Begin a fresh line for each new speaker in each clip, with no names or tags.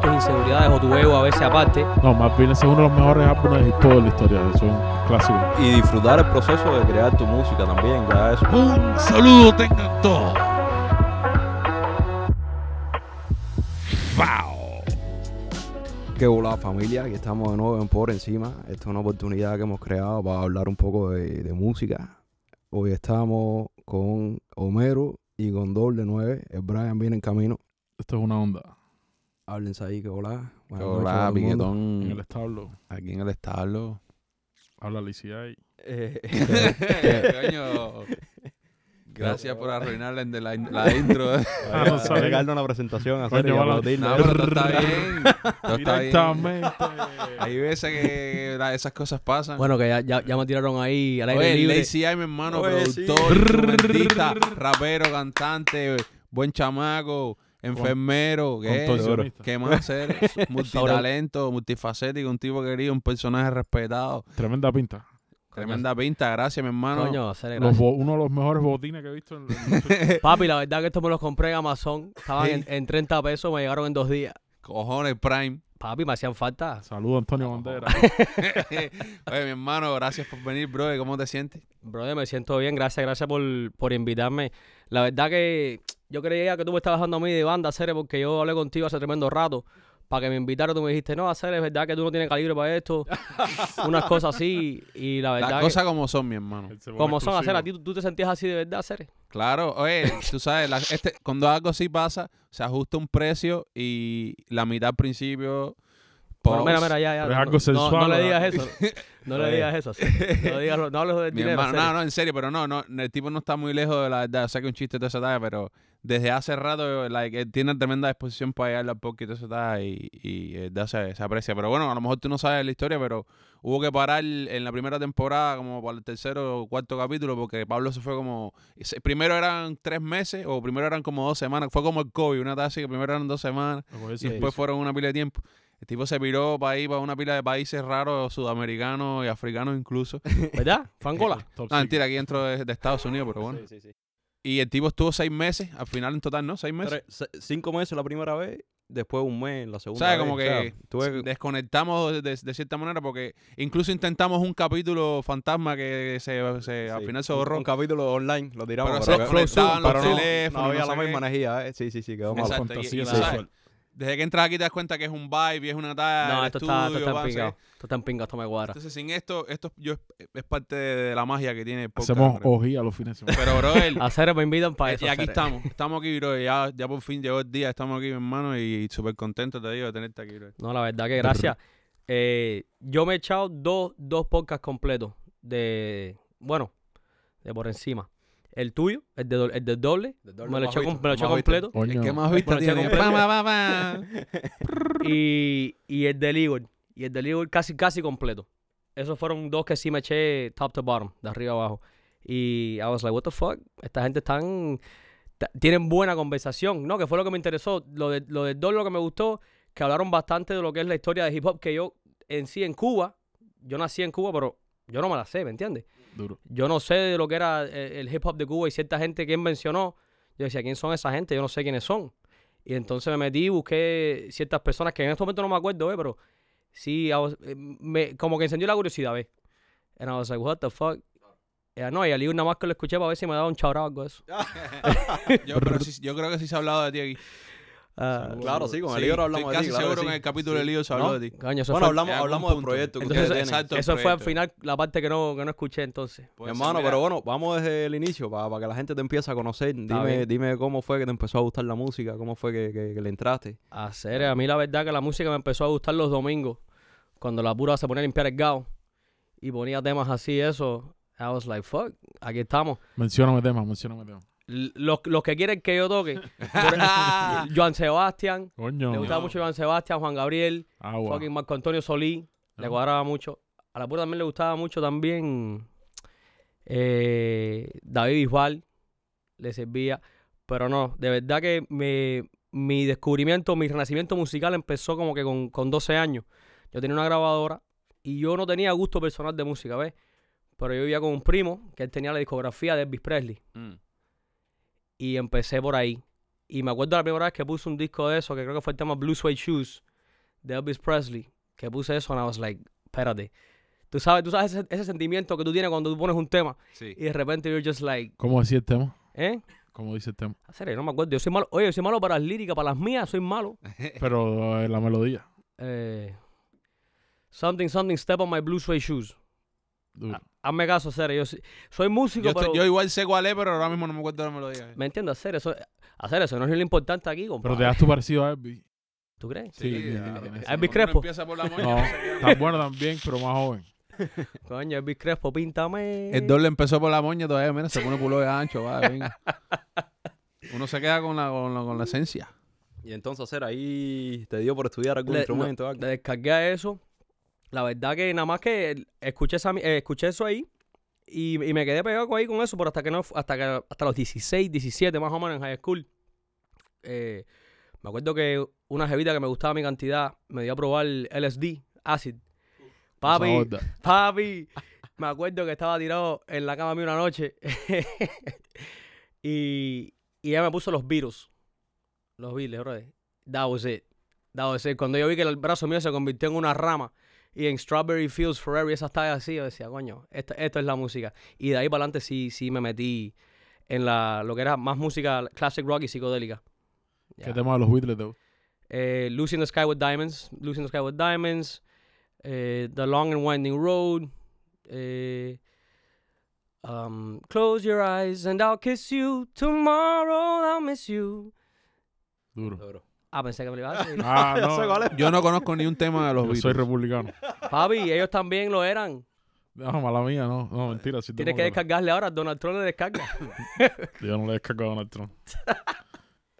tus inseguridades o tu ego a veces aparte.
No, Marvin es uno de los mejores álbumes de toda la historia. Es un clásico.
Y disfrutar el proceso de crear tu música también, ya eso.
Un saludo tengan todos. ¡Wow!
Que hola familia, aquí estamos de nuevo en Por Encima. Esta es una oportunidad que hemos creado para hablar un poco de, de música. Hoy estamos con Homero y con Doble 9. El Brian viene en camino.
Esto es una onda.
Háblense ahí, que hola. Buenas noches a
Hola,
todo el mundo.
En el
piquetón.
establo.
Aquí en el establo.
Habla Lizzie.
Eh, Coño. Gracias por arruinar la, la, la intro.
Ah, no sabe.
Regalarnos una presentación, hacer y
Coño, vale.
aplaudirnos.
No, pero todo está bien. Todo está bien.
Directamente.
Hay veces que la- esas cosas pasan.
Bueno, que ya, ya, ya me tiraron ahí al aire
Oye,
libre.
Lazy Eye, mi hermano,
Oye, sí.
productor, instrumentista, rapero, cantante, buen chamaco, enfermero, ¿qué,
Contorsionista.
¿Qué más hacer? Multitalento, multifacético, un tipo querido, un personaje respetado.
Tremenda pinta.
Tremenda pinta, gracias, mi hermano.
Coño, hacerle
Los
gracia.
bo- uno de los mejores botines que he visto en
Papi, la verdad que estos me los compré en Amazon. Estaban
Sí.
en, en 30 pesos, me llegaron en dos días.
Cojones, Prime.
Papi, me hacían falta.
Saludos, Antonio Bandera.
Oye, mi hermano, gracias por venir, brother. ¿Cómo te sientes?
Brother, me siento bien. Gracias, gracias por, por invitarme. La verdad que yo creía que tú me estabas dando a mí de banda, Cere, porque yo hablé contigo hace tremendo rato. Para que me invitaron, tú me dijiste, no, Cere, es verdad que tú no tienes calibre para esto. Unas cosas así. Y la verdad
Las
que-
cosas como son, mi hermano.
como son hacer a ti, ¿tú, tú te sentías así de verdad, Cere?
Claro, oye, tú sabes, la- este, cuando algo así pasa, se ajusta un precio y la mitad al principio.
Bueno,
pause.
mira, mira, ya, ya.
Pero es
no-
algo
no, No,
sensual,
le
¿verdad?
digas eso. No le digas eso. Cere. No, digas, lo- no hables del
Mi
dinero,
hermano,
Cere.
no, no, en serio, pero no, no, el tipo no está muy lejos de la verdad. O sea que un chiste de esa talla, pero desde hace rato, like, él tiene tremenda disposición para llegar al podcast y todo esa talla y, y eh, da- se, se aprecia. Pero bueno, a lo mejor tú no sabes la historia, pero hubo que parar en la primera temporada, como para el tercero o cuarto capítulo, porque Pablo se fue como. se- Primero eran tres meses, o primero eran como dos semanas, fue como el COVID, una tasa que primero eran dos semanas. Y después fueron una pila de tiempo. El tipo se piró para ir para una pila de países raros, sudamericanos y africanos incluso.
¿Verdad? Fue Angola.
Ah, mentira, aquí dentro de, de Estados Unidos, pero bueno.
Sí, sí, sí.
Y el tipo estuvo seis meses, al final en total, ¿no? Seis meses.
Tres- se- cinco meses la primera vez, después un mes la
O
segunda
sea,
vez.
como
o sea,
que
tuve que-
desconectamos de, de- de cierta manera porque incluso intentamos un capítulo fantasma que se, se- Eh, al
sí,
final se
un-
borró.
Un capítulo online, lo tiramos.
Pero se
que-
conectaban los
pero no-
teléfonos,
No había
no
la
sé
misma
qué.
energía, eh. Sí, sí, sí, quedó mal.
Exacto, y- y sabes, Desde que entras aquí te das cuenta que es un vibe, es una talla,
No,
el
esto está, esto
estudio,
está
va,
en pingado.
entonces-
Esto está en pingado, esto me cuadra.
Entonces, sin esto, esto yo, es, es parte de, de la magia que tiene el podcast.
Hacemos
creo.
ojía los fines de semana.
Pero, brother,
A Cere me invitan para
Eh,
eso.
Y aquí
Cere.
estamos, estamos aquí, bro. Ya, ya por fin llegó el día, estamos aquí, mi hermano, y súper contento, te digo, de tenerte aquí, bro.
No, la verdad que gracias. Eh, yo me he echado dos, dos podcasts completos de, bueno, de por encima. El tuyo, el de, do- el del doble, me lo eché, com- me lo eché completo.
Coño.
más
Bueno, ya compré.
Pa, pa, pa, pa.
Y, y el del Igor, y el del Igor casi, casi completo. Esos fueron dos que sí me eché top to bottom, de arriba a abajo. Y I was like, what the fuck, esta gente están, ta- tienen buena conversación, ¿no? Que fue lo que me interesó. Lo, de, lo del doble, lo que me gustó, que hablaron bastante de lo que es la historia de hip hop, que yo en sí en Cuba, yo nací en Cuba, pero yo no me la sé, ¿me entiendes?
Duro.
Yo no sé de lo que era eh, el hip hop de Cuba y cierta gente que él mencionó. Yo decía, ¿quién son esa gente? Yo no sé quiénes son. Y entonces me metí, busqué ciertas personas que en este momento no me acuerdo, eh, pero sí, I was- eh, me- como que encendió la curiosidad, ¿ves? And I was like, what the fuck? Eh, no, y al libro nada más que lo escuché para ver si me daba un chabrao o algo de eso.
Ah, Yo, pero sí- yo creo que sí se ha hablado de ti aquí.
Ah,
Claro, sí, con el
Sí,
libro hablamos
Estoy
de
casi
ti, claro que
seguro que en
sí.
el capítulo
Sí.
del lío se habló
¿No?
de ti.
coño, eso
Bueno,
fue-
En
hablamos,
algún
hablamos del
punto.
proyecto que
Entonces,
ustedes tienen.
exacto.
eso fue al
proyecto.
final la parte que no, que no escuché entonces.
Puede ser,
hermano,
mira,
pero bueno, vamos desde el inicio para, para que la gente te empiece a conocer. Dime,
bien.
dime cómo fue que te empezó a gustar la música, cómo fue que, que- que le entraste.
Hacer, a mí la verdad que la música me empezó a gustar los domingos, cuando la pura se ponía a limpiar el gao y ponía temas así, eso. I was like, fuck, aquí estamos.
Mencióname temas, mencióname temas.
L- Los, los que quieren que yo toque, Joan Sebastián, le
Coño.
gustaba mucho Joan Sebastián, Juan Gabriel,
Agua.
fucking Marco Antonio Solí, le
Ah.
cuadraba mucho. A la pura también le gustaba mucho también eh, David Bisbal, le servía. Pero no, de verdad que me- mi descubrimiento, mi renacimiento musical empezó como que con, con 12 años. Yo tenía una grabadora y yo no tenía gusto personal de música, ¿ves? Pero yo vivía con un primo que él tenía la discografía de Elvis Presley
Mm.
y empecé por ahí. Y me acuerdo la primera vez que puse un disco de eso, que creo que fue el tema Blue Suede Shoes, de Elvis Presley, que puse eso, and I was like, espérate. Tú sabes, tú sabes ese, ese sentimiento que tú tienes cuando tú pones un tema
Sí.
y de repente you're just like,
¿Cómo decía el tema?
¿eh?
¿Cómo dice el tema?
¿En serio? no me acuerdo. Yo soy malo. Oye, yo soy malo para las líricas, para las mías, soy malo.
Pero eh, la melodía.
Eh, something, something, step on my blue suede shoes.
Duro.
Hazme caso, Cere. Yo soy, soy músico,
Yo, estoy-
pero...
yo igual sé cuál es, pero ahora mismo no me acuerdo de la melodía.
¿Me entiendes? Hacer eso, hacer eso no es lo importante aquí, compadre.
Pero te das tu parecido a Elvis.
¿Tú crees?
Sí, sí, sí, sí,
ya,
sí.
cuando
Elvis
uno
Crespo.
empieza por la moña,
No.
no sé qué.
Tan bueno también, pero más joven.
Coño, Elvis Crespo, píntame.
El doble empezó por la moña todavía, mira, se pone culo de ancho, va, venga. Uno se queda con la, con la, con la esencia.
Y entonces, hacer ahí te dio por estudiar algún
Le-
instrumento. o
no,
algo?
le descargué a eso. La verdad que nada más que el- escuché, esa mi- eh, escuché eso ahí y, y me quedé pegado ahí con eso, pero hasta que no fu- hasta que hasta los 16, 17 más o menos en high school. eh, me acuerdo que una jevita que me gustaba mi cantidad me dio a probar LSD, acid. Papi,
Esa onda.
Papi, me acuerdo que estaba tirado en la cama mía una noche y, y ella me puso los virus. Los virus, brother. That was it. That was it. Cuando yo vi que el brazo mío se convirtió en una rama y en Strawberry Fields Forever y esas tallas así, yo decía, coño, esto, esto es la música. Y de ahí para adelante sí, sí me metí en la, lo que era más música classic rock y psicodélica.
¿Qué
Ya.
tema de los Beatles te gusta?
Eh, Lucy in the Sky with Diamonds, Lucy in the Sky with Diamonds, eh, The Long and Winding Road, eh, um, Close Your Eyes and I'll Kiss You, Tomorrow I'll Miss You.
Duro.
Ah, pensé que me lo ibas a decir.
Ah, no.
Yo no conozco ni un tema de los
Yo soy
Beatles.
republicano.
Papi, ellos también lo eran.
No, mala mía, no. No, mentira. Sí
Tienes que
demócrata.
descargarle ahora, Donald Trump le descarga.
Yo no le descargo a Donald Trump.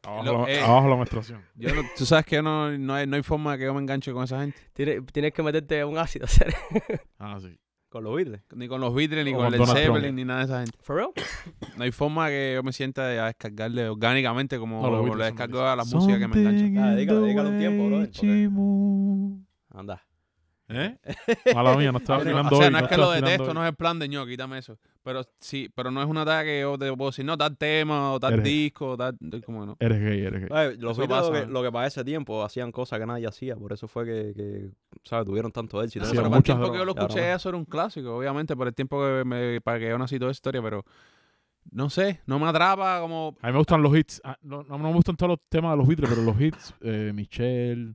Abajo,
Lo-
la,
eh.
abajo la menstruación.
Yo no- tú sabes que yo no, no, hay, no hay forma de que yo me enganche con esa gente.
Tienes, tienes que meterte un ácido, hacer.
Ah, sí.
Con los Beatles.
Ni con los Beatles, ni
O
con,
con
Led
Donald Trump.
Zeppelin, ni nada de esa gente.
For real?
No hay forma que yo me sienta de- a descargarle orgánicamente como
No, los
como
Beatles
le
son
descargo
buenísimos.
a las músicas que me enganchan.
Ah, dedícalo- dedícalo un tiempo, brother, porque- Anda.
¿Eh? Mala mía, no estaba
Pero,
afinando
o sea,
hoy,
no es que
estaba
lo
afinando
detesto,
hoy.
no es el plan de ño, quítame eso. Pero sí, pero no es una tarea que yo te puedo decir, no, tal tema, o tal
Eres-
disco, o tal, como no.
Eres gay, eres gay.
Ay, los
Eso
Beatles
pasa,
lo, que,
¿no?
lo que para ese tiempo hacían cosas que nadie hacía, por eso fue que, que, ¿sabes? tuvieron tanto éxito.
No,
Sí,
pero
hay
para el
muchas
tiempo que yo lo
drogas.
escuché,
Ya, no.
eso era un clásico, obviamente, por el tiempo que me, para que yo nací toda esa historia, pero no sé, no me atrapa como.
A mí me gustan los hits. Ah, No, no- no me gustan todos los temas de los Beatles, pero los hits. Eh, Michelle.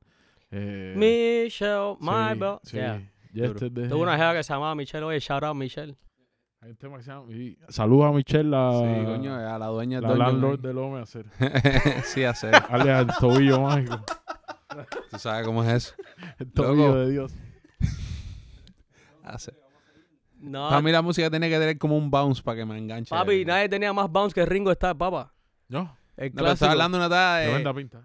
Eh,
Michelle,
sí,
my bro.
Sí. este
Yeah.
Yesterday.
Tuve una jefa que se llamaba Michelle, oye, shout out Michelle.
Hay un tema que se llama. y- Saluda a Michelle, la,
sí, coño, a la dueña
Ah, la
del doño,
landlord
¿no?
del hombre. Hacer.
sí, hacer.
Dale al tobillo mágico.
Tú sabes cómo es eso.
El tobillo
Loco.
de Dios.
Hacer.
No,
Para mí la música tiene que tener como un bounce para que me enganche.
papi, nadie tenía más bounce que Ringo Starr, papá.
No,
El
No, pero estaba
clásico.
hablando de una tarea de.
tremenda pinta.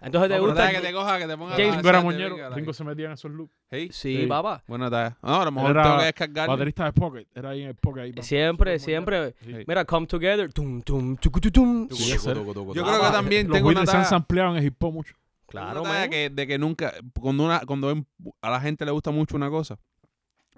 Entonces te
No, pero
gusta.
tarea que te coja, que te ponga.
James-
la-
Ringo era
la-
moñero.
Ah, la-
Ringo se metía en esos loops.
Sí.
Sí,
Sí.
papá.
Bueno, está. No, a lo mejor
Era
tengo que descargar.
Baterista de Pocket. Era ahí en el Pocket. Ahí, pam.
Siempre,
Sí, moñero.
siempre.
Sí.
Mira, come together. Tum, tum, tucu, tu, tum.
Sí, puede ser.
Yo
Ah,
creo que también
Los
tengo una
Beatles se han
tarea.
sampleado en el hip hop mucho.
Claro,
Claro, man.
que, de que nunca, cuando, una, cuando en- a la gente le gusta mucho una cosa,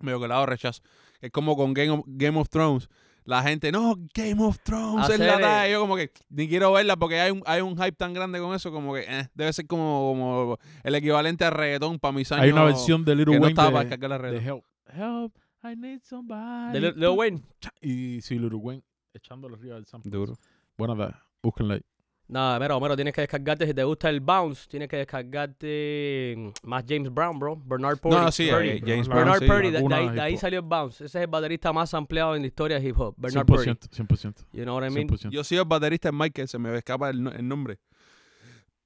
medio que la hago rechazo. Es como con Game of, Game of Thrones. La gente, no, Game of Thrones es
Hacer,
la talla".
eh,
Yo como que ni quiero verla porque hay un, hay un hype tan grande con eso, como que eh, debe ser como, como el equivalente al reggaetón para mis años.
Hay una versión de Little
que no
Wayne
estaba para
de,
descargar la
de
reggaetón.
Help. Help, I need somebody.
De Lil- Lil Wayne.
Cha- Y sí, Little Wayne echándole arriba del sample.
Duro. Eh,
Buena tarde. Búsquenla ahí.
Nada, mira, Homero, tienes que descargarte. Si te gusta el bounce, tienes que descargarte mm, más James Brown, bro. Bernard Purdy.
No, no, sí,
Purdy.
eh,
Bernard
James Brown.
Bernard
sí.
Purdy, de, de
alguna
ahí,
hip
de ahí
hop.
salió el bounce. Ese es el baterista más ampliado en la historia de hip hop. Bernard Purdy.
100%. 100%.
You know what I mean?
100%.
Yo soy el baterista en Mike, que se me escapa el, no- el nombre.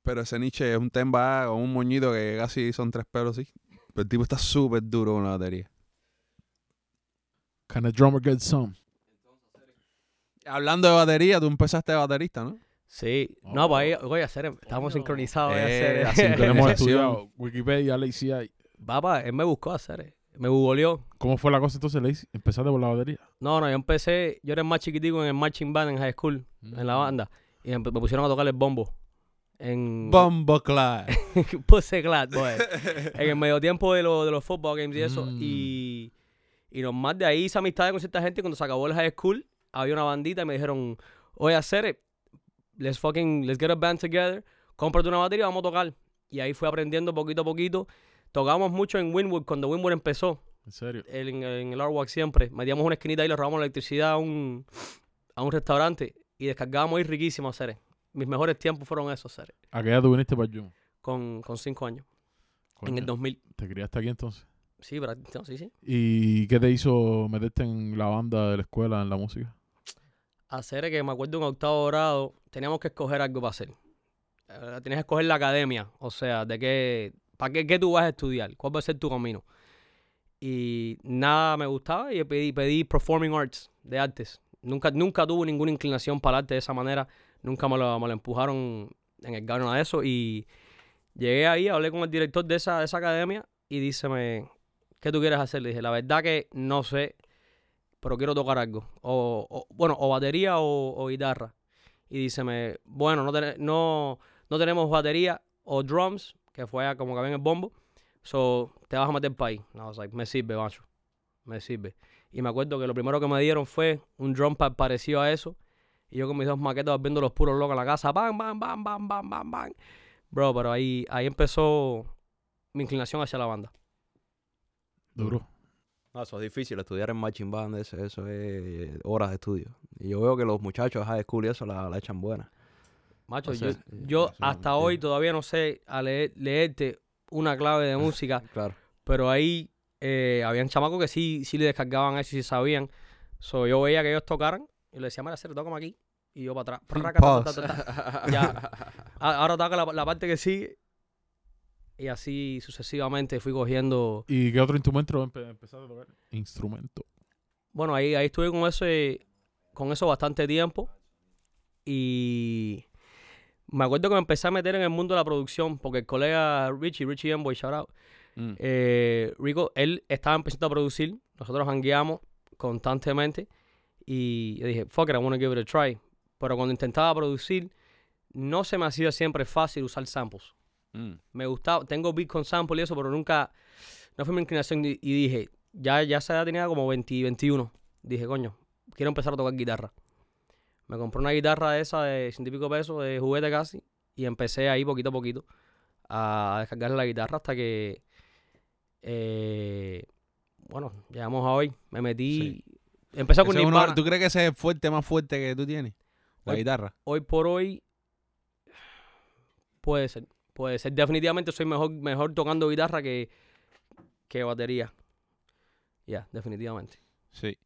Pero ese Nietzsche es un temba con un moñito que casi son tres pelos, sí. Pero el tipo está súper duro con la batería.
Can a drummer get some?
Hablando de batería, tú empezaste de baterista, ¿no?
Sí.
Oh.
No, pues ahí, voy a hacer. Estamos sincronizados. voy a hacer,
Eh,
eh.
la
Tenemos
sincronización.
estudiado Wikipedia, Lazy Eye.
Papá, él me buscó hacer. eh. Me googleó.
¿Cómo fue la cosa entonces, Lazy? Empezaste por la batería.
No, no, yo empecé. Yo era el más chiquitico en el marching band en high school. en la banda. Y empe- me pusieron a tocar el bombo. En
Bombo Clash.
Puse glad, boy. en el medio tiempo de, lo- de los football games y eso.
Mm.
Y, y nomás de ahí hice amistades con cierta gente. Y cuando se acabó el high school, había una bandita y me dijeron, oye, hacer let's fucking, let's get a band together. Cómprate una batería y vamos a tocar. Y ahí fui aprendiendo poquito a poquito. Tocábamos mucho en Winwood cuando Winwood empezó,
En serio.
en, en el Artwalk siempre. Metíamos una esquinita y le robábamos electricidad a un, a un restaurante y descargábamos ahí riquísimos seres. Mis mejores tiempos fueron esos seres,
¿A qué edad tú viniste para el Yuma?
con, con cinco años, en el
Coño,
2000.
¿Te criaste aquí entonces?
Sí, prácti- no, sí, sí.
¿Y qué te hizo meterte en la banda de la escuela, en la música?
hacer que me acuerdo en octavo grado teníamos que escoger algo para hacer. Eh, Tenías que escoger la academia, o sea, de qué, para qué, qué tú vas a estudiar, cuál va a ser tu camino. Y nada me gustaba y pedí, pedí performing arts, de artes. Nunca, nunca tuve ninguna inclinación para el arte de esa manera, nunca me lo, me lo empujaron en el gano a eso y llegué ahí, hablé con el director de esa, de esa academia y díceme, ¿qué tú quieres hacer? Le dije, la verdad que no sé, pero quiero tocar algo. O, o- bueno, o batería o, o guitarra. Y díceme, bueno, no, tene- no, no tenemos batería o drums, que fue como que había en el bombo. So, te vas a meter para ahí. No, like, me sirve, macho. Me sirve. Y me acuerdo que lo primero que me dieron fue un drum pad parecido a eso. Y yo con mis dos maquetas viendo los puros locos en la casa. Bam, bam, bam, bam, bam, bam, bam. Bro, pero ahí, ahí empezó mi inclinación hacia la banda.
Duro.
No, eso es difícil, estudiar en marching band, eso, eso es horas de estudio. Y yo veo que los muchachos de high school y eso la, la echan buena.
Macho,
O sea,
yo,
eh,
yo
eso
hasta
es-
hoy todavía no sé a leer- leerte una clave de música,
Claro.
pero ahí eh, habían chamacos que sí, sí le descargaban eso y sí sabían. So, yo veía que ellos tocaran y le decía, mira, hacer, tócame aquí. Y yo para atrás. praca, ta, ta, ta, ta, ta. Ya. A- Ahora toca la, la parte que sigue. Y así sucesivamente fui cogiendo.
¿Y qué otro instrumento empe- empezaste a tocar? Instrumento.
Bueno, ahí, ahí estuve con ese, con eso bastante tiempo. Y me acuerdo que me empecé a meter en el mundo de la producción, porque el colega Richie, Richie Enboy, shout out,
Mm.
eh, Rico, él estaba empezando a producir, nosotros hangueamos constantemente y yo dije, fuck it, I wanna give it a try. Pero cuando intentaba producir, no se me hacía siempre fácil usar samples.
Mm.
Me gustaba, tengo beats con sample y eso, pero nunca, no fue mi inclinación. Y, y dije, ya, ya esa edad tenía como 20, 21. Dije, coño, quiero empezar a tocar guitarra. Me compré una guitarra de esa de ciento y pico pesos, de juguete casi, y empecé ahí poquito a poquito a descargarle la guitarra hasta que, eh, bueno, llegamos a hoy. Me metí, empecé con
Ese es uno-
Nirvana.
¿Tú crees que ese es el fuerte más fuerte que tú tienes? La
Hoy-
guitarra.
hoy por hoy puede ser, puede ser. Definitivamente soy mejor, mejor tocando guitarra que, que batería. Ya, definitivamente.
Sí.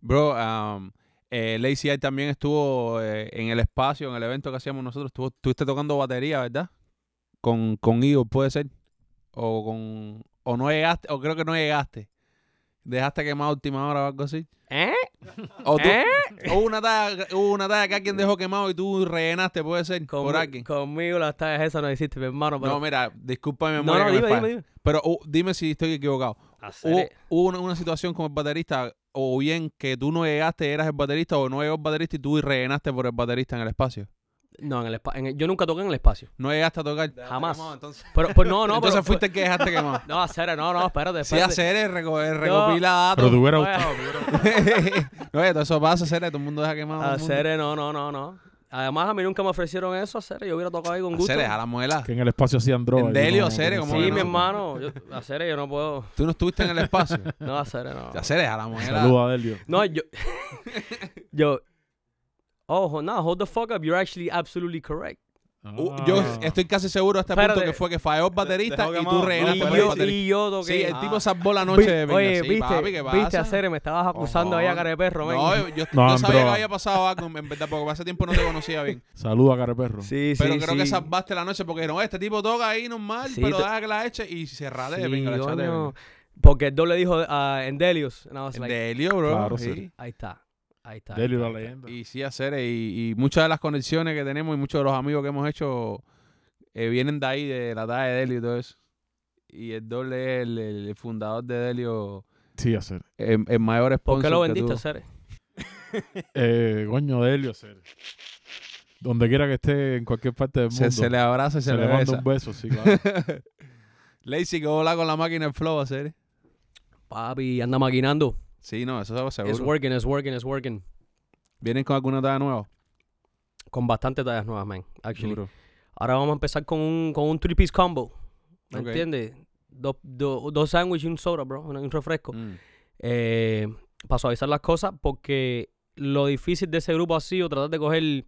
Bro, um, eh, Lazy Eye también estuvo eh, en el espacio, en el evento que hacíamos nosotros. Estuvo, estuviste tocando batería, ¿verdad? Con, con Igor, puede ser. O con. O no llegaste, o creo que no llegaste. Dejaste quemado a última hora o algo así.
¿Eh?
O tú-
¿Eh?
hubo una talla, hubo una talla que alguien dejó quemado y tú rellenaste, puede ser,
Con-
por alguien.
Conmigo las tallas esas no hiciste, mi hermano. Pero...
No, mira, disculpa mi
No,
memoria
no,
que me
dime,
falla.
dime, dime.
Pero oh, dime si estoy equivocado.
Hacer e-
Hubo,
es-
hubo una, una situación con el baterista, o bien que tú no llegaste, eras el baterista, o no llegó el baterista y tú rellenaste por el baterista en el espacio.
No, en el espa- en el- yo nunca toqué en el espacio.
No llegaste a tocar.
Jamás.
quemado, entonces.
Pero, pues no, no,
Entonces
pero- pues,
fuiste el que dejaste quemado.
No, hacer, e- no, no, espérate.
Si
espérate.
hacer e- es reco- es
Ah,
recopila
Pero
datos.
tú hubieras
Oye,
no, oye, todo eso pasa, hacer, todo el mundo deja quemado. a todo el mundo.
hacer, e- no, no, no, no. Además, a mí nunca me ofrecieron eso, hacer. e- Yo hubiera tocado ahí con gusto.
Hacer e- es a la muela.
que en el espacio hacían drogas.
En
y
Delio,
no-
serio,
no-
¿cómo
Sí,
no?
mi hermano. Yo, hacer, e- yo no puedo.
Tú no estuviste en el espacio.
No, hacer, no.
Hacer es a la muela.
Saluda a Delio.
No, yo. yo. Ojo, no, hold the fuck up. You're actually absolutely correct.
Uh,
Ah.
yo estoy casi seguro hasta este
Espérate.
punto que fue que falló el baterista
Dejó
y tú
quemado.
rellenaste
Y
por el
yo,
baterista.
y yo toqué.
Sí, el
Ah.
tipo salvó la noche de venganza.
Oye,
Sí,
viste,
papi, ¿qué
viste,
pasa?
Acere, me estabas acusando ahí a
Cojón.
cara de perro, ven.
No, yo, yo
No,
no sabía
bro.
que había pasado algo, en verdad, porque hace tiempo no te conocía bien.
Saluda a Careperro.
sí,
Pero creo que salvaste la noche porque no, este tipo toca ahí normal,
Sí,
pero
to-
deja que la eche y se rade
Sí,
venga, la echate,
coño.
venga.
Porque el doble dijo a Endelius. And I was like,
De Helio, bro.
Claro,
sí.
sí.
ahí está, ahí está.
Delio
ahí está,
la
ahí está.
leyenda.
Y sí, hacer, eh, y, y muchas de las conexiones que tenemos y muchos de los amigos que hemos hecho eh, vienen de ahí, de la talla de Delio y todo eso. Y el doble, el, el fundador de Delio,
Sí, hacer.
el, el mayor sponsor
¿Por qué lo
que
vendiste,
tuvo.
Acere?
Eh, coño, Delio, hacer. Donde quiera que esté, en cualquier parte del mundo.
se, se le abraza y se,
Se
le,
le manda
besa.
un beso, sí, claro.
Lazy que vola con la máquina en flow, hacer.
Papi, anda maquinando.
Sí, no, eso es
It's
seguro.
working, it's working, it's working.
Vienen con alguna talla nueva.
Con bastante tallas nuevas, man. Actually.
Seguro.
Ahora vamos a empezar con un, con un three-piece combo. ¿Me
Ok.
entiendes? Dos, dos, dos sándwiches y un soda, bro. Un, un refresco.
Mm.
Eh, para suavizar las cosas, porque lo difícil de ese grupo ha sido tratar de coger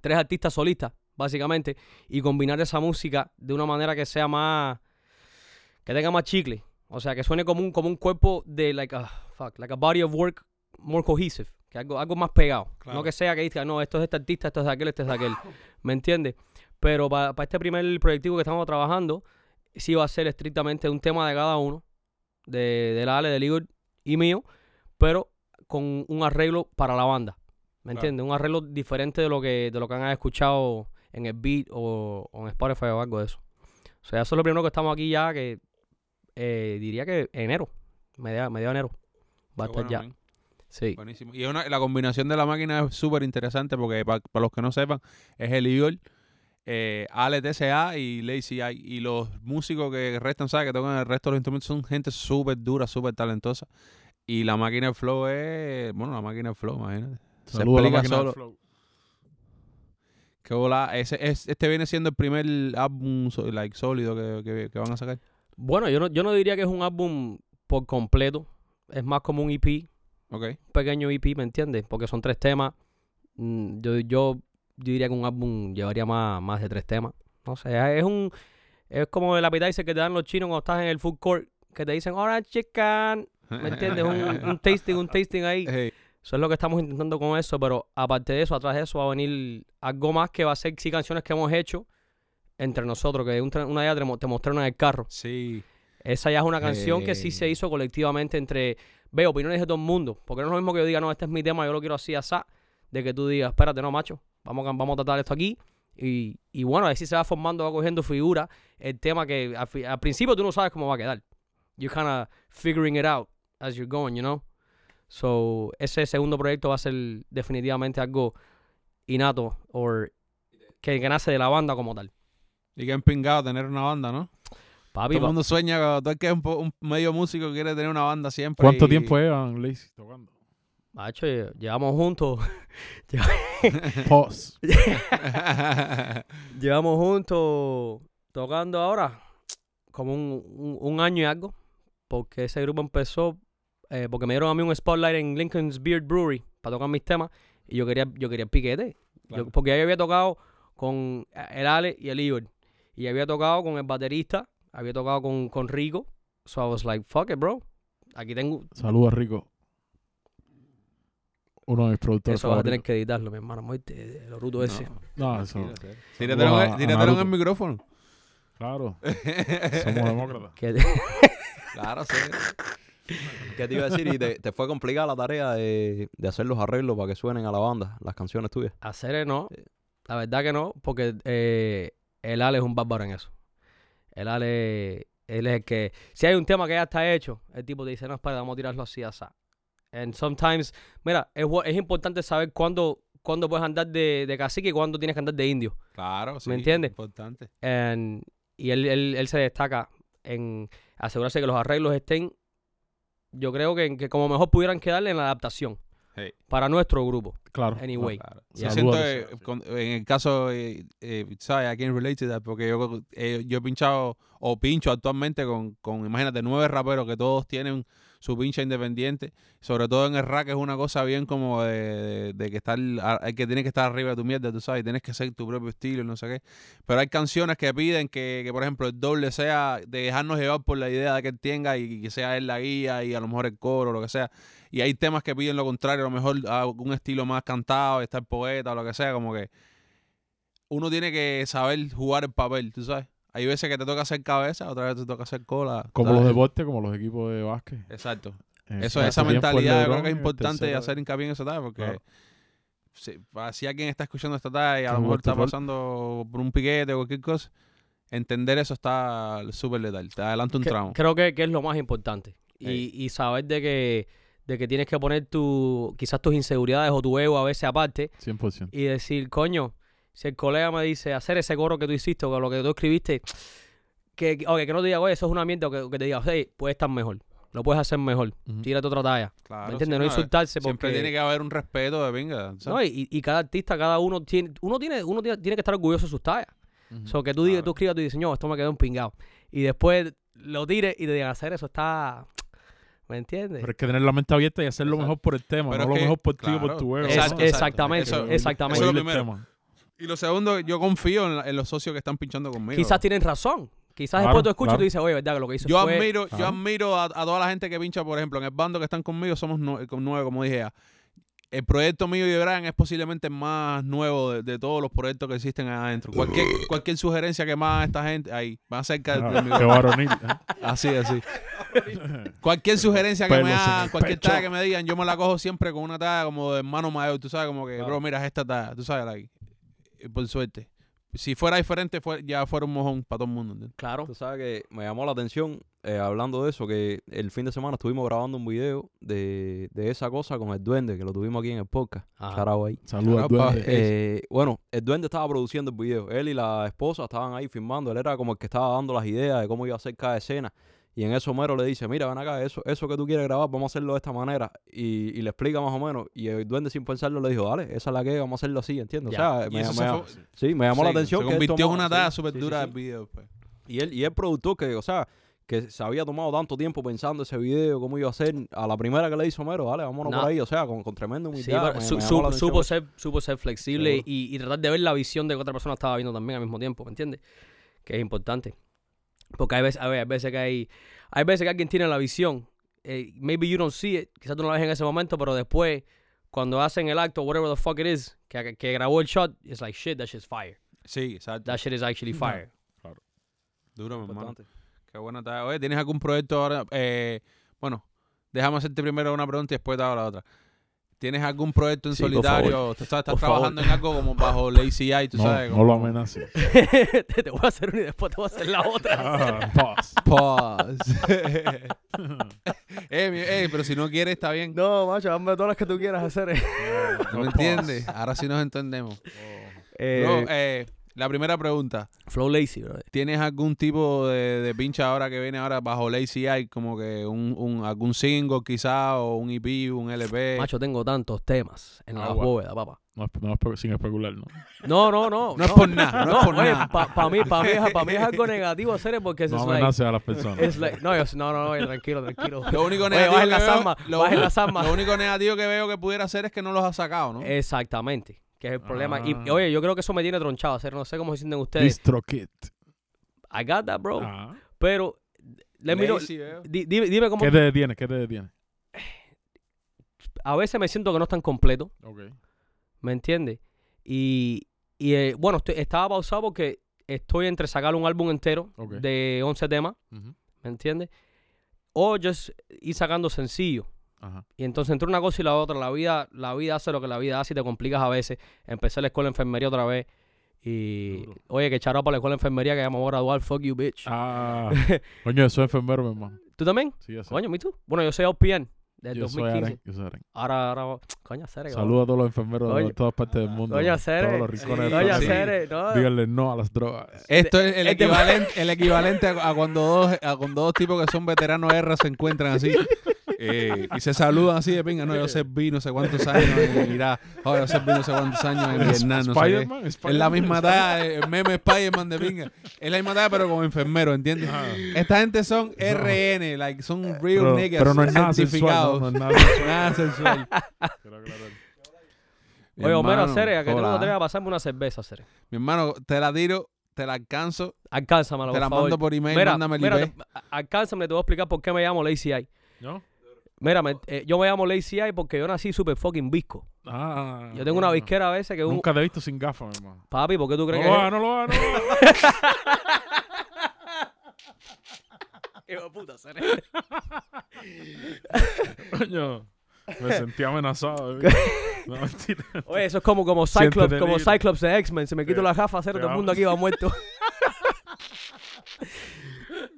tres artistas solistas, básicamente, y combinar esa música de una manera que sea más. que tenga más chicle. O sea, que suene como un, como un cuerpo de, like, ah, fuck, like a body of work more cohesive, que algo, algo más pegado.
Claro.
No que sea que diga, no, esto es este artista, esto es de aquel, este es de aquel. ¿Me entiendes? Pero para este primer proyectivo que estamos trabajando, sí va a ser estrictamente un tema de cada uno, de, del Ale, del Igor y mío, pero con un arreglo para la banda. ¿Me
Claro.
entiendes? Un arreglo diferente de lo que de lo que han escuchado en el beat o, o en Spotify o algo de eso. O sea, eso es lo primero que estamos aquí ya, que eh, diría que enero, media, medio de enero. Va a
Qué
estar
bueno,
ya.
man.
Sí.
Buenísimo. Y es una- la combinación de la máquina es súper interesante porque para los que no sepan, es el Eagle, eh, Ale TCA y Lazy Eye. Y los músicos que restan, ¿sabes? Que tocan el resto de los instrumentos son gente súper dura, súper talentosa. Y la máquina de flow es... Bueno, la máquina de flow, imagínate. Se
Saludos a la
explica
máquina
solo.
del flow.
Qué bola. Ese, es, este viene siendo el primer álbum so- like, sólido que, que- que van a sacar.
Bueno, yo no, yo no diría que es un álbum por completo. Es más como un EP, un
Ok.
pequeño EP, ¿me entiendes? Porque son tres temas. Mm, Yo, yo, yo diría que un álbum llevaría más, más de tres temas. No sé, es un... Es como el appetizer que te dan los chinos cuando estás en el food court. Que te dicen, ahora chicken. ¿Me entiendes? Un, un tasting, un tasting ahí.
Hey,
Eso es lo que estamos intentando con eso, pero aparte de eso, atrás de eso va a venir algo más que va a ser sí canciones que hemos hecho entre nosotros, que un tra- una ya te mo- te mostraron en el carro.
sí.
Esa ya es una canción que sí se
Ey.
hizo colectivamente entre, ve, opiniones de todo el mundo. Porque no es lo mismo que yo diga, no, este es mi tema, yo lo quiero así, asá, de que tú digas, espérate, no, macho, vamos, a- vamos a tratar esto aquí. Y, y bueno, ahí sí se va formando, va cogiendo figura el tema que al, fi- al principio tú no sabes cómo va a quedar. You're kind of figuring it out as you're going, you know? So, ese segundo proyecto va a ser definitivamente algo innato o que, que nace de la banda como tal.
Y que han pingado tener una banda, ¿no?
Papi,
Todo el
pa-
mundo sueña, cuando tú eres que es un, po- un medio músico quiere tener una banda siempre.
¿Cuánto
y-
tiempo llevan Lazy tocando?
macho, lle- llevamos juntos
Pause.
Llevamos juntos tocando ahora como un, un- un año y algo, porque ese grupo empezó, eh, porque me dieron a mí un spotlight en Lincoln's Beard Brewery para tocar mis temas, y yo quería, yo quería el piquete, Yo-
Claro.
porque ya yo había tocado con eh, el Ale y el Igor, y había tocado con el baterista, había tocado con, con Rico, so I was like, fuck it, bro, aquí tengo,
Saludos, Rico. Uno de mis productores
eso vas a tener
favoritos.
que editarlo, mi hermano, muerte, lo bruto ese.
No, eso,
Tíratelo, en el-
Wow, a
tíratelo en
Naruto.
el e micrófono.
claro. Somos demócratas.
Que-
Claro, sí. ¿Qué te iba a decir? Y te, te fue complicada la tarea de, de hacer los arreglos para que suenen a la banda, las canciones tuyas.
Hacer no. La verdad que no, porque eh, el Ale es un bárbaro en eso. El Ale, él es el que... Si hay un tema que ya está hecho, el tipo te dice, no, espera, vamos a tirarlo así, así. And sometimes, mira, es, bu- es importante saber cuándo, cuándo puedes andar de, de cacique y cuándo tienes que andar de indio.
Claro, sí.
entiendes?
Importante.
And- y él, él- él se destaca en asegurarse que los arreglos estén, yo creo que, que como mejor pudieran quedarle en la adaptación.
Hey.
Para nuestro grupo,
Claro.
anyway.
Claro.
Yeah.
Yo siento
Saludos.
que, eh, con- en el caso, eh, eh, ¿sabes? I can relate to that porque yo, eh, yo he pinchado o pincho actualmente con, con, imagínate, nueve raperos que todos tienen su pincha independiente. Sobre todo en el rack es una cosa bien como de, de- de que estar, a- hay que tienes que estar arriba de tu mierda, tú sabes, tienes que ser tu propio estilo, no sé qué. Pero hay canciones que piden que, que, por ejemplo, el doble sea de dejarnos llevar por la idea que él tenga y que sea él la guía y a lo mejor el coro, lo que sea. Y hay temas que piden lo contrario, a lo mejor a un estilo más cantado, está el poeta o lo que sea, como que uno tiene que saber jugar el papel, tú sabes. Hay veces que te toca hacer cabeza, otras veces te toca hacer cola.
Como
¿sabes?
los deportes, como los equipos de básquet.
Exacto.
En
Eso,
su
esa
tiempo, el este,
mentalidad yo creo
LeBron,
que es
el
importante
tercero.
hacer hincapié en esa tarde porque
Claro.
si, para- si alguien está escuchando esta tarde y a
Qué
lo mejor está
multirol.
pasando por un piquete o cualquier cosa, entender eso está súper letal. Te adelanta un
Que-
tramo.
Creo que, que es lo más importante. Y,
Ey.
y saber de que, de que tienes que poner tu, quizás tus inseguridades o tu ego a veces aparte
100%.
y decir, coño, si el colega me dice hacer ese coro que tú hiciste o que lo que tú escribiste, que, que- o que no te diga, oye, eso es una mierda, o que, o que te diga, hey, puedes estar mejor, lo puedes hacer mejor,
Ujú.
tírate otra talla.
Claro,
¿Me entiendes? No
sí, no,
insultarse
Siempre
porque...
tiene que haber un respeto de venga. ¿sabes?
No, y, y cada artista, cada uno tiene, uno tiene, uno tiene, tiene que estar orgulloso de sus tallas.
Ujú.
So que tú digas,
Claro.
tú escribas, tú dices, no, esto me quedó un pingado. Y después lo tires y te digan, hacer eso está. ¿Me entiendes?
Pero es que tener la mente abierta y hacer lo mejor por el tema, no
Pero es
lo
que-
mejor por ti o por
claro,
tu ego.
Es-
exacto,
¿no?
exactamente,
Eso-
exactamente.
eso es lo
Oír el
primero.
tema.
Y lo segundo, yo confío en, la- en los socios que están pinchando conmigo.
Quizás tienen razón. Quizás
Claro,
después tú escuchas y
claro.
tú dices, oye, ¿verdad? Que lo que hizo
yo
fue.
admiro, yo
Ajá.
admiro a, a toda la gente que pincha, por ejemplo, en el bando que están conmigo somos nue- con nueve, como dije ya. El proyecto mío y de Brian es posiblemente el más nuevo de, de todos los proyectos que existen ahí adentro. Cualquier, cualquier sugerencia que más esta gente, ahí, más cerca del del
Ah, Qué
micrófono.
varonil. ¿eh?
Así, así. Cualquier sugerencia que
Pelos
me
en
hagan,
el
cualquier
pecho.
talla que me digan, yo me la cojo siempre con una talla como de hermano mayor, tú sabes, como que, bro, mira, es esta talla, tú sabes, like, eh, por suerte. Si fuera diferente, fue- ya fuera un mojón para todo el mundo. ¿entiendes?
Claro.
Tú sabes que me llamó la atención eh, hablando de eso, que el fin de semana estuvimos grabando un video de, de esa cosa con el duende, que lo tuvimos aquí en el podcast.
Ah.
Ajá.
Charao ahí.
Saludos al
Claro, pa-
duende.
Eh, bueno, el duende estaba produciendo el video. Él y la esposa estaban ahí filmando. Él era como el que estaba dando las ideas de cómo iba a hacer cada escena. Y en eso Homero le dice, mira, ven acá, eso, eso que tú quieres grabar, vamos a hacerlo de esta manera. Y, y le explica más o menos. Y el duende sin pensarlo le dijo, dale, esa es la que es, vamos a hacerlo así, ¿entiendes?
Ya.
O sea,
Y
me,
eso se
me-
fue-
sí, me llamó la
Sí,
atención.
Se
que él
convirtió en
tomó-
una
sí,
tarea
sí,
súper
sí,
dura
sí.
del video. pues.
Y él, y el productor que, o sea, que se había tomado tanto tiempo pensando ese video, cómo iba a ser, a la primera que le hizo Homero, dale, vámonos
Nah.
por ahí, o sea, con, con tremenda
Sí,
humildad.
pero
me-
su-
me llamó
su-
la atención
supo,
eso.
ser, supo ser flexible
Seguro.
y, y tratar de ver la visión de que otra persona estaba viendo también al mismo tiempo, ¿me entiendes? Que es importante. Porque hay veces, a ver, hay veces que hay, hay veces que alguien tiene la visión. eh, maybe you don't see it, quizás tú no la ves en ese momento, pero después, cuando hacen el acto, whatever the fuck it is, que, que grabó el shot, it's like shit, that shit's fire.
Sí, exacto.
That shit is actually fire.
Duro, mi hermano.
Importante.
Qué buena tarea. Oye, ¿tienes algún proyecto ahora? Eh, bueno, déjame hacerte primero una pregunta y después te hago la otra. ¿Tienes algún proyecto en
Sí, por
solitario? ¿Tú sabes, estás
Por favor.
trabajando en algo como bajo la ACI, tú
No,
sabes?
no
como-
lo amenaces.
te, te voy a hacer una y después te voy a hacer la otra.
Ah, pause.
Pause. eh, mi- eh, pero si no quieres, está bien. No,
No, macho, hazme todas las que tú quieras hacer.
me entiendes? Ahora sí nos entendemos. Bro, eh, la primera pregunta.
Flow Lazy, bro.
¿Tienes algún tipo de, de pincha ahora que viene ahora bajo la ACI? Como que un, un- algún single quizá, o un EP, un LP.
Macho, tengo tantos temas en la
Agua.
bóveda, papá.
No, espe- no espe- sin especular, ¿no?
No, no, no.
no, es por nada, no, es por nada.
Para mí, pa mí, es- pa mí es algo negativo hacer es porque es
No
like,
amenaces a las personas.
it's like- No, yo, no, no, no, tranquilo, tranquilo.
Lo único
Oye,
negativo
bajen
que
las
veo-
armas,
lo,
bajen las armas. Eh,
lo único negativo que veo que pudiera hacer es que no los ha sacado, ¿no?
Exactamente. Que es el problema. Y, y
Ah.
oye, yo creo que eso me tiene tronchado hacer. No sé cómo se sienten ustedes.
Distro Kit.
I got that, bro.
Ah.
Pero, let me know-
Lazy, veo.
di- dime, dime cómo.
¿Qué te detiene? ¿Qué te detiene?
A veces me siento que no están completos. ¿Me entiendes? Y, y, eh, bueno, estoy- estaba pausado porque estoy entre sacar un álbum entero
Ok.
de 11 temas,
Ujú.
¿me entiendes? O just ir sacando sencillo.
Ajá.
Y entonces entre una cosa y la otra, la vida, la vida hace lo que la vida hace y te complicas a veces. Empecé la escuela de enfermería otra vez. Y
Duro.
oye, que charó para la escuela de enfermería que ya me voy a graduar, fuck you, bitch.
Ah. Coño, yo soy enfermero, mi hermano.
¿Tú también?
Sí, ya sé.
Coño, ¿me tú? Bueno, yo soy OPN desde
yo soy
2015.
Aren. Yo soy Aren.
Ahora, ahora, coño, Cere.
Saludos a todos los enfermeros
Oye.
de todas partes del mundo.
Coño,
de Todos
Cere.
los rincones
Oye,
Coño,
del
Sí.
planeta.
Cere, no.
Díganle no a las drogas.
Esto es el
Este-
equivalente, el equivalente a, a cuando dos, a cuando dos tipos que son veteranos R se encuentran así. eh, y se saludan así de pinga, no, yo serví no sé cuántos años en Irak, oh, yo serví no sé cuántos años en Vietnam, no sé qué.
Spider-Man.
Es la misma talla, el meme Spider-Man de pinga. Es la misma talla, pero como enfermero, ¿entiendes? Esta gente son RN, like, son real
Eh, Pero,
niggas.
pero no es nada sensual.
certificados.
No, no es nada sensual.
Nada sensual. Mi
Oye, Homero,
hermano,
Cere, a que tú no
hola.
te atreves a pasarme una cerveza, Cere.
Mi hermano, te la tiro, te la alcanzo,
Alcánzamela,
te
por
la
favor.
mando por email,
Mira,
mándame el
mira,
IP.
te- a- alcánzame, te voy a explicar por qué me llamo Lazy Eye.
¿No?
Mira, me- eh, yo me llamo Lazy Eye porque yo nací super fucking visco.
Ah.
Yo tengo una
bueno.
visquera a veces que un...
Nunca te he visto sin gafas, mi hermano.
Papi, ¿por qué tú
No
crees
lo
que...
hagas, no lo hagas, no lo hagas.
Hijo de puta, Cere.
Coño. Me sentí amenazado. eh. No, mentira.
Oye, eso es como, como
Siéntete
Cyclops, como
libre.
Cyclops de X-Men. Se me quito
Te-
la gafa, Cere,
te
todo el
amo.
mundo aquí va muerto.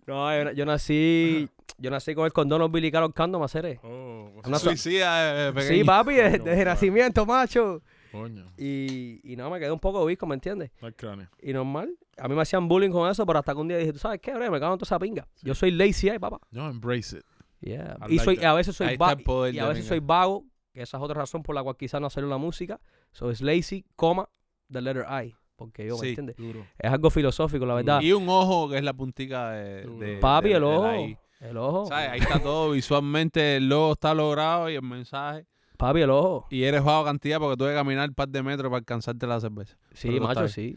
no, yo, yo nací... Yo nací con el condón umbilical ahorcándome, Cere.
Oh, pues,
Una-
Suicida, eh,
Sí,
pequeño.
papi, desde,
Coño,
desde
claro.
nacimiento, macho.
Coño.
Y, y no, me quedé un poco visco, ¿me entiendes?
No hay cráneo.
Y normal. A mí me hacían bullying con eso, pero hasta que un día dije, ¿tú sabes qué, bro? Me cago en toda esa pinga. Yo soy lazy eye, papá.
No, embrace it.
Yeah.
I
Y
like
soy,
that.
a veces
Ahí
soy
está el
vago.
poder
Y
de
a
la
veces
pinga.
soy vago, que esa es otra razón por la cual quizás no salió la música. So es lazy, coma, the letter I. Porque yo, ¿me
Sí.
entiendes?
Duro.
Es algo filosófico, la verdad.
Y un ojo que es la puntica de.
Duro.
de-
Papi,
de-
el
de la
ojo. Oh.
I.
El ojo.
¿Sabes? Ahí está todo visualmente, el logo está logrado y el mensaje.
Papi, el ojo.
Y eres bajo cantidad porque tuve que caminar un par de metros para alcanzarte la cerveza.
Sí,
pero no está
macho, sí.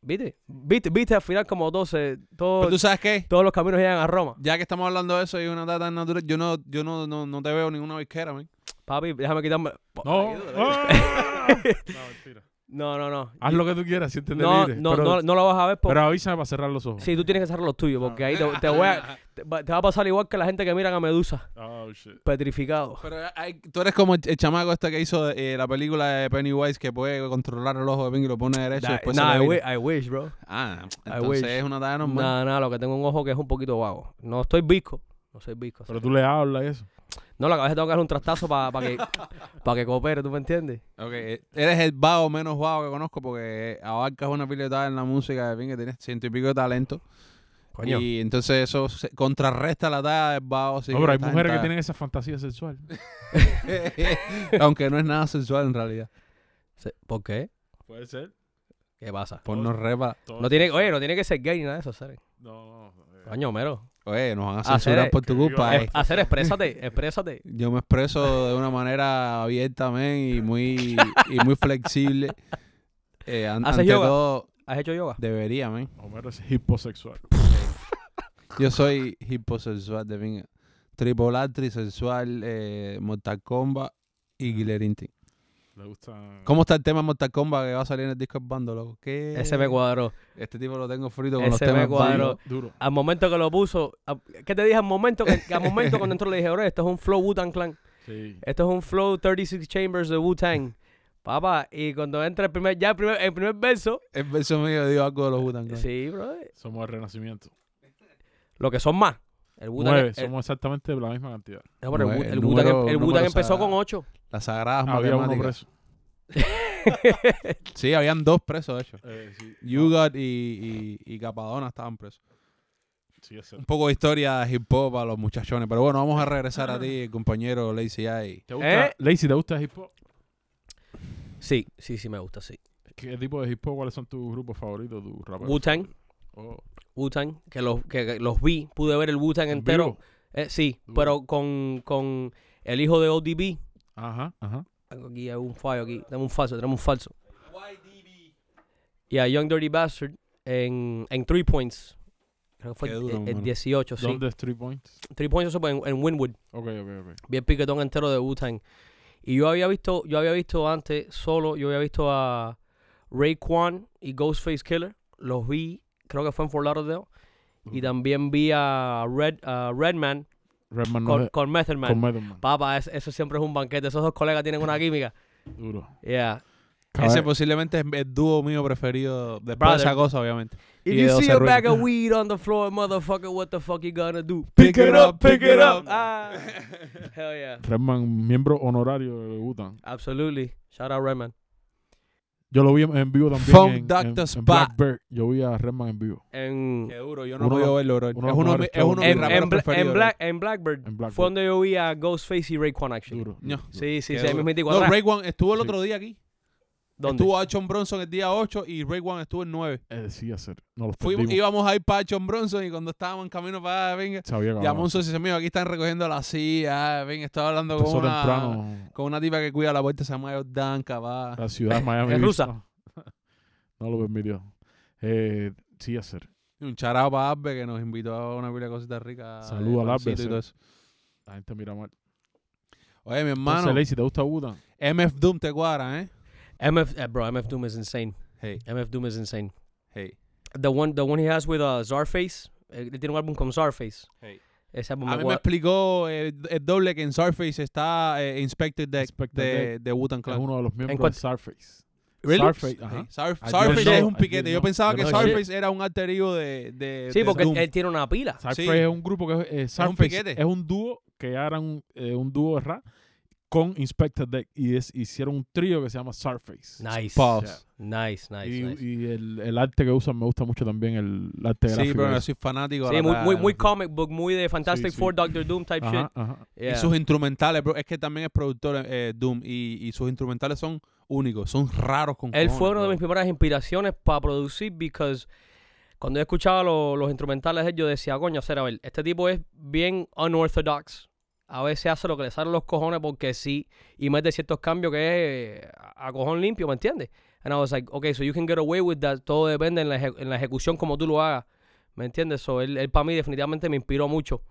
¿Viste? ¿Viste? ¿Viste? Al final como 12, todo-
Pero tú sabes qué?
todos los caminos llegan a Roma.
Ya que estamos hablando de eso y una data tan natural, yo no, yo no, no, no te veo ninguna visquera, man.
Papi, déjame quitarme...
No. Ah. No, mentira.
No, no, no.
Haz lo que tú quieras, siéntete
No,
libre.
no,
pero,
no, no lo vas a ver porque...
pero avísame para cerrar los ojos.
Sí, tú tienes que cerrar los tuyos porque
Ah.
ahí te, te voy a... Te va te va a pasar igual que la gente que miran a Medusa.
Oh, shit.
Petrificado.
Pero hay- tú eres como el, el chamaco este que hizo eh, la película de Pennywise que puede controlar el ojo de Pink y lo pone derecho y
Da-
después se
Nah, I
levita.
wi- I wish, bro.
Ah,
wish.
entonces es una tarea normal.
Nada, nada, lo que tengo un ojo que es un poquito vago. No estoy visco. No soy visco.
Pero tú le hablas y eso.
No, la cabeza tengo que darle un trastazo para que, pa que coopere, ¿tú me entiendes?
Ok, eh, eres el vago menos vago que conozco porque abarcas una piletada en la música de Pink que tienes ciento y pico de talento.
Coño.
Y entonces eso se- contrarresta la talla del vago. sí,
no, Ah, pero hay
estás
mujeres que
entrada.
tienen esa fantasía sexual.
Aunque no es nada sensual en realidad.
Se- ¿Por qué?
Puede ser.
¿Qué pasa?
Porno repa.
No tiene, oye, no tiene que ser gay ni nada de eso, Seren.
No, no. eh.
Coño, mero.
Oye, nos van a
Hacer-
censurar por tu
Que viva
culpa.
la-
eh.
Hacer, exprésate, exprésate.
Yo me expreso de una manera abierta, men, y muy, y muy flexible. Eh, an-
¿Haces
ante
yoga?
todo,
¿Has hecho yoga?
debería, men.
Homero es hiposexual.
Yo soy hiposexual de pinga. Tripolar, trisexual, eh, Mortal Kombat y Killer Instinct.
Le gusta.
¿Cómo está el tema de Mortal Kombat que va a salir en el disco del bando, loco? ¿Qué?
Ese me cuadró.
Este tipo lo tengo frito con los
Ese me
temas del bando.
cuadró.
Duro.
Al momento que lo puso, a- ¿qué te dije? Al momento que, que al momento cuando entró le dije, bro, esto es un flow Wu-Tang Clan.
Sí.
Esto es un flow 36 Chambers de Wu-Tang. Papá, y cuando entra el primer, ya el primer, el primer verso.
El verso mío dio algo de los Butan.
Sí, bro.
Somos el renacimiento.
Lo que son más. El
Nueve.
Wu-Tang. El,
somos exactamente la misma cantidad.
no, pero el Wu-
Nueve,
el Wu-Tang- em,
número-
el
número
Wu-Tang empezó
sa-
con 8.
Las sagradas
Había uno
matemáticas.
preso.
Sí, habían dos presos, de hecho.
Eh, sí.
Yugat y, y, y Capadona estaban presos.
Sí, es
Un
cierto.
poco de historia de hip hop para los muchachones. Pero bueno, vamos a regresar a ti, compañero Lazy Eye.
¿Te gusta,
¿Eh?
Lazy, ¿te gusta el hip hop?
Sí, sí, sí me gusta, sí.
¿Qué tipo de hip hop? ¿Cuáles son tus grupos favoritos? Tus raperos
Wu-Tang,
favoritos? Oh,
Wu-Tang, que los, que, que los vi, pude ver el Wu-Tang
¿en
entero.
vivo?
Eh, sí,
Duro.
pero con, con el hijo de ODB.
Ajá, ajá.
Tengo aquí un fallo aquí. Tenemos un falso, tenemos un falso. Y a Young Dirty Bastard en, en Three Points. Creo que fue
Qué
el-
duro,
el,
mano.
18, sí.
¿Dónde es Three Points?
Three Points eso fue en, en Winwood.
Ok, ok, ok.
Vi el piquetón entero de Wu-Tang. Y yo había visto, yo había visto antes solo, yo había visto a Raekwon y Ghostface Killer. Los vi, creo que fue en Fort Lauderdale. Y también vi a Red, a Redman
Redman no
con,
es-
con Method Man.
con Method Man.
Papá, es- eso siempre es un banquete. Esos dos colegas tienen una química.
Duro.
Yeah.
Ese
pues-
posiblemente es el dúo mío preferido. Después
Brother.
de esa cosa, obviamente.
If
Y de
you see
José
a
Ruiz.
bag of weed on the floor, motherfucker, what the fuck you gonna do?
Pick it up, pick it up.
Ah, hell yeah.
Redman, miembro honorario de Butan.
Absolutely. Shout out Redman.
Yo lo vi en, en vivo también.
Funk
en,
Doctor
en- en
Spot.
Black Bear. Yo vi a Redman en vivo.
En,
Qué duro, yo no he
Uno-
podido verlo, bro.
uno
es uno,
de
de
los
mi- es uno de
en,
mis
en
mejores
Bla-
raperos
en
preferidos. bro.
Black- en eh. Blackbird.
En Black
Fue
Bear.
donde yo vi a Ghostface y Raekwon, actually.
Duro.
No.
duro.
Sí, sí,
Qué
sí. Ahí
duro.
mismo
No, Ray Wan estuvo el otro día aquí.
¿Dónde?
Estuvo Achon Bronson el día 8 y Ray Wan estuvo el 9.
Eh, sí, hacer. No los
Fuimos,
perdimos.
íbamos a ir para Achon Bronson y cuando estábamos en camino para allá, venga,
Sabía que
llamó un socio y dice, "Mijo, aquí están recogiendo la silla, ah, venga, estaba hablando con
Empezó
una,
temprano.
con una tipa que cuida la puerta, se llama Jordan, capaz.
La ciudad de Miami.
Es
Beach,
rusa.
No, No lo permitió. Eh, sí, hacer.
Y Un charao para Arbe que nos invitó a una pila de cositas ricas.
Saludo
eh,
al Arbe,
pancito y
sí.
todo eso.
La gente mira mal.
Oye, mi hermano,
Entonces, Lazy, ¿te gusta Butan?
MF Doom te cuadra, ¿eh?
MF, eh, bro, MF Doom is insane.
Hey,
MF Doom is insane.
hey.
The one, the one he has with uh, Zarface. Eh, él tiene un álbum con Zarface.
Hey.
Ese álbum
A
me
mí me
gusta.
explicó eh, el, doble que en Surface está eh, Inspector Deck
Inspector
de, de Wu-Tang
Es
Clan.
uno de los miembros
cuanto-
de Starface.
Really?
Surface, ajá.
Sí, Surf-
I
Surface
didn't
es
know,
un
I
piquete. Yo
didn't
pensaba
know.
que
No,
Surface era un alter ego de, de
Sí,
de
porque
Doom.
él, él tiene una pila.
Surface
Sí.
es un grupo que es, eh, Surface es,
piquete.
un dúo que ya eran un, eh, un dúo de rap con Inspector Deck y es, hicieron un trío que se llama Surface.
Nice.
Pause.
Nice, nice,
y
nice.
y el, el arte que usan me gusta mucho también, el arte
Sí,
gráfico.
pero no
ese.
soy fanático.
Sí,
la
muy,
verdad.
muy, muy comic book, muy de Fantastic
sí.
Four, Doctor Doom type
Ajá,
shit.
ajá.
Y
Yeah.
sus instrumentales, bro. Es que también es productor eh, Doom y, y sus instrumentales son únicos, son raros con
Él
cojones,
fue una de
bro.
mis primeras inspiraciones para producir because cuando yo escuchaba lo- los instrumentales de él, yo decía, coño, será ver, este tipo es bien unorthodox. A veces hace lo que le salen los cojones porque sí y mete ciertos cambios que es a a cojón limpio, ¿me entiendes? And I was like, okay, so you can get away with that. Todo depende en la, eje- en la ejecución como tú lo hagas. ¿Me entiendes? So, él, él para mí definitivamente me inspiró mucho.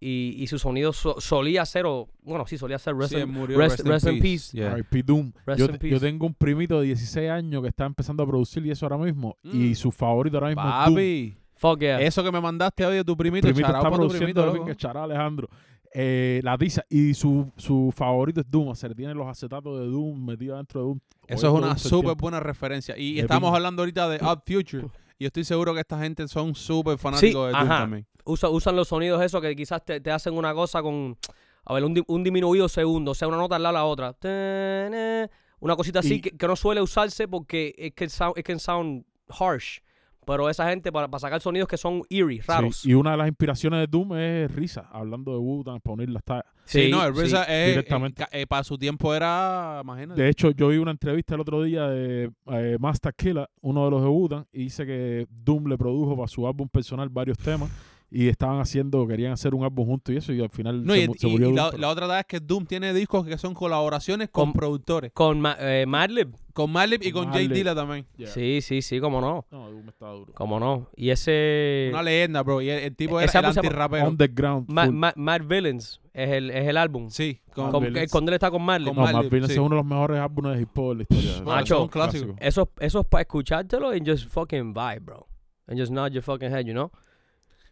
Y, y su sonido so- solía ser, o, bueno, sí, solía ser
Sí,
Resident
murió,
rest- rest in peace.
Yeah.
R.I.P. Doom.
Rest
Yo,
in
te- yo
peace.
tengo un primito de 16 años que está empezando a producir y eso ahora mismo.
Mm.
Y su favorito ahora mismo es Doom.
Papi,
Fuck yeah.
eso que me mandaste hoy de tu primito,
primito
charao
está
pa' tu primito,
produciendo de
loco.
Pinga Chará Alejandro. Eh, la Disa. Y su, su favorito es Doom. O sea, tiene los acetatos de Doom metidos dentro de Doom.
Eso es
Oyendo Doom
una
todo el
súper
tiempo.
buena referencia. Y
De
estamos
pinga.
hablando ahorita de Up Future. Y estoy seguro que esta gente son súper
Sí,
fanáticos de Doom
ajá.
también.
usa- usan los sonidos esos que quizás te, te hacen una cosa con, a ver, un, di- un diminuido segundo, o sea, una nota al lado de la otra. Tene, Una cosita así
Y-
que, que no suele usarse porque it can sound, it can sound harsh. Pero esa gente para, para sacar sonidos que son eerie, raros.
Sí, Y una de las inspiraciones de Doom es Risa. Hablando de Wu-Tang, para unirla hasta...
Sí,
Sí,
no, el
sí.
RZA es-
directamente.
eh, ca- eh, para su tiempo era, imagínate.
De hecho, yo vi una entrevista el otro día de eh, Master Killer, uno de los de Wu-Tang, y dice que Doom le produjo para su álbum personal varios temas y estaban haciendo, querían hacer un álbum juntos y eso, y al final
no,
se,
y,
mu- se
y-
murió
y
Doom,
la,
pero-
la otra verdad es que Doom tiene discos que son colaboraciones con,
Con-
productores.
Con Ma- eh, Madlib.
Con Madlib y
Con
con Jake
Madlib.
Dilla también.
Yeah.
Sí, sí, sí, cómo no.
No, Doom está duro.
Cómo no. Y ese...
Una leyenda, bro. Y el, el tipo era
Ese
el
álbum se llama
antirrapero.
Underground.
Ma-
full.
Ma- Mad Villains es el, es el álbum.
Sí, con,
Mad
Con-
Villains.
eh, cuando él está con Madlib.
Con
no,
Madlib,
Mad Villains
sí.
es uno de los mejores álbumes de hip hop de la historia.
Bueno,
Macho.
eso es un clásico.
Eso, eso es para escuchártelo and just fucking vibe, bro. And just nod your fucking head, you know?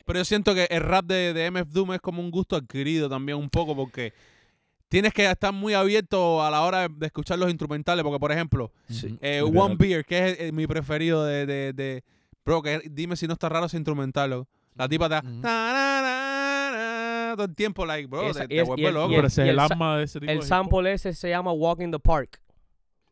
Pero yo siento que el rap de, de MF Doom es como un gusto adquirido también un poco porque tienes que estar muy abierto a la hora de, de escuchar los instrumentales. Porque, por ejemplo,
Sí.
eh,
Literal.
One Beer, que es eh, mi preferido de... de- de- bro, que dime si no está raro ese instrumental. loco. La tipa está...
Ujú.
todo el tiempo, like, bro,
Esa-
te, te
y es- y
vuelve
el-
loco.
y
Pero ese es
el
el
sa-
alma de ese tipo de
El
hip
sample ese se llama Walk in the Park.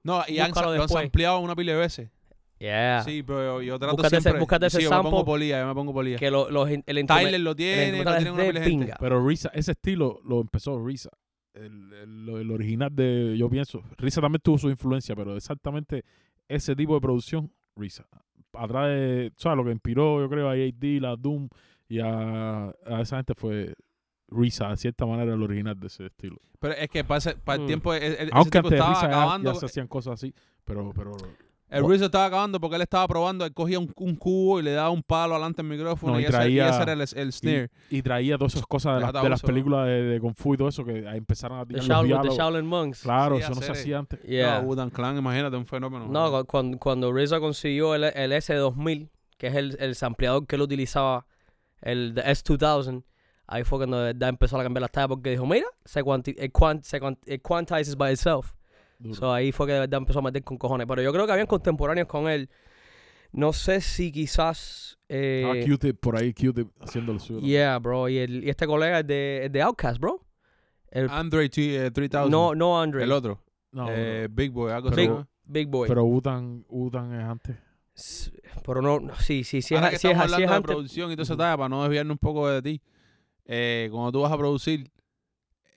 no, y han,
búscalo
lo han
después.
ampliado una pila de veces.
Yeah.
Sí, pero yo, yo trato
Búscate ese-
siempre...
búscate ese
sí, yo me
sample.
pongo polilla, yo me pongo polilla.
Que lo- los in- el instrumen-
Tyler lo
el
tiene, lo
instrumental
tiene una
es
pila
de
de gente.
pinga.
Pues,
Pero Risa, ese estilo lo empezó Risa. El, el- el original de, yo pienso, Risa también tuvo su influencia, pero exactamente ese tipo de producción, Risa. Atrás de, ¿sabes? Lo que inspiró, yo creo, a AD, la Doom y a, a esa gente fue Risa, de cierta manera, el original de ese estilo.
Pero es que para, ese- para
Mm.
el tiempo, e- e- ese
Aunque
tipo
antes de
estaba
Risa ya- ya,
acabando. eh.
se hacían cosas así, pero, pero
El Rizzo estaba acabando porque él estaba probando. Él cogía un, un cubo y le daba un palo adelante al micrófono.
No,
y,
y
ese- y
traía-
ese era el, el snare.
y traía todas esas cosas de, las-
Deja
de las
abuso, ¿no?
películas de, de Kung Fu y todo eso que ahí empezaron a
The
tirar los
Shaolin, the
diálogos.
Shaolin Monks.
Claro,
Sí,
eso no se
hacer-
hacía antes.
Yeah.
No, Wu-Tang Clan, imagínate, un fenómeno.
No, cu- cuando, cuando RZA consiguió el, el S2000, que es el, el sampleador que él utilizaba, el de S2000, ahí fue cuando de verdad empezó a cambiar las tallas porque dijo, mira, se, cuanti it, quant- se cuant- it quantizes by itself.
Duro.
So, ahí fue que de verdad empezó a meter con cojones. Pero yo creo que habían contemporáneos con él. No sé si quizás... eh,
Estaba Q-Tip por ahí, Q-Tip haciendo lo suyo.
yeah, bro. Y, el, y este colega es de, es de Outcast, bro. El-
Andre T- eh, 3000.
no, no Andre.
el otro.
No,
eh, Big Boy, algo así.
Big,
¿no?
Big Boy.
Pero Utan, Utan es antes.
S- Pero no, no, sí, sí, sí,
Ahora
es,
que
sí, es,
estamos
sí es
hablando de
antes.
producción y toda esa talla, para no desviarnos un poco de ti. eh, cuando tú vas a producir,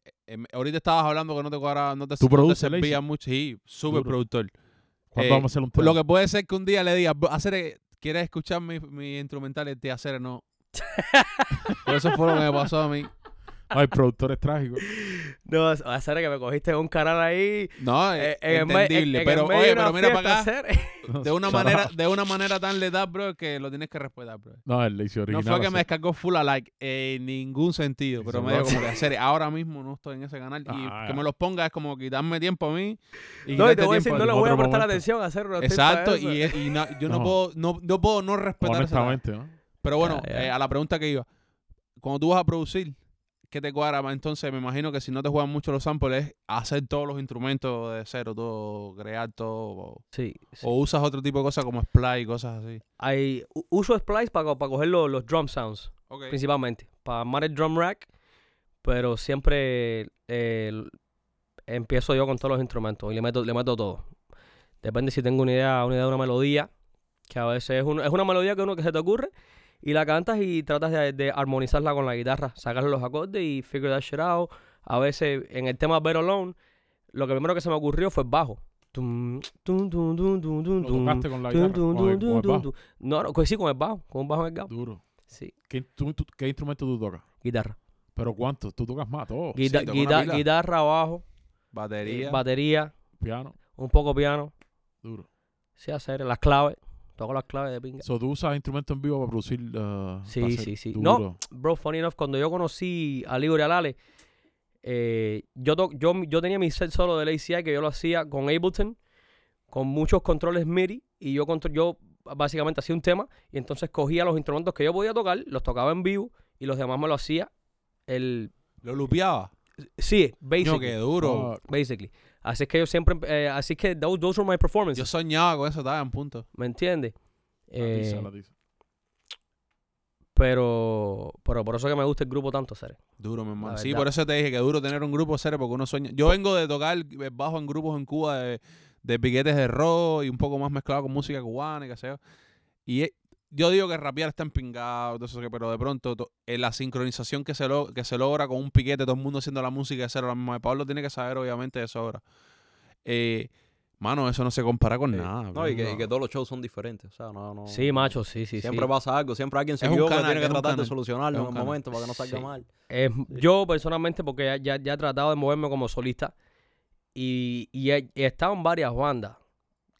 eh, em, ahorita estabas hablando que no te cuadraba, no te,
¿Tú
no te
produces,
servía
Lazy?
mucho. Sí, súper
Duro.
productor.
¿Cuándo
Eh,
vamos a hacer un tema?
Lo que puede ser que un día le digas, "Bro, hacer, ¿quieres escuchar mis mi instrumentales de hacer no? Por eso fue lo que me pasó a mí.
Ay, productor es trágico.
No, es- a ser que me cogiste un canal ahí.
No,
eh,
es
en el me- en-
entendible.
en
pero
el medio
oye,
de
pero
una
mira para acá.
fiesta, hacer-
De una manera, de una manera tan letal, bro, que lo tienes que respetar, bro.
No, el Lazy
No
original.
fue que me
hace-
descargó full a like en ningún sentido, pero
Eso
me dijo
no.
como que hacer, ahora mismo no estoy en ese canal y
Ah,
que
ya.
me los ponga es como quitarme tiempo a mí.
No, y te
Y quitarte
voy a
tiempo
decir,
a
no
ti.
le
otro
voy a prestar
momento.
atención a hacer una
Exacto, y, y no- yo no,
No.
puedo no, no puedo no respetar esa-
Honestamente, ¿no?
Pero bueno,
Ya, ya.
eh, a la pregunta que iba. Cuando tú vas a producir, ¿qué te cuadra? más? Entonces, me imagino que si no te juegan mucho los samples, es hacer todos los instrumentos de cero, todo, crear todo. O,
Sí, sí.
o usas otro tipo de cosas como splice y cosas así.
Hay, u- uso Splice para, coger los, los drum sounds,
Ok.
principalmente. Para armar el drum rack, pero siempre eh, el, empiezo yo con todos los instrumentos y le meto, le meto todo. Depende si tengo una idea, una idea de una melodía, que a veces es, un- es una melodía que uno que se te ocurre y la cantas y tratas de, de armonizarla con la guitarra, sacarle los acordes y figure that shit out. A veces en el tema Better Alone, lo que primero que se me ocurrió fue el bajo. Tum, tum, tum, tum, tum, tum,
Lo
tum.
tocaste con la
Tun,
guitarra,
tun,
con el-
tun,
con el
tun,
bajo.
tun. No, no, sí, con el bajo, con un bajo en el gato.
Duro.
Sí,
¿Qué, tú- tú- qué instrumento tú tocas?
guitarra.
¿Pero cuántos? Tú tocas más, todos.
Guita-
toco Oh, una
guita-
pila.
guitarra, bajo, eh,
Batería.
batería,
Piano,
un poco piano.
duro.
Sí, hacer las claves. Toco las claves de pinga.
So, ¿Tú usas instrumentos en vivo para producir? eh,
Sí,
para hacer-
sí, sí.
Duro.
No. Bro, funny enough, cuando yo conocí a Libre Alale, eh, yo, to- yo, yo tenía mi set solo del ACI que yo lo hacía con Ableton, con muchos controles MIDI, y yo, contro- yo básicamente hacía un tema, y entonces cogía los instrumentos que yo podía tocar, los tocaba en vivo, y los demás me lo hacía el...
Lo lupeaba.
Sí, basically.
Coño, qué duro.
Ah,
basically. Así es que yo siempre, eh, así es que those, those were my
Yo
performances,
soñaba con eso, estaba en punto.
¿me entiendes?
la tiza,
Eh,
la tiza.
pero, pero por eso que me gusta el grupo tanto, Cere.
Duro, mi hermano.
La
Sí,
verdad.
por eso te dije que duro tener un grupo serio, porque uno sueña. Yo vengo de tocar eh, bajo en grupos en Cuba de, de piquetes de rock y un poco más mezclado con música cubana y qué sé yo. Y eh, yo digo que rapear está empingado, todo eso que- pero de pronto to- eh, la sincronización que se, lo- que se logra con un piquete, todo el mundo haciendo la música de cero, la misma. Pablo tiene que saber, obviamente, de sobra. Eh, mano, eso no se compara con
Sí.
nada.
No, y que,
bro.
y que todos los shows son diferentes. O sea, no,
Oh.
no.
Sí, macho, sí, sí.
Siempre
sí.
pasa algo, siempre alguien se
Es un
equivoca y
canal,
tiene que
es un
tratar de
canal.
solucionarlo en
Es un
el
canal.
momento para que no salga
Sí.
mal.
Eh, Yo personalmente, porque ya, ya, ya he tratado de moverme como solista y, y he, he estado en varias bandas.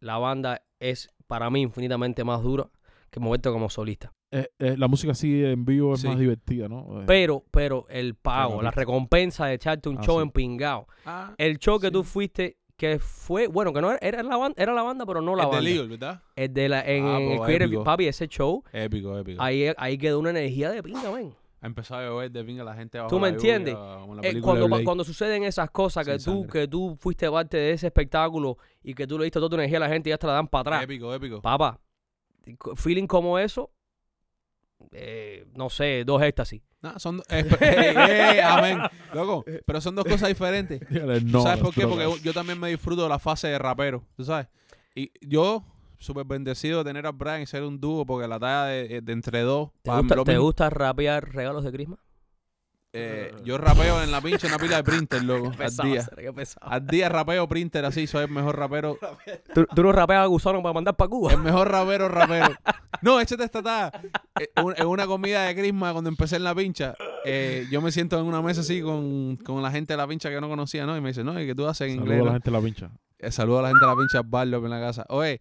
La banda es para mí infinitamente más dura que moverte como solista.
Eh, eh, la música así en vivo es
Sí.
más divertida, ¿no? Eh,
Pero, pero el pago,
Claro,
la
viste.
recompensa de echarte un
Ah,
show
sí.
en pingao.
Ah,
El show que
Sí.
tú fuiste, que fue, bueno, que no era, era la banda, era la banda, pero no la
es de
banda.
Lidl, ¿verdad?
El de la, en,
Ah,
en el
pues,
Creative-
épico.
papi, ese show,
Épico, épico.
ahí, ahí quedó una energía de pinga, ven.
Ha empezado a llover de pinga la gente bajo
¿Tú me
la lluvia,
entiendes?
como en la
Eh,
película
cuando,
de
pa-
Blade.
cuando suceden esas cosas que
Sin
tú
sangre.
que tú fuiste parte de ese espectáculo y que tú le diste toda tu energía a la gente y ya te la dan para atrás.
Épico, épico.
Papá, co- feeling como eso, eh, no sé, dos éxtasis.
No, son do- eh, pero- eh, eh, amén. Loco, pero son dos cosas diferentes.
dígale
¿Tú
no a
¿Sabes
las
por qué? Porque
drogas.
yo también me disfruto de la fase de rapero, ¿tú sabes? Y yo, súper bendecido de tener a Brian y ser un dúo, porque la talla de, de entre dos...
¿Te,
pa,
gusta,
lo
te
mismo,
gusta rapear regalos de Crisma?
eh, yo rapeo en la pinche una pila de printer, loco, al día.
qué pesado.
Al día rapeo printer así, soy el mejor rapero,
¿Tú, tú no rapeas a Gusano para mandar para Cuba?
el mejor rapero rapero. No, échate esta talla. Eh, un- En una comida de Crisma, cuando empecé en la pincha, eh, yo me siento en una mesa así con, con la gente de la pincha que no conocía, ¿no? Y me dice, no, ¿y que tú haces en
Saludo
inglés?
a la
no?"
gente de la pincha.
Eh, saludo a la gente de la pincha Bar López en la casa. Oye,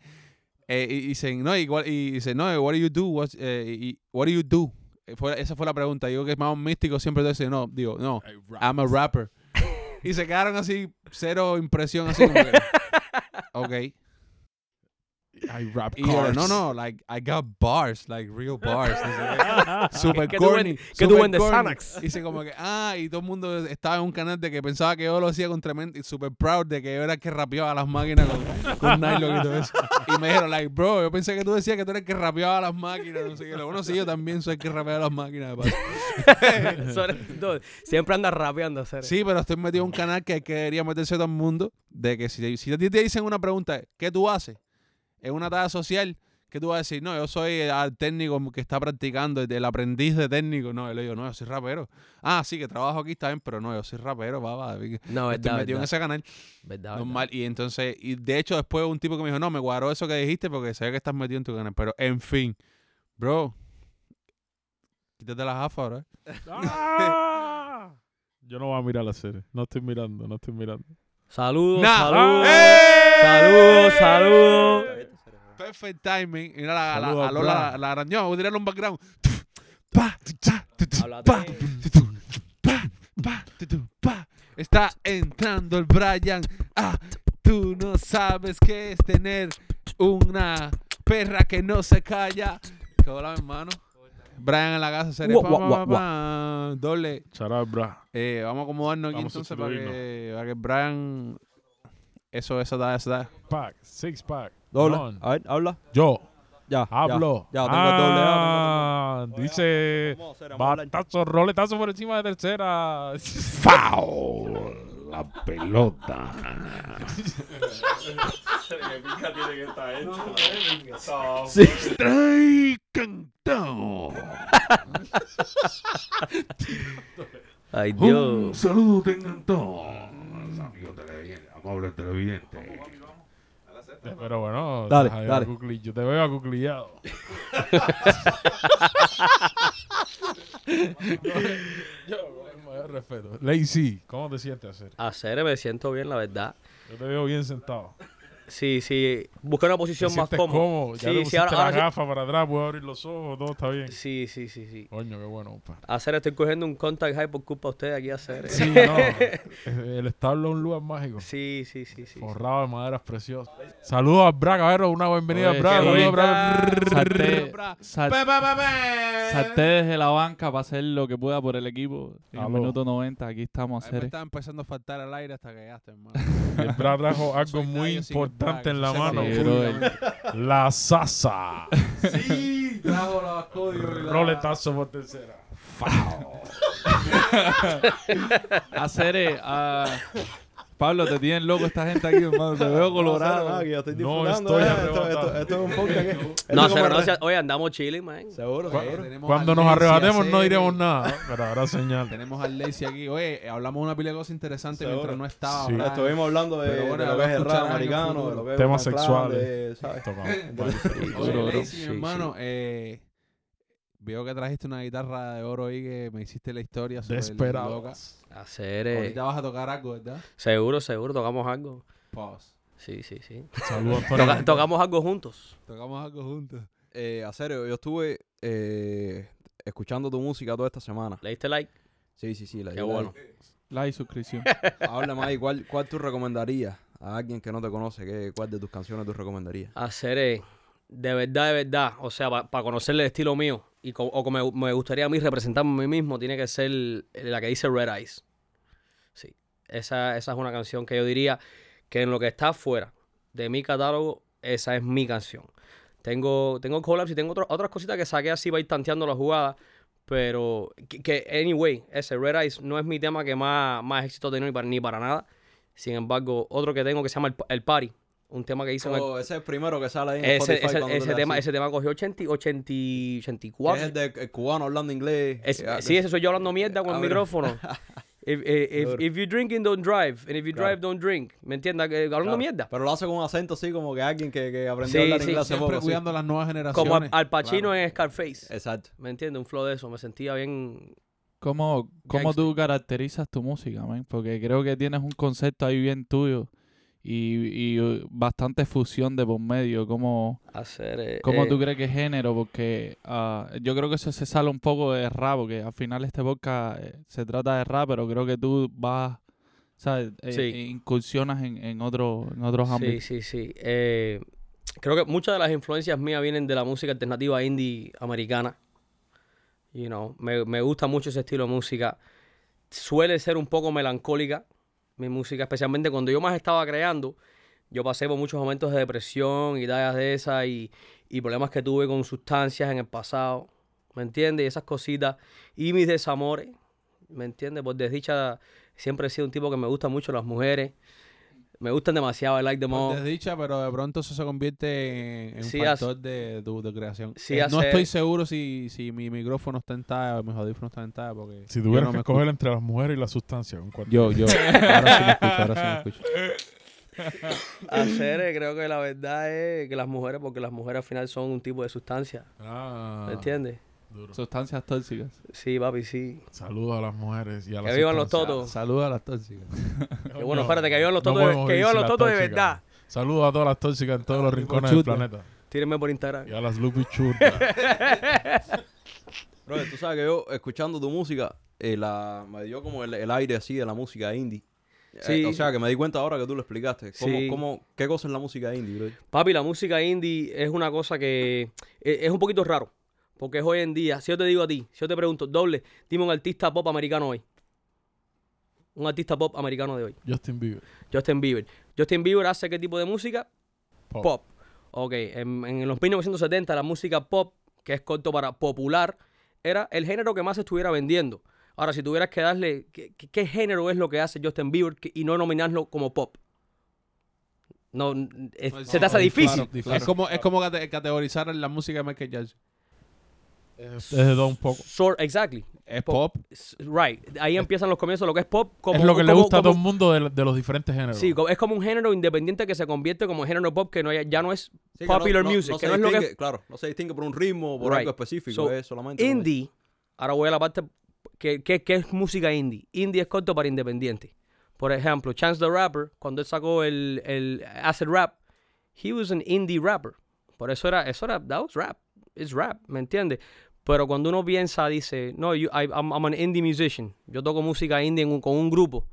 eh, y y dicen, no, igual, y dicen, no, eh, what do you do? What's, eh, y- y- what do you do? Eh, fue- esa fue la pregunta. Digo que es más un místico, siempre te dicen, no, digo, no, I'm a rapper. y se quedaron así, cero impresión, así como que, ok.
I rap
Y yo,
cars.
no, no, like, I got bars, like real bars. no sé qué. Super
¿Qué tú
corny.
vendes- qué tú
super
vendes,
corny.
Xanax?
Dice como que, ah, y todo el mundo estaba en un canal de que pensaba que yo lo hacía con tremendo, y super proud de que yo era el que rapeaba las máquinas con, con nylon y todo eso. Y me dijeron, like, bro, yo pensé que tú decías que tú eres el que rapeaba las máquinas, no sé qué. Lo bueno, sí, yo también soy el que rapeaba las máquinas. de paso.
Eso eres tú. Siempre andas rapeando, Cere.
Sí, pero estoy metido en un canal que, que debería meterse todo el mundo, de que si, si a ti te dicen una pregunta, ¿qué tú haces? En una tarea social, ¿qué tú vas a decir? No, yo soy el al técnico que está practicando, el, el aprendiz de técnico. No, yo le digo, no, yo soy rapero. Ah, sí, que trabajo aquí está bien, pero no, yo soy rapero, papá. Estoy
No,
metido
verdad,
en
verdad,
ese canal.
verdad, verdad.
Normal. Y entonces, y de hecho, después un tipo que me dijo, no, me guardó eso que dijiste porque sabía que estás metido en tu canal. Pero, en fin, bro, quítate la jafa, bro.
Ah. Yo no voy a mirar la serie. No estoy mirando, no estoy mirando.
Saludos,
Nah.
saludos.
¡Eh!
Saludos, saludos.
Perfect timing. Mira la, la,
Saludos,
a Lola,
Blas.
la, la arañó. Voy a tirarle un background. Pa, tu, cha, tu, tu,
Háblate.
pa, tu, tu, pa, pa, tu, tu, pa. Está entrando el Brian. Ah, tú no sabes qué es tener una perra que no se calla. ¿Qué hola, hermano? Brian en la casa, serie.
Guau,
Pa,
guau,
pa,
guau,
pa, pa. Doble.
Chará, bra.
Eh, vamos a acomodarnos aquí
Vamos a
entonces para que,
sustituirnos.
para que Brian. Eso, eso da, eso da.
Pack, six pack.
Doble.
None.
A ver, habla.
Yo
Ya. ya.
hablo.
Ya, tengo el doble A.
ah, dice.
tengo el doble A. Vamos a hacer, vamos a hablar.
Batazo, roletazo por encima de tercera.
¡Foul!
la pelota. Strike cantado.
Ay,
Uh,
Un
Dios.
saludo tengan todos. Amigos televidentes, amables televidentes.
Pero bueno,
Dale,
Javier
dale.
Cucli- yo te veo acuclillado. yo, con el mayor respeto. Lazy, ¿cómo te sientes hacer?
Hacer, me siento bien, la verdad.
Yo te veo bien sentado.
Sí, sí. Buscar una
Te
posición más
sientes
cómoda.
cómodo. Ya te
sí, sí,
pusiste
ahora,
la
ahora sí-
gafa para atrás, puedo abrir los ojos, todo está bien.
sí, sí, sí, sí.
Coño, qué bueno, compadre.
Hacer, estoy cogiendo un contact high por culpa de ustedes aquí, hacer. eh.
Sí, no. eh, El establo es un lugar mágico.
Sí, sí, sí, sí.
Forrado de maderas preciosas. Saludos a Braga, a ver, una bienvenida
Oye,
a Braga.
qué
Saludos a
bonita.
Braga.
Salté, sal- salté desde la banca para hacer lo que pueda por el equipo. En el
Aló.
minuto 90, aquí estamos a
Ahí me
hacer.
estaba empezando a faltar al aire hasta que llegaste, hermano.
El Braga trajo algo
Soy
muy
Dayo sin
importante
Braga,
en la
eso se
mano.
conoce
Sí, brother.
públicamente.
La Sasa.
Sí, trajo los códigos. y la-
Roletazo por tercera.
Hacer, eh, ah, Pablo, te tienen loco esta gente aquí, hermano. Te veo colorado.
yo estoy
No
disfrutando.
estoy
eh, esto,
arrebatado.
esto, esto es un podcast que. esto
No,
es como
Acero, no
re-
seas- Oye, andamos chilling, man.
Seguro,
Cu-
seguro.
Tenemos
Cuando nos
Alexia,
arrebatemos no
sí.
diremos nada, ¿eh? pero habrá señal.
Tenemos a Lacey aquí. Oye, hablamos una pila de cosas interesantes
Seguro.
mientras no estaba.
Sí.
Brian.
Ah, Estuvimos hablando de,
Pero bueno,
de
lo
lo
voy
que
a
es el
escuchar
rap
en el
americano, de lo que es
Temas
el rap,
sexuales.
de- ¿sabes?
Tocamos.
Oye,
Seguro,
Lacey,
Sí,
mi hermano, eh, veo que trajiste una guitarra de oro ahí que me hiciste la historia. súper
Desperado.
loca.
Hacer, eh,
Ahorita vas a tocar algo, ¿verdad?
seguro, seguro, tocamos algo.
Pause.
Sí, sí, sí.
Saludos a
Toca-
Antonio.
tocamos algo juntos.
Tocamos algo juntos.
Eh, a serio, yo estuve eh, escuchando tu música toda esta semana.
¿Le diste like?
Sí, sí, sí. La
Qué
la-
bueno.
Like y suscripción.
Habla más, ¿cuál, ¿cuál tú recomendarías a alguien que no te conoce? ¿Qué, ¿Cuál de tus canciones tú recomendarías?
Hacer, eh, de verdad, de verdad. O sea, para conocerle el estilo mío y co- o como me, me gustaría a mí representarme a mí mismo, tiene que ser la que dice Red Eyes. Sí. Esa, esa es una canción que yo diría que en lo que está fuera de mi catálogo, esa es mi canción. Tengo, tengo collabs y tengo otro- otras cositas que saqué así para ir tanteando la jugada. Pero que, que, anyway, ese Red Eyes no es mi tema que más, más éxito ha tenido ni para, ni para nada. Sin embargo, otro que tengo que se llama El, el Party. Un tema que hice en el
Oh, ese es el primero que sale ahí en
ese,
Spotify
ese-
cuando tú
ese
le das
tema,
así.
ese tema cogió 80, 80,
Que Es
84.
el de el cubano hablando inglés.
Es-
Que-
sí, ese soy yo hablando mierda con el
Ahora.
micrófono. If, eh, if-
Duro.
if you drinking, don't drive. And if you drive, don't drink. ¿Me entiendes? Eh, Hablando mierda.
Pero lo hace con un acento así como que alguien que, que aprendió
Sí,
a hablar
sí,
inglés hace
Siempre
poco. sí.
cuidando a las nuevas generaciones.
Como al, al Pacino
Claro.
en Scarface.
Exacto.
¿Me entiendes? Un flow de eso. Me sentía bien.
¿Cómo, cómo tú caracterizas tu música, man? Porque creo que tienes un concepto ahí bien tuyo y, y eh, bastante fusión de por medio. ¿Cómo,
Hacer. eh,
cómo
eh,
tú crees que es género? Porque ah, yo creo que eso se sale un poco de rap, porque al final este podcast eh, se trata de rap, pero creo que tú vas, ¿sabes? Eh,
Sí.
eh, incursionas en, en, otro, en otros
Sí,
ámbitos.
sí, sí. Eh, creo que muchas de las influencias mías vienen de la música alternativa indie americana. You know, me, me gusta mucho ese estilo de música. Suele ser un poco melancólica mi música, especialmente cuando yo más estaba creando. Yo pasé por muchos momentos de depresión y tallas de esas y, y problemas que tuve con sustancias en el pasado. ¿Me entiendes? Y esas cositas. Y mis desamores. ¿Me entiendes? Por desdicha, siempre he sido un tipo que me gusta mucho las mujeres. Me gustan demasiado, I like them all.
Por desdicha, pero de pronto eso se convierte en, en
Sí,
un factor de tu de creación.
sí,
Eh, no
hace-
estoy seguro si, si mi micrófono está en talla o mis audífonos están en talla porque...
Si
yo
tuvieras
no
que
me
escoger entre las mujeres y la sustancia, ¿con cuál?
Yo, yo. Ahora sí me escucho, ahora sí me escucho.
Hacer, eh, creo que la verdad es que las mujeres, porque las mujeres al final son un tipo de sustancia.
Ah,
¿Me entiendes?
duro.
Sustancias tóxicas.
Sí, papi, sí.
Saludos a las mujeres y a la
Que vivan los
sustancia.
totos.
Saluda Ah, a las tóxicas.
Que bueno,
No,
espérate, que vivan los
no
totos, de-
podemos
que
vivir
vivan
sin
los
las
totos de
tóxicas.
verdad.
Saludos a todas las tóxicas en todos los rincones del planeta.
Tírenme por Instagram.
Y a las Lupi Churda.
Bro, tú sabes que yo, escuchando tu música, eh, la, me dio como el, el aire así de la música indie. Eh,
Sí.
o sea, que me di cuenta ahora que tú lo explicaste. ¿Cómo,
Sí.
cómo, ¿Qué cosa es la música indie, bro?
Papi, la música indie es una cosa que eh, es un poquito raro. Porque es hoy en día, si yo te digo a ti, si yo te pregunto, doble, dime un artista pop americano hoy. Un artista pop americano de hoy.
Justin Bieber.
Justin Bieber. Justin Bieber hace qué tipo de música?
Pop.
Pop. Ok, en, en los 1970 la música pop, que es corto para popular, era el género que más se estuviera vendiendo. Ahora, si tuvieras que darle, ¿qué, qué- qué género es lo que hace Justin Bieber que- y no nominarlo como pop? No, n- es-
Pues
se te
no,
hace
claro,
difícil.
Claro,
Es como, es como cate- categorizar la música de Michael Jackson.
Es de todo un poco.
Sort- exactly.
Es
Pop.
pop.
S- Right. Ahí empiezan los comienzos, lo que es pop. Como,
es lo que le
como-
gusta a
como-
todo el mundo de, de los diferentes géneros.
Sí, co- es como un género independiente que se convierte como género pop que no haya- ya no es
Sí, que
popular
no- no-
music,
no
que
se
no es lo que
distingue, Claro, no se distingue por un ritmo, por
Right.
algo específico.
So,
es solamente. como-
Indie, ahora voy a la parte que, que- que es música indie. Indie es corto para independiente. Por ejemplo, Chance the Rapper, cuando él sacó el, el Acid Rap, he was an indie rapper. Por eso era, eso era, that was rap. It's rap, ¿me entiendes? Pero cuando uno piensa, dice, no, you- I- I'm, I'm an indie musician. Yo toco música indie en un- con un grupo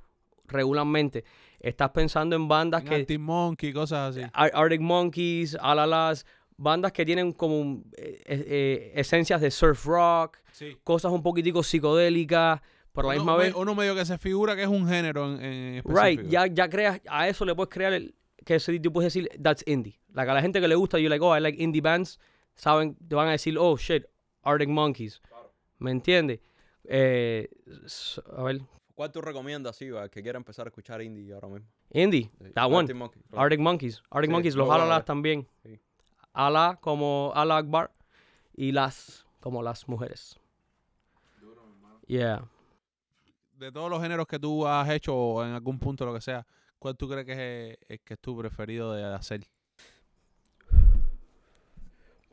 regularmente. Estás pensando en bandas
en
Ah, que...
Anti-Monkey, cosas así.
Ar- Arctic Monkeys, Alalas, bandas que tienen como un- eh, eh, eh, esencias de surf rock,
Sí.
cosas un poquitico psicodélicas, por la
Uno-
misma
me-
vez.
Uno medio que se figura que es un género en, en específico.
Right, ya, ya creas, a eso le puedes crear el, que ese tipo puedes decir, that's indie. Like, a la gente que le gusta, you like, oh, I like indie bands, saben, te van a decir, oh, shit, Arctic Monkeys. ¿Me entiendes? Eh, s- a ver,
¿Cuál tú recomiendas, sí, al que quiera empezar a escuchar indie ahora mismo?
indie,
Sí,
that
Arctic
one.
Monkey, claro.
Arctic Monkeys. Arctic
Sí,
Monkeys,
lo
los
voy a
Alalas
ver.
también.
Sí.
Ala como Ala Akbar y las como las mujeres. Yeah.
De todos los géneros que tú has hecho o en algún punto lo que sea, ¿cuál tú crees que es, es que es tu preferido de hacer?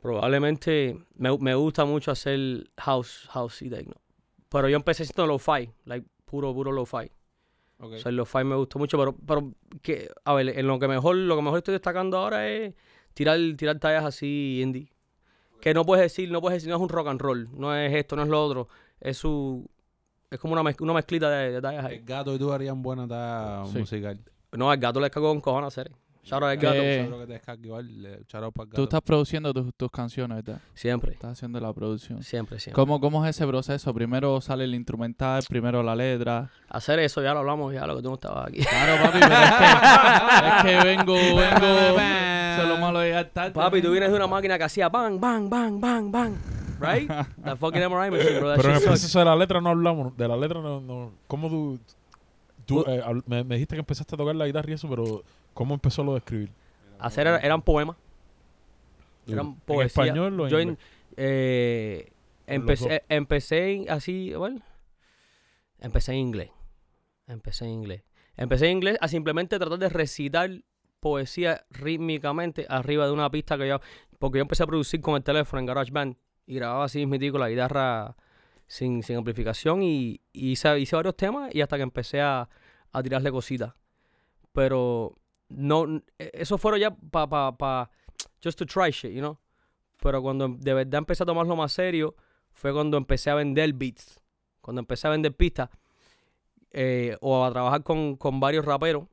Probablemente me, me gusta mucho hacer house, house y techno. Pero yo empecé siendo lo-fi, like puro, puro lo-fi.
Ok.
O sea, el lo-fi me gustó mucho, pero, pero que, a ver, en lo que mejor, lo que mejor estoy destacando ahora es tirar, tirar tallas así indie. Que no puedes decir, no puedes decir, no es un rock and roll, no es esto, no es lo otro. Es su es como una, mezc- una mezclita de, de tallas ahí.
el gato y tú harían buena tarea
Sí.
musical.
No, al gato le cago con cojones hacer. Shout out al
Que-
gato.
Eh.
Seguro que te descarga igual, eh, shout out pa'l
Tú
gato.
estás produciendo tus, tus canciones, ¿verdad?
Siempre,
Estás haciendo la producción.
siempre, siempre.
¿Cómo, ¿Cómo es ese proceso? Primero sale el instrumental, primero la letra.
Hacer eso, ya lo hablamos, ya lo que tú no estabas aquí.
Claro, papi, pero es que, es que vengo, vengo. Eso es lo malo de llegar tarde.
Papi, tú vienes de una máquina que hacía bang, bang, bang, bang, bang. Right? That fucking MRI machine, bro. That
Pero
shit
en el
sucks.
proceso de la letra no hablamos. De la letra no. no- ¿Cómo tú.? tú,
Pues
eh, habl- me, me dijiste que empezaste a tocar la guitarra y eso, pero ¿cómo empezó lo de escribir?
Hacer era- eran poemas. Eran
¿En
poesía.
español o en
Yo en-
inglés?
eh,
dos.
empecé, empecé en- así, bueno, empecé en inglés. Empecé en inglés. Empecé en inglés a simplemente tratar de recitar poesía rítmicamente arriba de una pista que yo... Porque yo empecé a producir con el teléfono en GarageBand y grababa así mismitico la guitarra sin, sin amplificación y, y hice, hice varios temas y hasta que empecé a, a tirarle cositas. Pero no... n- e- Eso fueron ya para... Pa, pa- just to try shit, you know? Pero cuando em- de verdad empecé a tomarlo más serio, fue cuando empecé a vender beats. Cuando empecé a vender pistas eh, o a trabajar con, con varios raperos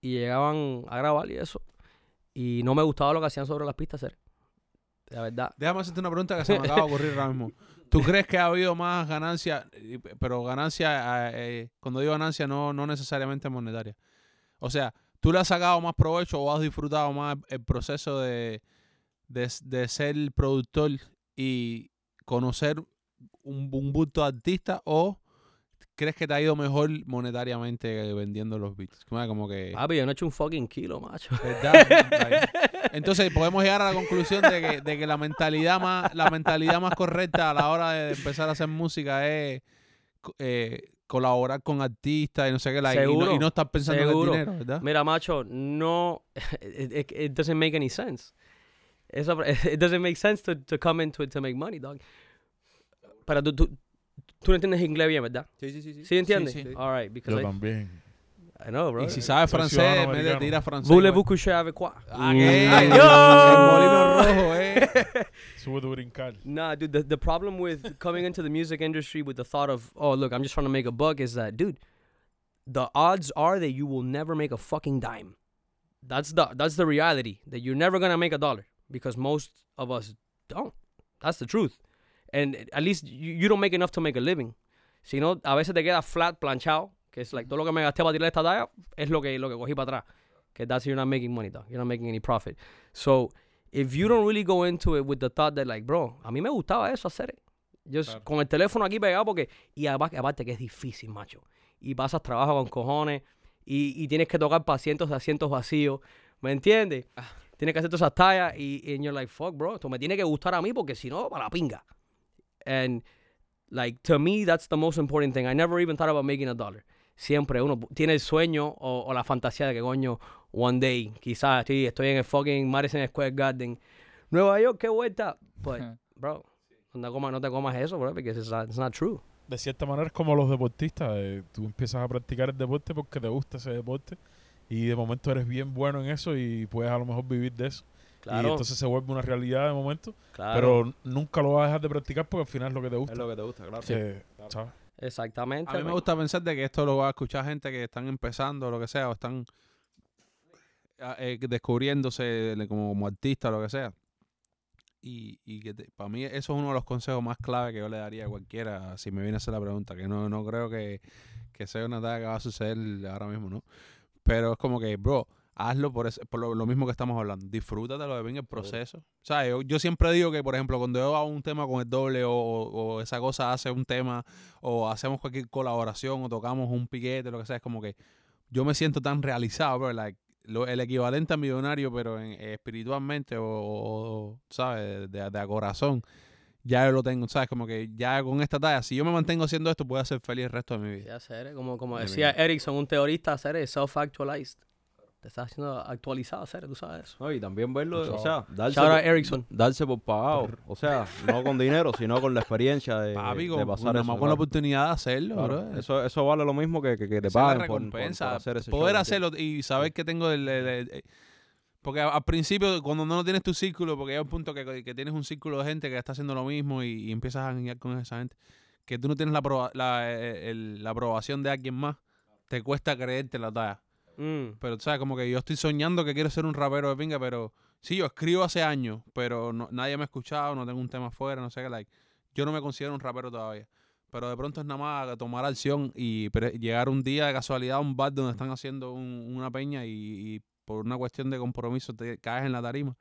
y llegaban a grabar y eso. Y no me gustaba lo que hacían sobre las pistas, ser. La verdad.
Déjame hacerte una pregunta que se me acaba de ocurrir ahora mismo. ¿Tú crees que ha habido más ganancia, y- pero ganancia, eh, eh, cuando digo ganancia, no, no necesariamente monetaria? O sea, ¿tú le has sacado más provecho o has disfrutado más el proceso de, de, de ser productor y conocer un, un bulto de artista o crees que te ha ido mejor monetariamente eh, vendiendo los beats? Como como que...
Papi, yo no he hecho un fucking kilo, macho.
¿Verdad? Entonces podemos llegar a la conclusión de que, de que la mentalidad más la mentalidad más correcta a la hora de empezar a hacer música es co- eh, colaborar con artistas y no sé qué like, y, no,
Seguro,
y no estar pensando
seguro.
en el dinero, ¿verdad?
Mira, macho, no. It, it- it doesn't make any sense. Eso, it doesn't make sense to, to come into it to make money, dog. Pero tú, tú, tú no entiendes inglés bien, ¿verdad?
Sí, sí, sí. sí.
¿Sí entiendes?
sí.
All right, because
Yo
I,
también.
I know, bro.
Y si sabes
Soy
francés,
ciudadano
me de
americano.
tira francés. pues,
Voulez-vous
igual.
coucher avec quoi?
Ah, ¿qué?
Ay,
El
yo.
molino rojo, eh.
Sube tu brincar.
Nah, dude, the, the problem with coming into the music industry with the thought of, oh, look, I'm just trying to make a buck is that, dude, the odds are that you will never make a fucking dime. That's the that's the reality that you're never gonna make a dollar because most of us don't. That's the truth. And at least you, you don't make enough to make a living. Si no, a veces te queda flat, planchado, que es like todo lo que me gasté para tirar esta talla es lo que, lo que cogí para atrás. Que that's you're not making money, dog. You're not making any profit. So, if you don't really go into it with the thought that like, bro, a mí me gustaba eso hacer. Yo s-
Claro.
con el teléfono aquí pegado porque... Y apa- aparte que es difícil, macho. Y pasas trabajo con cojones y, y tienes que tocar para cientos de asientos vacíos. ¿Me entiendes? Tienes que hacer todas esas tallas y, y you're like, fuck, bro. Esto me tiene que gustar a mí porque si no, para la pinga. And like, to me, that's the most important thing. I never even thought about making a dollar. Siempre uno pu- tiene el sueño o, o la fantasía de que, coño, one day, quizás estoy, estoy en el fucking Madison Square Garden. Nueva York, qué vuelta. But bro, no te comas, no te comas eso, bro, porque it's not, it's not true.
de cierta manera es como los deportistas. eh, tú empiezas a practicar el deporte porque te gusta ese deporte y de momento eres bien bueno en eso y puedes a lo mejor vivir de eso. Y entonces se vuelve una realidad de momento, pero n- nunca lo vas a dejar de practicar porque al final es lo que te gusta.
Es lo que te gusta, claro.
Eh, ¿sabes?
Exactamente.
A mí me
man.
gusta pensar de que esto lo va a escuchar gente que están empezando, lo que sea, o están ah, eh, descubriéndose le- como, como artista, lo que sea. Y, y que para mí eso es uno de los consejos más clave que yo le daría a cualquiera si me viene a hacer la pregunta, que no, no creo que, que sea una tarea que va a suceder ahora mismo, ¿no? Pero es como que, bro, hazlo por, ese- por lo, lo mismo que estamos hablando. Disfrútate lo que venga el proceso. O sea, yo, yo siempre digo que, por ejemplo, cuando yo hago un tema con el doble o, o esa cosa hace un tema o hacemos cualquier colaboración o tocamos un piquete, lo que sea, es como que yo me siento tan realizado, bro, like, lo- el equivalente a millonario, pero en- eh, espiritualmente o, o- o, ¿sabes? De, de a corazón, ya yo lo tengo, ¿sabes? Como que ya con esta talla, si yo me mantengo haciendo esto, puedo ser feliz el resto de mi vida.
Ya, ser, eh, como, como
De
decía
verdad.
Erickson, un teorista, hacer es self-actualized. Te estás haciendo actualizado, hacer, tú sabes eso.
No, y también verlo, o
Chao.
sea, darse,
Shout out
por-
Erickson.
darse por pagado. O sea, no con dinero, sino con la experiencia de,
Papi,
de
con,
pasar
nada
eso,
más con
claro.
la oportunidad de hacerlo,
Claro.
bro.
Eso, eso vale lo mismo que, que, que te
Esa es la
paguen por- por-
recompensa,
por hacer ese
poder
show,
hacerlo y saber que tengo el, el- el- el- porque a- al principio cuando no tienes tu círculo porque hay un punto que, que tienes un círculo de gente que está haciendo lo mismo y, y empiezas a janguear con esa gente que tú no tienes la, aproba- la, eh, el- la aprobación de alguien más te cuesta creerte la talla
Mm.
pero, ¿sabes? Como que yo estoy soñando que quiero ser un rapero de pinga, pero sí, yo escribo hace años, pero no- nadie me ha escuchado, no tengo un tema afuera, no sé qué, like, yo no me considero un rapero todavía. Pero de pronto es nada más tomar acción y pre- llegar un día de casualidad a un bar donde están haciendo un- una peña y, y por una cuestión de compromiso te caes en la tarima.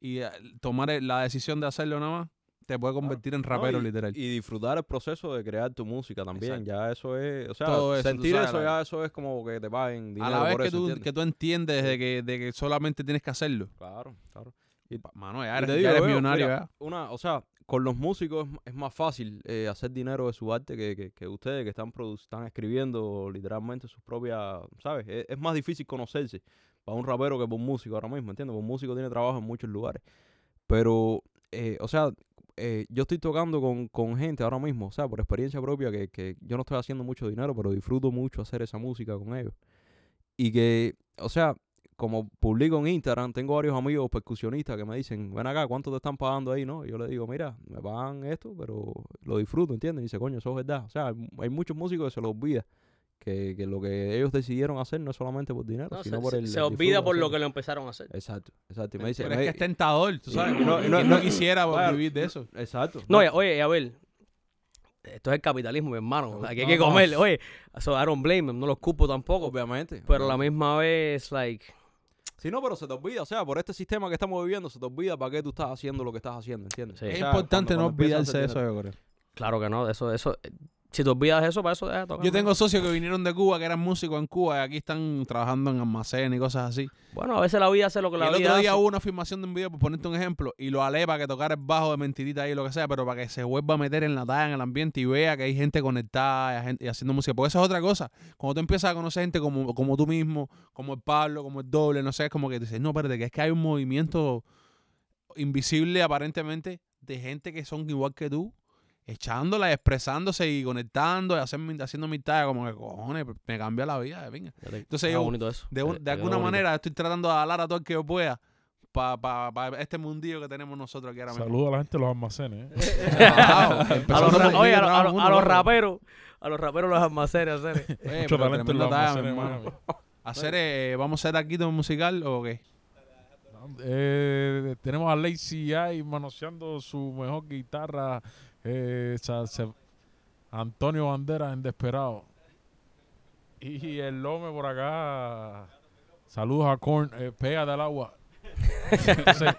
Y eh, tomar el- la decisión de hacerlo nada más te puede convertir en
No,
rapero,
y-
literal.
Y disfrutar el proceso de crear tu música también. Ya eso es. O sea,
Todo eso, tú
sentir
sabes,
eso
la-
ya eso es como que te paguen
a
dinero.
la vez
por
que,
eso,
tú,
¿entiendes?
que tú entiendes de que, de que solamente tienes que hacerlo.
Claro, claro.
Pa- Mano, ya
Y te
eres, ya
digo,
eres
veo,
millonario, ¿eh?
mira,
ya.
Una, o sea, con los músicos es, es más fácil eh, hacer dinero de su arte que, que, que ustedes que están, produ- están escribiendo literalmente sus propias, ¿sabes? Es, es más difícil conocerse para un rapero que para un músico ahora mismo, ¿entiendes? Porque un músico tiene trabajo en muchos lugares. Pero, eh, o sea, eh, yo estoy tocando con, con gente ahora mismo, o sea, por experiencia propia, que, que yo no estoy haciendo mucho dinero, pero disfruto mucho hacer esa música con ellos. Y que, o sea, como publico en Instagram, tengo varios amigos percusionistas que me dicen, ven acá, ¿cuánto te están pagando ahí? ¿No? Y yo le digo, mira, me pagan esto, pero lo disfruto, ¿entiendes? Y dice, coño, eso es verdad. O sea, hay, hay muchos músicos que se los olvida. Que, que lo que ellos decidieron hacer no es solamente por dinero,
No,
sino
se
por
se-
el.
se
el
olvida
disfrute
por
de
lo
hacerlo.
que Eh, lo empezaron a hacer.
Exacto, exacto. Y me dice, me-
Pero es que es
este
tentador, tú
Sí.
sabes.
No,
¿Quién
no,
no,
no.
quisiera
Claro.
vivir de eso.
Exacto.
No, ya, oye, a ver. Esto es el capitalismo, mi hermano. Aquí hay que
No, no,
comer.
sí.
Oye, so I don't blame them, no los cupo tampoco.
Obviamente.
Pero a la
obviamente.
misma vez, like,
Sí, no, pero se te olvida. O sea, por este sistema que estamos viviendo, se te olvida para qué tú estás haciendo lo que estás haciendo, ¿entiendes?
Sí.
O
Es
sea,
importante
cuando-
no
cuando empiezas a
olvidarse de
hacer
eso, yo creo.
claro que no, eso, eso. eh, Si te olvidas de eso, para eso deja de tocar, ¿no?
Yo tengo socios que vinieron de Cuba, que eran músicos en Cuba, y aquí están trabajando en almacenes y cosas así.
Bueno, a veces la vida hace lo que
Y
la
el
vida
otro día
hace.
hubo una filmación de un video, por ponerte un ejemplo, y lo ale para que tocar el bajo de mentirita ahí, lo que sea, pero para que se vuelva a meter en la talla, en el ambiente y vea que hay gente conectada y, hay gente- y haciendo música. Porque eso es otra cosa. Cuando tú empiezas a conocer gente como, como tú mismo, como el Pablo, como el Doble, no sé, es como que dices, no, espérate, que es que hay un movimiento invisible aparentemente de gente que son igual que tú, echándola, expresándose y conectando, y haciendo, haciendo mi talla, como que cojones, me cambia la vida, venga. Entonces
Está
yo,
Ah, bonito eso.
de, un- de
Está
alguna
bonito.
manera estoy tratando de hablar a todo el que yo pueda para este mundillo que tenemos nosotros aquí ahora mismo.
Saludo a la gente de los almacenes. eh.
Wow,
A
empezó
los,
otra
ra-
mundillo
oye,
de
a, lo- a
trabajo
lo-
mundo,
a los
loco.
raperos, a los raperos los almacenes, hacer.
Oye,
Mucho
pero
talento en los
tremenda talla,
almacenes,
mi hermano.
hermano.
Hacer, eh, ¿Vamos a hacer aquí todo musical o qué?
Eh, tenemos a Lacey ahí manoseando su mejor guitarra. eh, sa- se- Antonio Banderas en Desperado. Y el Lome por acá. Saludos a Korn. eh, pégate al agua. Entonces,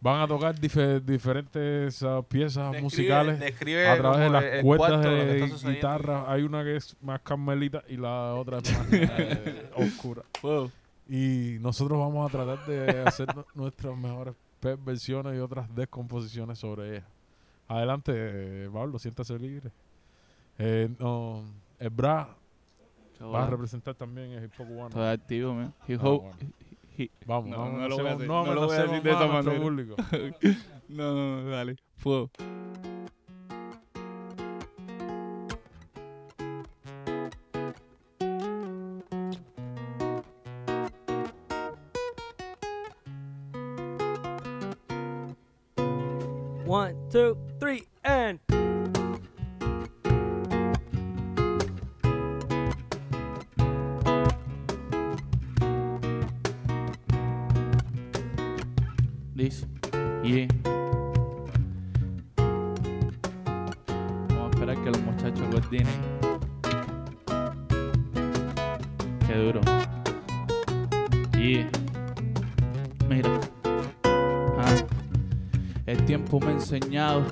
van a tocar dife- diferentes ah, piezas musicales a través de las cuerdas de guitarra. Hay una que es más carmelita y la otra es más eh, oscura. Y nosotros vamos a tratar de hacer nu- nuestras mejores versiones y otras descomposiciones sobre ella. Adelante, eh, Pablo, siéntase libre. Eh, no, el Bra va a representar también el hip hop cubano.
Estoy activo, man. Hip
Ah,
hop.
bueno.
hi-
Vamos,
No,
no,
no lo voy a
amenacemos-
hacer,
no
no lo voy a
amenacemos
decir de
más a
esa
nuestro
manera.
público.
no, no, no, dale. Fuego.
One, two, three, and.
This. Yeah. Vamos a esperar que los muchachos coordinen. Qué duro. Yeah. Mira. Ah. El tiempo me ha enseñado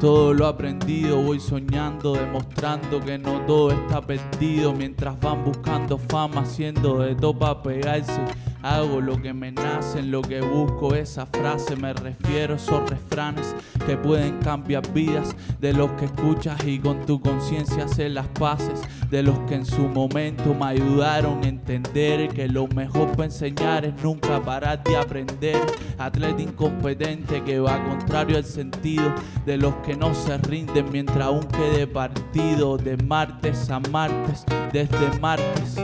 todo lo aprendido. Voy soñando, demostrando que no todo está perdido. Mientras van buscando fama, haciendo de todo para pegarse. Hago lo que me nace, en lo que busco esa frase. Me refiero a esos refranes que pueden cambiar vidas de los que escuchas y con tu conciencia hacer las paces. De los que en su momento me ayudaron a entender que lo mejor para enseñar es nunca parar de aprender. Atleta incompetente que va contrario al sentido de los que no se rinden mientras aún quede partido de martes a martes, desde martes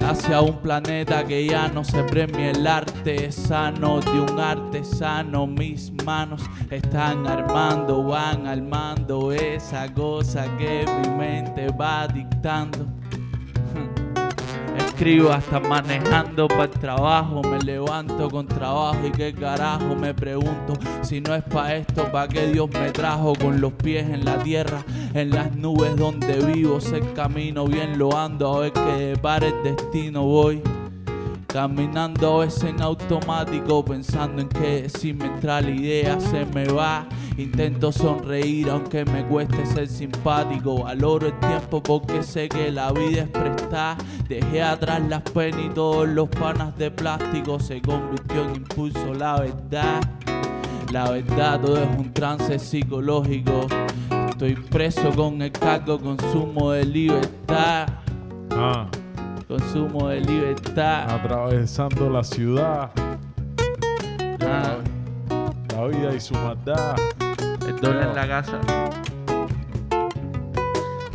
hacia un planeta que ya no se premia el arte sano de un artesano. Mis manos están armando, van armando esa cosa que mi mente va dictando. Escribo hasta manejando para el trabajo, me levanto con trabajo y qué carajo me pregunto si no es pa esto, pa qué Dios me trajo con los pies en la tierra, en las nubes donde vivo, sé el camino bien lo ando a ver que depara el destino voy. Caminando a veces en automático, pensando en que si me entra la idea se me va. Intento sonreír aunque me cueste ser simpático. Valoro el tiempo porque sé que la vida es prestada. Dejé atrás las penas y todos los panas de plástico. Se convirtió en impulso la verdad. La verdad, todo es un trance psicológico. Estoy preso con el cargo consumo de libertad.
Ah,
Consumo de libertad.
atravesando la ciudad,
Ah,
la vida y su maldad.
el don en la casa.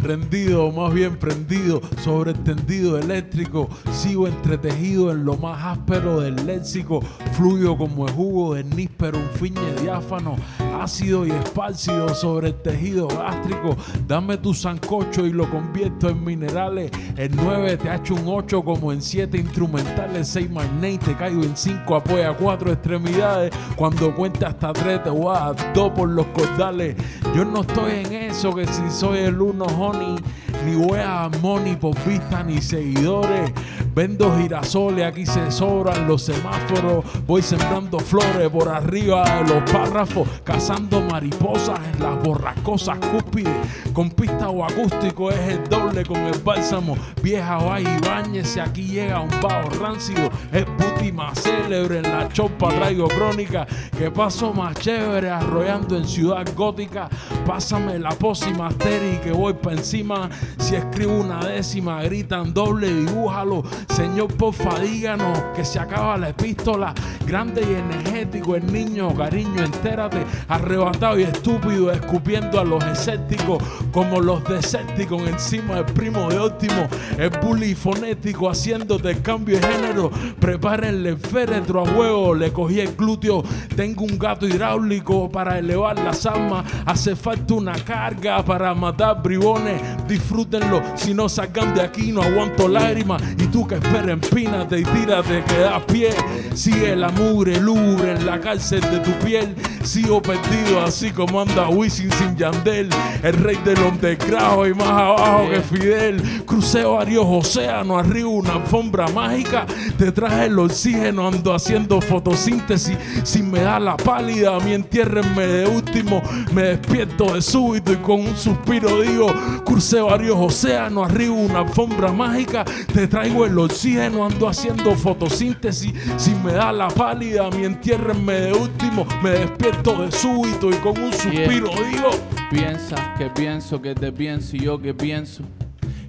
Rendido, o más bien prendido, sobre el tendido eléctrico. Sigo entretejido en lo más áspero del léxico. Fluyo como el jugo del níspero, un fiñe diáfano, ácido y espárcido sobre el tejido gástrico. Dame tu sancocho y lo convierto en minerales. El 9 te ha hecho un 8 como en 7 instrumentales. 6 más Ney, te caigo en 5, apoya 4 extremidades. Cuando cuenta hasta 3 te voy a dar 2 por los cordales. Yo no estoy en eso, que si soy el uno, honey, ni voy a dar money por vista ni seguidores. Vendo girasoles, aquí se sobran los semáforos. Voy sembrando flores por arriba de los párrafos, cazando mariposas en las borrascosas cúspides. Con pista o acústico es el doble con el bálsamo. Vieja va y bañese, aquí llega un bajo rancido. Es puti más célebre en la chopa, traigo crónica. Que paso más chévere arrollando en ciudad gótica. Pásame la pócima y que voy pa' encima. Si escribo una décima, gritan doble, dibújalo. Señor, porfa, díganos que se acaba la epístola. Grande y energético el niño, cariño, entérate. Arrebatado y estúpido, escupiendo a los escépticos. Como los desépticos encima del primo de óptimo. El bully fonético haciéndote el cambio de género. Prepárenle el féretro a huevo, le cogí el glúteo. Tengo un gato hidráulico para elevar las almas. Hace falta una carga para matar bribones. Disfrútenlo, si no sacan de aquí no aguanto lágrimas. Y tú
nunca esperen, pínate y tírate que da pie. Sigue la mugre lubre en la cárcel de tu piel. Sigo perdido así como anda Wisin sin Yandel. El rey del underground y más abajo que Fidel. Crucé varios océanos, arriba una alfombra mágica. Te traje el oxígeno, ando haciendo fotosíntesis. Si me da la pálida, mi entiérrenme de último. Me despierto de súbito y con un suspiro digo: Crucé varios océanos, arriba una alfombra mágica. Te traigo el oxígeno, ando haciendo fotosíntesis. Si me da la pálida, mi entiérrenme de último. Me despierto de súbito y con un suspiro digo:
Piensas que pienso, que te pienso y yo que pienso.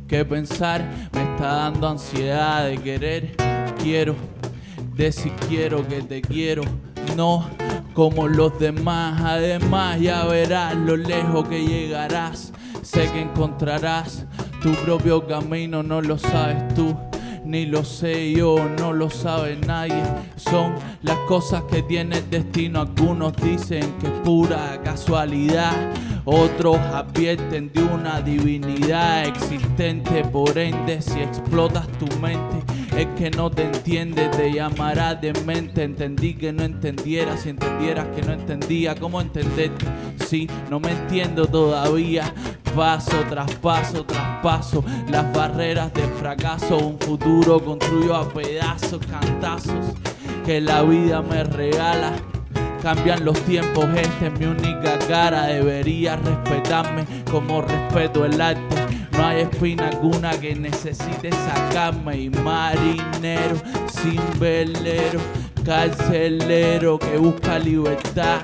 Que pensar me está dando ansiedad de querer. Quiero decir quiero que te quiero. No como los demás, además ya verás lo lejos que llegarás. Sé que encontrarás tu propio camino, no lo sabes tú. Ni lo sé yo, no lo sabe nadie. Son las cosas que tiene el destino. Algunos dicen que es pura casualidad. Otros advierten de una divinidad existente. Por ende, si explotas tu mente, es que no te entiende, te llamará demente. Entendí que no entendiera, si entendieras que no entendía, ¿cómo entenderte? Si no me entiendo todavía. Paso tras paso tras paso, las barreras del fracaso, un futuro construyo a pedazos, cantazos que la vida me regala. Cambian los tiempos, esta es mi única cara, debería respetarme como respeto el arte. No hay espina alguna que necesite sacarme y marinero sin velero, carcelero que busca libertad.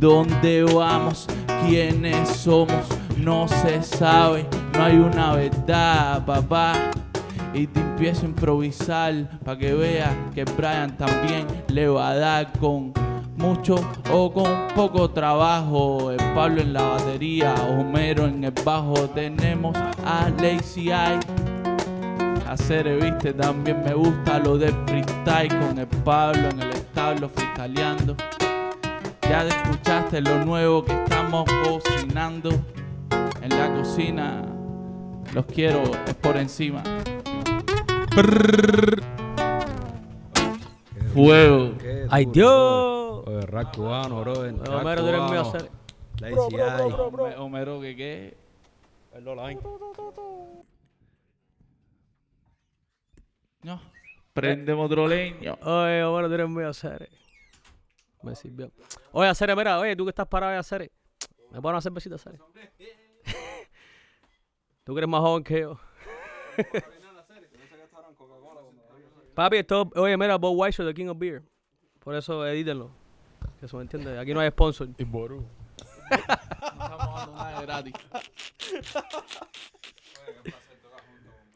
¿Dónde vamos? ¿Quiénes somos? No se sabe, no hay una verdad, papá. Y te empiezo a improvisar para que veas que Brian también le va a dar con mucho o con poco trabajo. El Pablo en la batería, Homero en el bajo. Tenemos a Lazy Eye. Hacer, viste, también me gusta lo de freestyle con el Pablo en el establo freestyleando. Ya escuchaste lo nuevo que estamos cocinando en la cocina. Los quiero, es por encima.
Fuego.
¡Ay, Dios!
Oye, rap cubano, bro.
Homero, tú eres muy hacer.
La ICI.
Home- Homero, que qué? No. Prende otro leño.
Oye, Homero, tú eres muy hacer. Me sirvió. Oye, hacer, mira, oye, tú que estás parado de hacer. Me pones a hacer besitos, hacer. tú que eres más joven que yo. Papi, esto, oye, mira, Bob Weiser, The King of Beer. Por eso edítenlo. Que se me entiende. Aquí no hay sponsor.
Y Boru.
Estamos dando nada de gratis.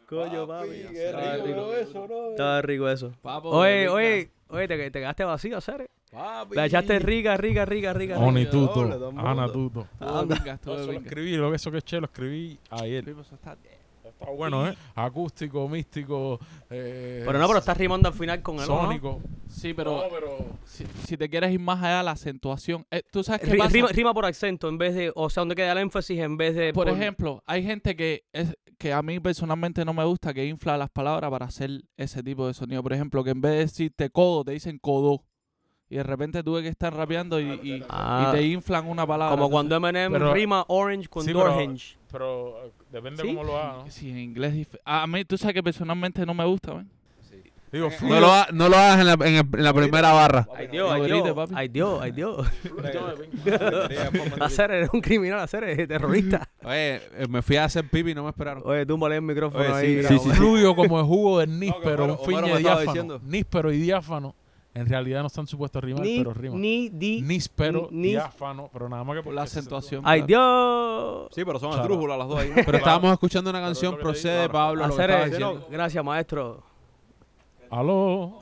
Coño, papi.
Está rico.
Estaba rico eso.
Papo,
Oye,
rica.
oye, oye, te, te quedaste vacío, hacer.
Papi.
La echaste rica, rica, rica, rica. rica.
Onituto. Anatuto.
Ah,
Todo de pinga, todo de
Eso lo
pinga.
escribí, lo que eso que che, lo escribí ayer.
Pipo, eso está-
Está bueno, ¿eh? Acústico, místico, eh,
Pero no, pero estás rimando al final con el ¿no?
sónico.
Sí, pero, Si, si te quieres ir más allá, la acentuación. eh, ¿Tú sabes qué
Ri-
pasa?
Rima, rima por acento en vez de, o sea, donde queda el énfasis en vez de.
Por ejemplo, hay gente que es que a mí personalmente no me gusta que infla las palabras para hacer ese tipo de sonido. Por ejemplo, que en vez de decirte codo, te dicen codo. Y de repente tuve que estar rapeando y, y- y
Ah,
te inflan una palabra.
como cuando Eminem
Pero-
rima orange con
Sí, pero-
orange.
Pero eh, depende
¿Sí?
cómo lo hagas, ¿no?
Entonces, Sí, en inglés. dif- A mí, tú sabes que personalmente no me gusta, ¿ven?
Digo,
Eh, No lo, ha- no lo hagas en la, en el- en la primera barra.
Ay Dios,
No
ay
grites,
Dios,
papi.
ay Dios, ay Dios. Hacer eres un criminal, hacer eres terrorista.
Oye, eh, me fui a hacer pipi y no me esperaron.
Oye, túmbale el micrófono
Oye, sí,
ahí.
mira,
sí, fluyo como el jugo del níspero,
Homero-
un fin
Homero
de
me estaba
diáfano.
diciendo.
Níspero y diáfano en realidad no están supuestos a rimar,
Ni,
pero riman.
ni, di.
Níspero,
ni-
diáfano, pero nada más que
Por la acentuación.
Ay
claro.
Dios.
Sí, pero son
Claro.
esdrújulas las dos ahí.
Pero estábamos escuchando una canción,
Pero es lo que te
procede de
digo,
Pablo. Lo que
Hacer
estaba
eres-
diciendo.
Gracias, maestro.
Aló.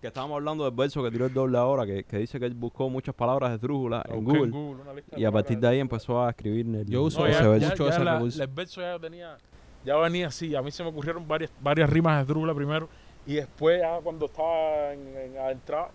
Que estábamos hablando del verso que tiró el doble ahora, que, que dice que él buscó muchas palabras esdrújulas
Lo
en
busqué
Google.
en Google, una lista de
Y a
palabras.
partir de ahí empezó a escribir el-
Yo uso
No,
ese
ya,
verso.
ya-
mucho
ya
ese
la-
recurso.
el verso ya tenía, ya venía así. A mí se me ocurrieron varias, varias rimas de Drula primero y después ya cuando estaba en, en adentrado,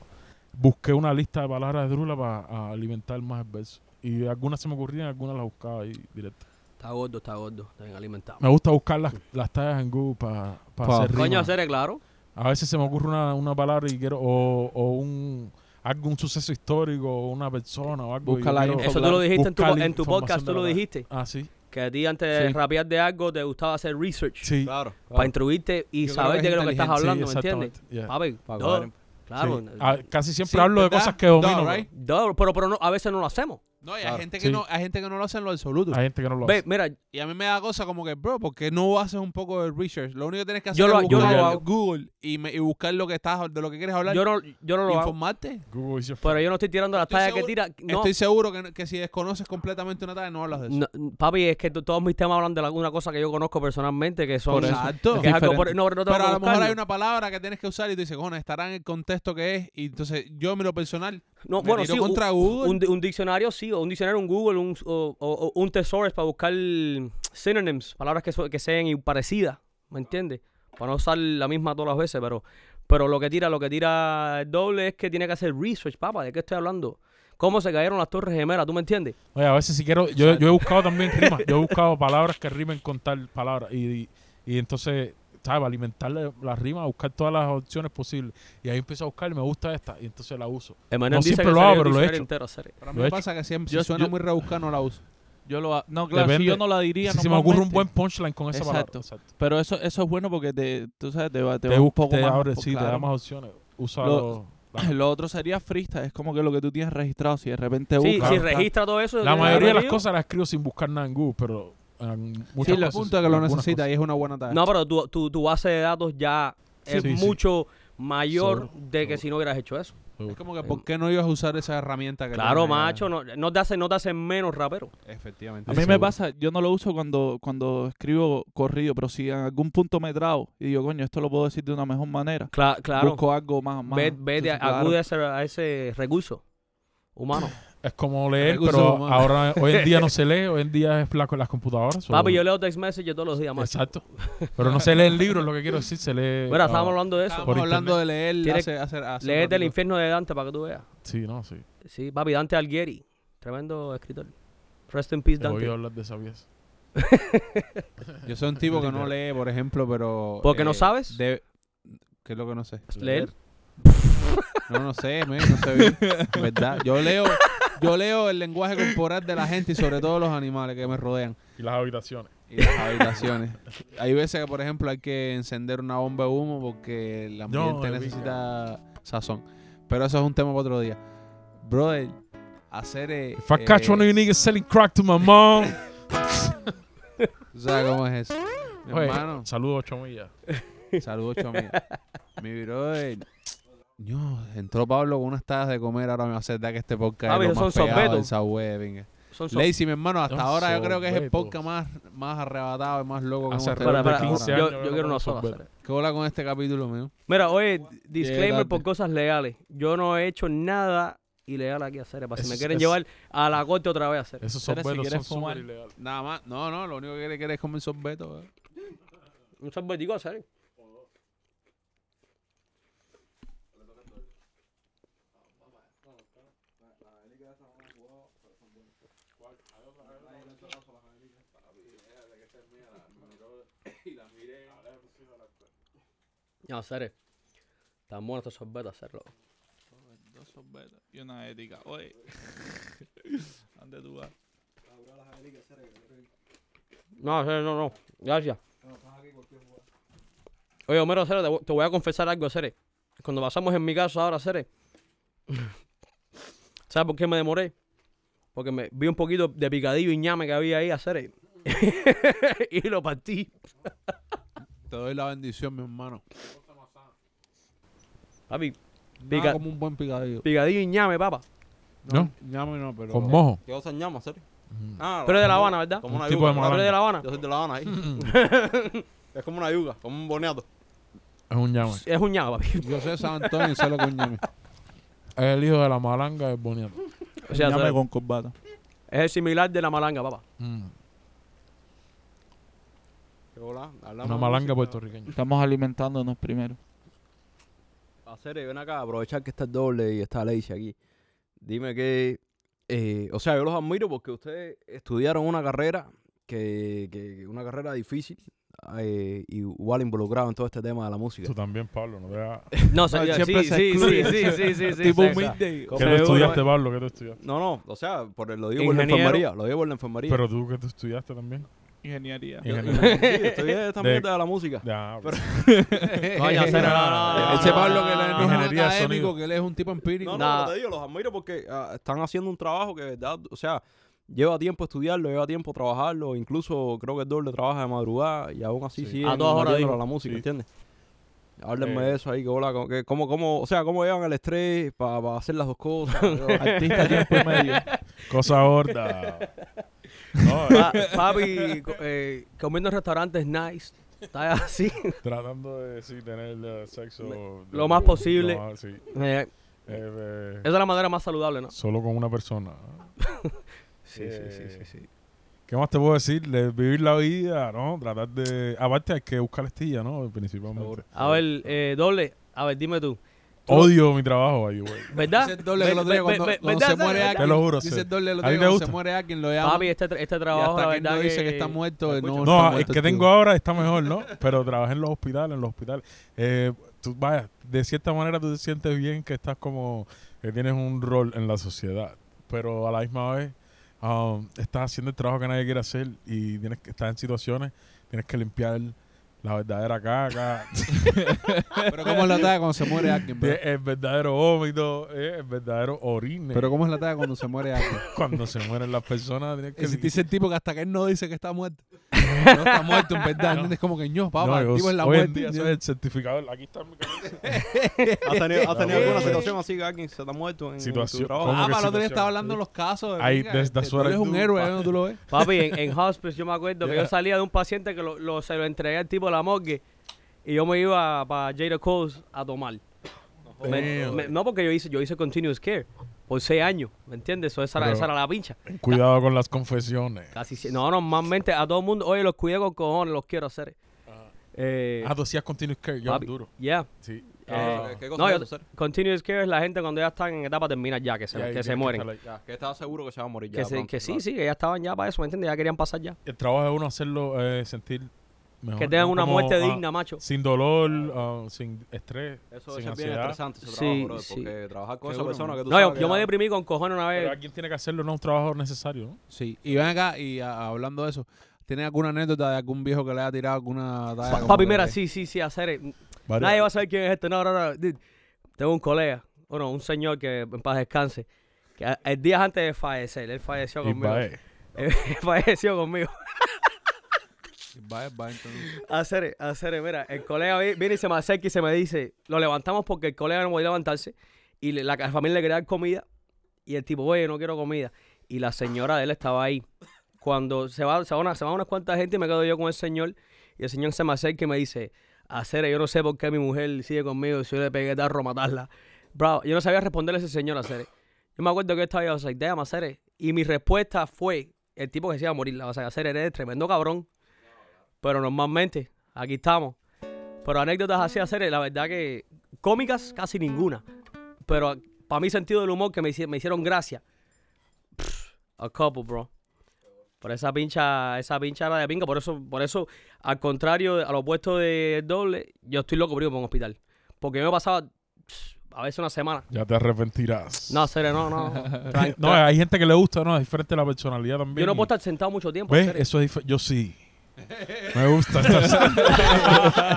busqué una lista de palabras de Drula para alimentar más el verso. Y algunas se me ocurrían, algunas las buscaba ahí directo.
Está gordo, está gordo. Está bien alimentado.
Me gusta buscar las, las tallas en Google para
Pa-
hacer
Coño,
rima.
hacer eh, claro.
A veces se me ocurre una, una palabra y quiero. O, o un, algún suceso histórico, o una persona, o algo. y
Busca la
yo quiero-
Eso tú lo dijiste en tu,
buscar
en tu
información
podcast,
de
tú lo
la-
dijiste.
Ah, sí.
Que a ti antes de
Sí.
rapear de algo te gustaba hacer research.
Sí.
Claro.
Para instruirte y
Yo creo
saber
que
de
es
lo que estás
inteligente,
hablando,
Sí,
¿me entiendes?
exactamente. Yeah.
Papi,
Para
duh,
coger en-
claro.
Sí. Ah, casi siempre
Sí,
hablo de
¿verdad?
cosas que domino.
Duh,
bro.
right?
duh, pero pero no, a veces no lo hacemos.
No, y hay,
Claro,
gente que
sí.
no, hay gente que no lo hace en lo absoluto.
Hay gente que no lo
Pues,
Ve,
hace.
mira,
Y a mí me da cosa como que, bro, ¿por qué no haces un poco de research? Lo único que tienes que hacer
Yo lo-
es
yo
buscar
lo hago.
Google y, me- y buscar lo que estás, de lo que quieres hablar.
yo no, yo no
y
lo hago.
informarte.
Google is your
Pero yo no estoy tirando las
Estoy
tallas que
seguro-
tira. No,
Estoy seguro que, no- que si desconoces completamente una tarea, no hablas de eso.
no, papi, es que to- todos mis temas hablan de alguna cosa que yo conozco personalmente, que son...
Por eso. Exacto.
Que es algo
Diferente.
por- no, no tengo
Pero
que
a lo mejor
buscarlo.
hay una palabra que tienes que usar y tú dices, cojones, estará en el contexto que es. Y entonces yo, en lo personal,
No,
me
bueno,
tiro
sí, un,
contra Google.
un di- un diccionario, sí, o un diccionario, un Google, un, o, o- o un thesaurus para buscar synonyms, palabras que, so- que sean y parecidas, ¿me entiendes? Para no usar la misma todas las veces, pero, pero lo que tira, lo que tira el doble es que tiene que hacer research, papá, ¿de qué estoy hablando? ¿Cómo se cayeron las torres gemelas? ¿Tú me entiendes?
Oye, a veces si quiero, yo, yo he buscado también rimas, yo he buscado palabras que rimen con tal palabra y, y, y entonces, ¿sabes? Alimentar la, la rima, buscar todas las opciones posibles. Y ahí empiezo a buscar y me gusta esta y entonces la uso.
Eminem dice
siempre
que
lo
se
hago,
leyó el
pero lo he
diccionario
hecho.
entero, serio.
Pero a mí
Lo he
me
hecho.
pasa que siempre,
Yo-
si suena
yo-
muy rebuscado, no la uso.
Yo lo ha- No, claro,
Depende.
si yo no la diría.
Si se me ocurre un
normalmente,
buen punchline con esa
Exacto.
palabra. Exacto.
Pero eso, eso es bueno porque te, tú sabes, te va, te
Te,
va un
bus-
poco
te
más.
abre,
por-
sí, te da
claro.
más opciones. Usa
Lo-
los- la,
Lo otro sería freestyle, es como que lo que tú tienes registrado. Si de repente
Sí,
buscas.
si
claro.
registra todo eso...
la
¿tiene
mayoría de las
sentido?
cosas las escribo sin buscar nada en Google, pero en muchas
Sí, lo
cosas,
punto es que lo
algunas
necesitas
cosas.
y es una buena tarea.
No, pero tu, tu, tu base de datos ya
Sí,
es
sí, sí.
mucho mayor
Seguro,
de que
seguro.
si no hubieras hecho eso.
es como que, ¿por qué no ibas a usar esa herramienta que
Claro,
tienes?
macho, no, no te hace, no te hace menos rapero.
Efectivamente.
A mí me pasa, yo no lo uso cuando, cuando escribo corrido, pero si en algún punto me trago y digo, coño, esto lo puedo decir de una mejor manera.
Cla- claro.
Busco algo más. más
Ve- vete,
entonces, claro.
acude a ese, a ese recurso humano.
Es como leer,
Recursos
pero
humanos.
ahora hoy en día no se lee, hoy en día es la, con las computadoras. o-
Papi, yo leo text messages todos los días, macho.
Exacto. Pero no se lee el libro, es lo que quiero decir, se lee.
Mira,
ah,
estábamos hablando de eso.
Estábamos
por
hablando de leer,
Tienes-
hace, hace, hace un
Léete el
ratito.
infierno de Dante para que tú veas.
Sí, no, sí.
Sí, papi, Dante Alighieri. Tremendo escritor. Rest in peace,
He oído
Dante.
hablar de esa pieza.
Yo soy un tipo que no lee, por ejemplo, pero... eh,
¿Porque no sabes?
de- ¿Qué es lo que no sé?
Leer.
No, no sé, men, no sé bien. En ¿Verdad? Yo leo, yo leo el lenguaje corporal de la gente y sobre todo los animales que me rodean
Y las habitaciones.
y las habitaciones. Hay veces que, por ejemplo, hay que encender una bomba de humo porque el ambiente
el
necesita sazón. Pero eso es un tema para otro día. Brother, hacer... Eh,
If I catch
eh,
one of you niggas selling crack to my mom.
¿tú ¿Sabes cómo es eso? Mi
Oye,
hermano,
saludos, chomilla.
saludos, chomía. Mi brother... Dios, entró Pablo con unas tazas de comer ahora me va a hacer dar que este podcast
Papi,
es
esos
lo más
son
pegado del
sorbetos.
Subway, venga.
Son so-
Lazy, mi hermano, hasta
Son
ahora yo creo que es el
sorbetos.
podcast más, más arrebatado y más loco que
Hace
hemos tenido
Para,
alrededor de
para,
hasta
15
yo,
ahora.
años.
yo
yo no
quiero una
como
sola.
sorbete.
Sara.
¿Qué bola con este capítulo, mío?
Mira, oye, disclaimer por
Dante.
cosas legales. Yo no he hecho nada ilegal aquí a hacer. Para si
Eso
me
es-
quieren
es-
llevar a la corte otra vez a hacer.
Esos
Espera, si
sorbetos son
quieres
súper
fumar.
ilegales.
Nada más, no, no, lo único que quiere es comer sorbeto. eh.
Un sorbetico a hacer. Ya, Cere. Tan bueno estos sorbetos, hacerlo.
Dos sorbetas y una ética. Oye, ¿dónde tú vas?
No, Cere, no, no. Gracias. Oye, Homero, Cere, te vo- te voy a confesar algo, Cere. Cuando pasamos en mi casa ahora, Cere. ¿Sabes por qué me demoré? Porque me vi un poquito de picadillo y ñame que había ahí a Cere. y lo partí.
Te doy la bendición, mi hermano.
Papi,
Nada
Pica-
como un buen picadillo.
picadillo y ñame, papá.
¿No?
Ñame no, pero...
Con mojo.
¿Qué cosa ñama, serio?
Mm.
Ah,
Pero es de La
como-
Habana, ¿verdad?
Como una
Un tipo de
yuca.
Pero es de La Habana.
Yo soy de La Habana ahí. es como una yuga, como un boneato.
Es un llame.
Es un ñame, papi.
Yo sé San Antonio y sé lo que es un ñame.
Es el hijo de la malanga del boniato.
O sea,
Llame
Cere,
con corbata.
es el similar de la malanga, papá.
Mm.
Qué bola, hablamos
Una
de
malanga puertorriqueña.
Estamos alimentándonos primero.
Hacer, eh, ven acá, aprovechar que está el doble y está Leish aquí. Dime que, eh, o sea, yo los admiro porque ustedes estudiaron una carrera
que, que una carrera difícil, eh, igual involucrado en todo este tema de la música.
Tú también, Pablo, no te hagas-
No, señor,
siempre
sí,
se
sí, sí,
excluye.
sí, sí, sí, sí,
tipo
sí.
humilde.
¿Qué tú estudiaste, Pablo? ¿Qué tú estudiaste?
No, no, o sea, por el- lo digo por la
Ingeniero.
enfermería. Lo digo por la enfermería.
Pero tú que tú estudiaste también.
Ingeniería.
Ingeniería.
Sí, estoy en esta
De-
mierda de la música.
Ya, pues.
Coño, sí, no, no, no, no,
Ese
no,
Pablo
no,
que
no, no,
él no es
no.
Ingeniería de
académico,
sonido.
que él es un tipo empírico.
No, no,
Nah.
pero te digo, los admiro porque ah, están haciendo un trabajo que, de verdad, o sea, lleva tiempo estudiarlo, lleva tiempo trabajarlo, incluso creo que el doble trabaja de madrugada y aún así
Sí.
siguen
A todas horas,
metiéndole
digo.
a la música,
Sí.
¿entiendes? Háblenme
Eh.
de eso ahí, que hola, como que- cómo, cómo, o sea, cómo llevan el estrés para hacer las dos cosas.
Artista tiempo y medio.
Cosa gorda. No, eh,
Pa- Papi, co- eh, comiendo en restaurantes nice. Está así.
tratando de sí, tener eh, sexo.
Lo más posible.
No, sí.
Eh,
Eh, eh,
esa es la manera más saludable, ¿no?
solo con una persona.
Sí, sí, sí, sí,
Eh,
sí.
¿Qué más te puedo decir? De vivir la vida, ¿no? Tratar de. Aparte, hay que buscar estilla, ¿no? Principalmente.
Seguro.
A ver, eh, doble, a ver, dime tú. Tú-
Odio mi trabajo ahí, güey.
¿Verdad?
Dice el doble que
¿Ah? Ve-
lo tiene
ve-
cuando,
ve-
cuando
¿verdad?
se muere
¿Verdad?
alguien.
Te lo juro,
Dice
sí.
el doble que lo
¿A ti
tiene
te
cuando
gusta?
se muere alguien, lo llama.
Papi, este, tra- este
y
trabajo, la
hasta que
verdad
no dice que
que-
está muerto,
escucha.
no, está
No, el
muerto
que
el
tengo
tipo.
ahora está mejor, ¿no? Pero trabajé en los hospitales, en los hospitales. Eh, tú, vaya, de cierta manera tú te sientes bien que estás como que tienes un rol en la sociedad, pero a la misma vez um, estás haciendo el trabajo que nadie quiere hacer y tienes que estar en situaciones, tienes que limpiar la verdadera caca,
Pero ¿cómo es la talla cuando se muere alguien, bro?
el, el verdadero vómito, eh, el verdadero orine.
Pero ¿cómo es la talla cuando se muere alguien?
cuando se mueren las personas, tienes que
Que si
limpiar.
dice el tipo que hasta que él no dice que está muerto. No está muerto, en verdad. ¿entiendes? como que ño, papá,
No,
el
yo-
tipo es la
hoy en
muerte. Ah,
día,
¿entiendes?
soy el certificado. Aquí está mi camisa.
¿Has tenido, has tenido alguna
Eh.
situación así que alguien se te ha muerto en,
Situación.
tu trabajo?
¿Cómo
Ah,
que
para el otro día
situación?
estaba hablando de los casos. de,
Ahí,
venga,
desde
este,
afuera
Tú eres
tú,
un héroe, ¿eh? tú lo ves.
Papi, en, en Hospice yo me acuerdo que
Yeah.
yo salía de un paciente que lo, lo- se lo entregué al tipo de la morgue y yo me iba para Jada Coast a tomar. Me-
Damn.
me- no, porque yo hice, yo hice continuous care por seis años, ¿me entiendes? Eso, esa, era,
Pero-
esa era la pincha.
Cuidado con las confesiones.
Casi sie- No, normalmente a todo el mundo, oye, los cuidé con cojones, los quiero hacer. Eh,
Ah, tú hacías continuous care, yo
papi,
duro.
yeah.
Sí.
Ah.
Eh, ¿Qué cosa
No,
es
yo-
eso, ser?
Continuous care es la gente cuando ya están en etapa terminal ya, que se,
Y ahí
que se
tienes
mueren.
estar ahí.
Ya, que estaba seguro que se va a morir ya.
que, se-
pronto,
que sí,
claro.
sí, que ya estaban ya para eso, ¿me entiendes? Ya querían pasar ya.
El trabajo de uno hacerlo eh, sentir mejor.
que tengan
¿no?
una
Como,
muerte
ah,
digna, macho.
Sin dolor, ah, sin estrés, sin
Eso es bien
ansiedad.
estresante ese
Sí,
trabajo, brother,
sí.
porque trabajar con
Qué
esa
duro,
persona
man.
que tú
No, yo,
sabes
yo
que-
me deprimí con cojones una
Pero
vez.
alguien tiene que hacerlo, no es un trabajo necesario. ¿no?
Sí. Y ven acá y a- hablando de eso, ¿tienes alguna anécdota de algún viejo que le haya tirado alguna talla?
Pa-
como
papi,
que-
mira, sí, sí, sí, hacer. eh,
Varias-
Nadie va a saber quién es este. No, no, no. dude. Tengo un colega, bueno, un señor que en paz descanse, que a- el día antes de fallecer, él falleció
y
conmigo.
va, eh.
Él falleció conmigo.
Va, va, entonces.
Hacer, hacer, mira, el colega vi- viene y se me acerca y se me dice, lo levantamos porque el colega no podía levantarse y le- la, ca- familia le quería dar comida y el tipo, oye, no quiero comida. Y la señora de él estaba ahí. Cuando se va, se va una, se va unas cuantas gente y me quedo yo con el señor y el señor se me acerca y me dice, hacer, yo no sé por qué mi mujer sigue conmigo si yo le pegué tarro a matarla. Bro, yo no sabía responderle a ese señor, hacer. Yo me acuerdo que yo estaba yo, like, damn, hacer. Y mi respuesta fue, el tipo que se iba a morir, la vas a hacer, eres tremendo cabrón. Pero normalmente, aquí estamos. Pero anécdotas así hacer, la verdad que cómicas casi ninguna. Pero para mi sentido del humor que me, hici- me hicieron gracia. Pff, a couple, bro. Por esa pincha, esa pincha era de pinga. Por eso, por eso, al contrario, de- al opuesto de doble, yo estoy loco, primo, por un hospital. Porque yo me pasaba pff, a veces una semana.
Ya te arrepentirás.
No, serio, no, no.
No, hay gente que le gusta, no, es diferente la personalidad también.
Yo no
y-
puedo estar sentado mucho tiempo.
¿Ves?
serio.
Eso es dif- Yo sí. Me gusta estar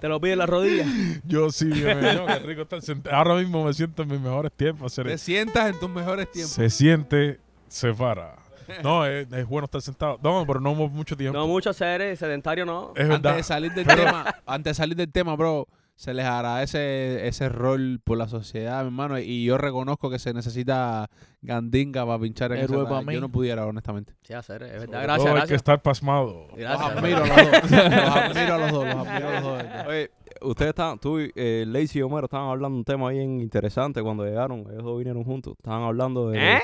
Te lo pide la rodilla.
Yo sí, Dios mío, no, qué rico estar sentado. Ahora mismo me siento en mis mejores tiempos. hacer
Te sientas en tus mejores tiempos.
Se siente, se para. No, es, es bueno estar sentado. No, pero no mu- mucho tiempo.
No mucho seres, sedentario no.
es
Antes
verdad.
de salir del
Pero-
tema, antes de salir del tema, bro, se les agradece ese rol por la sociedad, mi hermano. Y yo reconozco que se necesita gandinga para pinchar en
Héroe
esa
pa'
talla.
mí.
Yo no pudiera, honestamente.
Sí, hacer, es verdad.
Sobre
Gracias,
todo hay Oh, que
gracias.
estar pasmado.
Gracias.
Los admiro a los dos. Los admiro a los dos. Los admiro a los dos. de verdad.
Oye, ustedes estaban, tú, y, eh, Lacey y Homero estaban hablando un tema bien interesante cuando llegaron. Ellos dos vinieron juntos. Estaban hablando de.
¿Eh?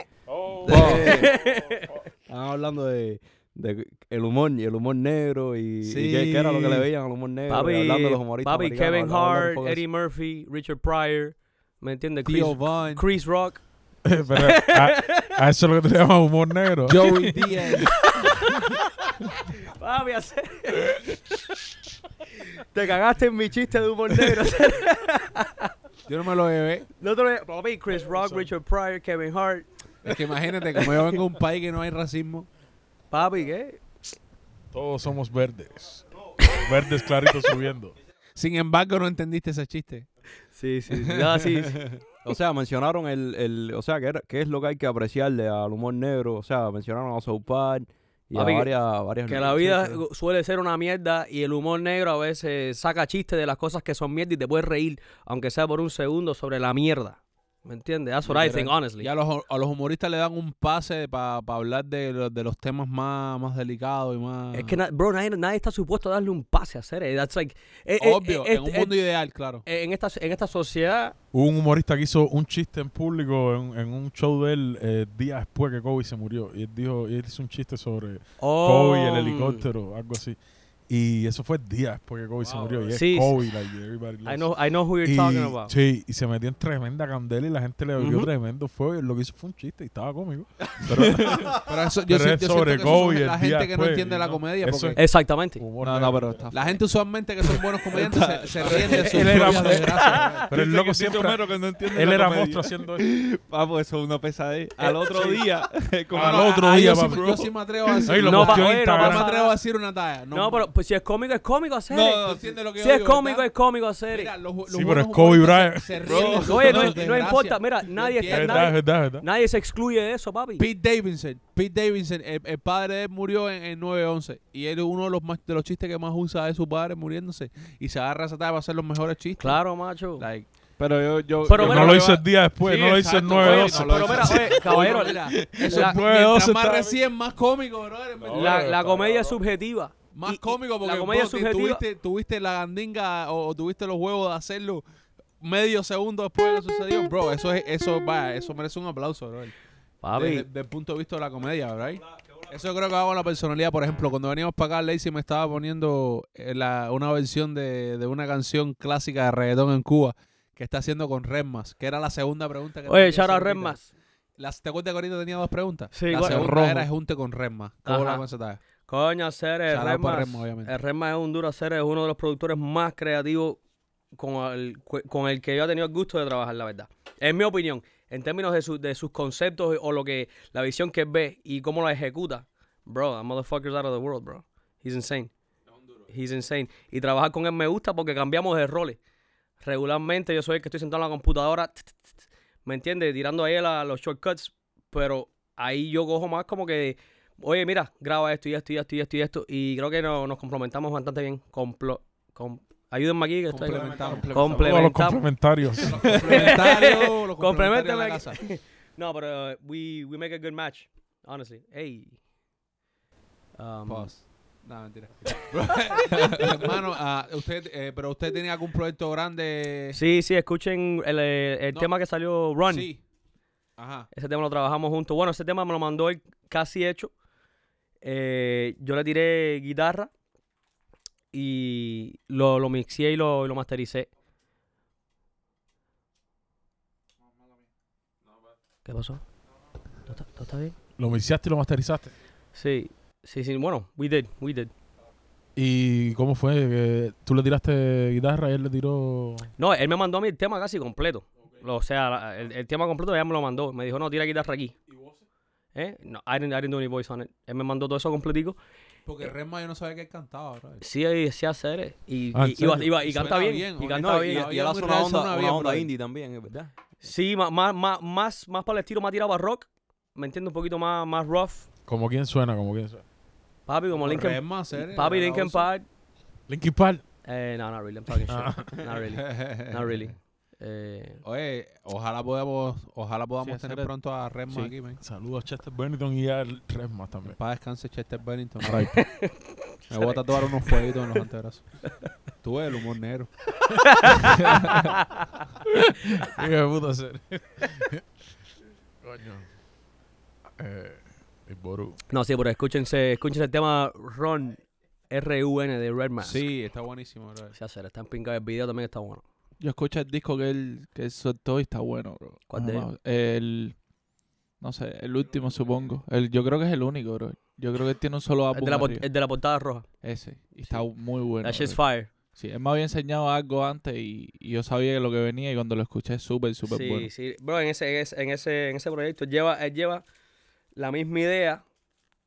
Estaban hablando de, de el humor y el humor negro y, y
Sí.
qué, qué era lo que le veían al humor negro. y hablando de los
Papi,
humoristas
papi
americanos,
Kevin
hablando un
Hart,
poco de eso.
Eddie Murphy, Richard Pryor, ¿me entiendes? Chris,
Theo Vaughn.
Chris Rock.
Pero a, a eso es lo que te llamas humor negro.
Joey Diaz.
Papi, hacer. Te cagaste en mi chiste de humor negro.
Yo no me lo llevé.
No te lo- papi, Chris Rock, Richard Pryor, Kevin Hart.
Es que imagínate, como yo vengo de un país que no hay racismo.
Papi, ¿qué?
Todos somos verdes. Verdes claritos subiendo.
Sin embargo, no entendiste ese chiste.
Sí, sí, sí. No, sí, sí.
O sea, mencionaron el, el o sea, ¿qué, era- qué es lo que hay que apreciarle al humor negro. O sea, mencionaron a South Park y a
Papi, que-
varias, varias...
Que la vida
sí, sí.
suele ser una mierda y el humor negro a veces saca chistes de las cosas que son mierda y te puedes reír, aunque sea por un segundo, sobre la mierda. ¿Me entiendes? That's what I think, honestly.
Ya a los, a los humoristas le dan un pase para hablar de, los- de los temas más, más delicados y más...
Es que, na- bro, nadie, nadie está supuesto a darle un pase a hacer. eh, That's like, eh, eh,
Obvio,
eh,
en un
eh,
mundo ideal, claro.
eh, en, esta, en esta sociedad,
Hubo un humorista que hizo un chiste en público en, en un show de él eh, días después que Kobe se murió. Y él dijo, y él hizo un chiste sobre Kobe, el
oh,
helicóptero, algo así. Y eso fue días después que Kobe se murió. Y es
Sí, sí.
Kobe, like everybody loves
I know, I know who you're
y,
talking about.
Sí, y se metió en tremenda candela y la gente le dio
Ujú.
tremendo fuego. Y él lo que hizo fue un chiste y estaba cómico. Pero
Pero eso,
Pero es
yo, si- yo siento
sobre
que eso son
Kobe,
la
el
gente
día
que no
después,
entiende
y
la
no.
comedia.
Eso
Porque
Exactamente.
humor
No, no,
negro.
pero está...
la gente usualmente que son buenos comediantes se, se ríen de sus
Él era-
propias desgracias.
Pero el loco siempre... Él era monstruo haciendo eso.
Papo, eso es una pesadilla. Al otro día...
como-
Ah,
Al
no,
otro
ah,
día,
yo, sí,
papi.
yo sí me atrevo a decir,
Ahí lo
No,
posteó
pa-
en
oye, no,
no me
pasa-
Instagram.
atrevo a decir una talla. No,
No, pero pues, si es cómico, es cómico hacer.
No, no, entiende lo que
si
yo
es
digo,
cómico,
¿verdad?
es cómico hacer.
Mira, los, los
Sí, pero
buenos
es Kobe
humoristas
Bryant.
Se, se ríen de sus
Oye, no,
propias
no importa.
desgracias.
Mira, nadie,
Es
está,
Entiende.
verdad, es
eh, nadie,
verdad, es verdad.
nadie se excluye de eso, papi.
Pete Davidson, Pete Davidson, el, el padre de él murió en, en 9-11 y él es uno de los más, de los chistes que más usa es su padre muriéndose y se agarra esa talla para hacer los mejores chistes.
Claro, macho.
Like,
Pero yo...
Pero
yo yo
Pero
mira,
no lo
oye,
hice el día después,
Sí,
no lo hice el
exacto,
Oye,
9-12.
no lo
pero
hizo.
mira, oye, caballero,
mira,
Eso
la-
fue
mientras
12
más
está-
recién, más cómico, brother. en verdad.
la, la comedia es subjetiva.
más
Y- y
cómico porque
la comedia
bro, te-
subjetiva.
Tuviste, tuviste la gandinga o, o tuviste los huevos de hacerlo medio segundo después de lo sucedido. Bro, eso es, eso, vaya, eso merece un aplauso, brother.
Papi,
Desde, desde el punto de vista de la comedia, ¿verdad? Eso creo que va con la personalidad. Por ejemplo, cuando veníamos para acá, Lacey me estaba poniendo eh, la- una versión de, de una canción clásica de reggaetón en Cuba que está haciendo con Redmas, que era la segunda pregunta que
oye,
tenía
shout out
ahorita.
Redmas.
Las- ¿Te acuerdas que ahorita tenía dos preguntas?
Sí,
la
igual.
segunda
Rojo.
era junte con Redmas.
Ajá.
¿Cómo la cosa
Coño, hacer el
Shout out pa'
Redmas.
Redmas, obviamente.
El Redmas es un duro hacer, es uno de los productores más creativos con el, cu- con el que yo he tenido el gusto de trabajar, la verdad. En mi opinión, en términos de, su- de sus conceptos o lo que la visión que él ve y cómo la ejecuta, bro, that motherfucker's out of the world, bro. He's insane. He's insane. Y trabajar con él me gusta porque cambiamos de roles. Regularmente yo soy el que estoy sentado en la computadora, t- t- t- ¿me entiendes? Tirando ahí la- los shortcuts, pero ahí yo cojo más como que, oye, mira, graba esto y esto y esto y esto y esto. Y creo que no- nos complementamos bastante bien. Complo, com- ayúdenme aquí que estoy...
Complementamos.
Todos los
Complementamos.
complementarios.
Complementario, los complementarios de la casa.
Complementame. No, pero uh, we, we make a good match, honestly. Hey. Um,
Pause. No, mentira. Hermano, ah, usted, eh, pero usted tenía algún proyecto grande.
Sí, sí, escuchen el, eh, el
No.
tema que salió Run.
Sí. Ajá.
Ese tema lo trabajamos juntos. Bueno, ese tema me lo mandó él casi hecho. Eh, yo le tiré guitarra y lo, lo mixé y lo, y lo mastericé. ¿Qué pasó? ¿Todo está, todo está bien?
Lo mixaste y lo masterizaste.
Sí, sí, sí. Bueno, we did, we did.
¿Y cómo fue? que ¿Tú le tiraste guitarra y él le tiró...?
No, él me mandó a mí el tema casi completo. O sea, la- el, el tema completo ya me lo mandó. Me dijo, no, tira guitarra aquí. ¿Y ¿Eh? No, I didn't, I didn't do any voice on it. Él me mandó todo eso completico.
Porque Resma yo no sabía que él cantaba, bro.
Sí, ahí sí hacer. eh, Y,
Ah,
y,
¿en serio?
iba- iba- y
Suena
canta bien,
bien,
Y
honestamente.
canta
No, y,
bien.
había-
y él
había
hace
muy
una
real,
onda,
eso no
una
había por
onda
ahí.
indie también, es verdad.
Sí, más, más, más, más, más para el estilo, más tirado a rock. ¿Me entiendes? Un poquito más, más rough.
Como quién suena, como quién suena.
Papi, como Linkin
Resma, serio,
Papi,
era
Linkin
oso.
Park.
Linkin Park.
Eh, no, not really. I'm talking shit. Not really. Not really. Eh,
Oye, ojalá podamos, ojalá podamos
Sí,
tener
hacer-
pronto a Resma
Sí.
aquí, man.
Saludos a Chester Bennington y a Resmas también.
Para descanse Chester Bennington.
Right.
Me voy a tatuar unos fueguitos en los antebrazos. Tuve el humor negro.
Hijo de puta ser. Coño. Eh, el Boru.
no, sí, pero escúchense, escúchense el tema Run, R-U-N de Redman.
Sí, está buenísimo, bro.
Sí, hacer. Está en pinga. El video también está bueno.
Yo escuché el disco que él, que él soltó y está bueno, bro.
¿Cuál de
No, El No sé, el último supongo. El, yo creo que es el único, bro. Yo creo que él tiene un solo
El
álbum.
de, la,
arriba.
por- el de la portada roja.
Ese. Y está muy bueno.
That shit's
bro.
fire.
Sí, él me había enseñado algo antes y, y yo sabía lo que venía y cuando lo escuché es súper, súper
sí,
bueno.
sí. Bro, en ese, en ese- en ese, en ese proyecto él lleva, él lleva la misma idea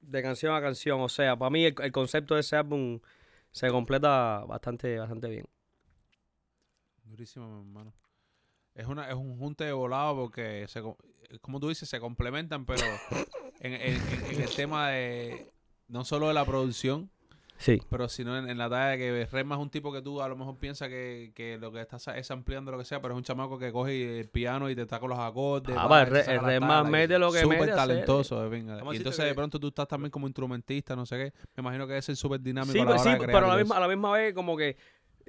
de canción a canción. O sea, para mí el, el concepto de ese álbum se completa bastante, bastante bien.
Durísimo, mi hermano. Es, una, es un junte de volado porque, se co- como tú dices, se complementan, pero en, en- en- en el tema de no solo de la producción,
Sí.
pero sino en, en la tarea de que Rema es un tipo que tú a lo mejor piensas que, que lo que estás es ampliando lo que sea, pero es un chamaco que coge el piano y te está con los acordes.
Ah, va,
va, y
el
te
re-
saca
el
la
Rema
tabla y
mete lo que
súper
mete, hace-
talentoso, de pinga.
Vamos a
Y
decirte
entonces
que-
de pronto tú estás también como instrumentista, no sé qué. Me imagino que es el súper dinámico.
Sí,
a la
pero,
hora
sí,
de crear
pero a
y
la,
todo
misma,
eso.
a la misma vez como que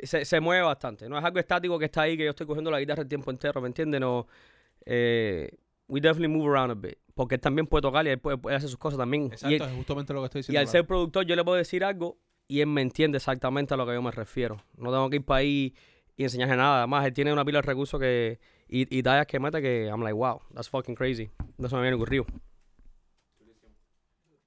se, se mueve bastante. No es algo estático que está ahí, que yo estoy cogiendo la guitarra el tiempo entero, ¿me entiendes? No, eh, we definitely move around a bit. Porque él también puede tocar y él, puede, él hace sus cosas también. Y
Exacto,
él-
es justamente lo que estoy
y,
diciendo.
al
claro.
ser productor yo le puedo decir algo y él me entiende exactamente a lo que yo me refiero. No tengo que ir para ahí y enseñarle nada. Además, él tiene una pila de recursos que, y, y tallas que mete que I'm like, wow, that's fucking crazy. No se me había ocurrido.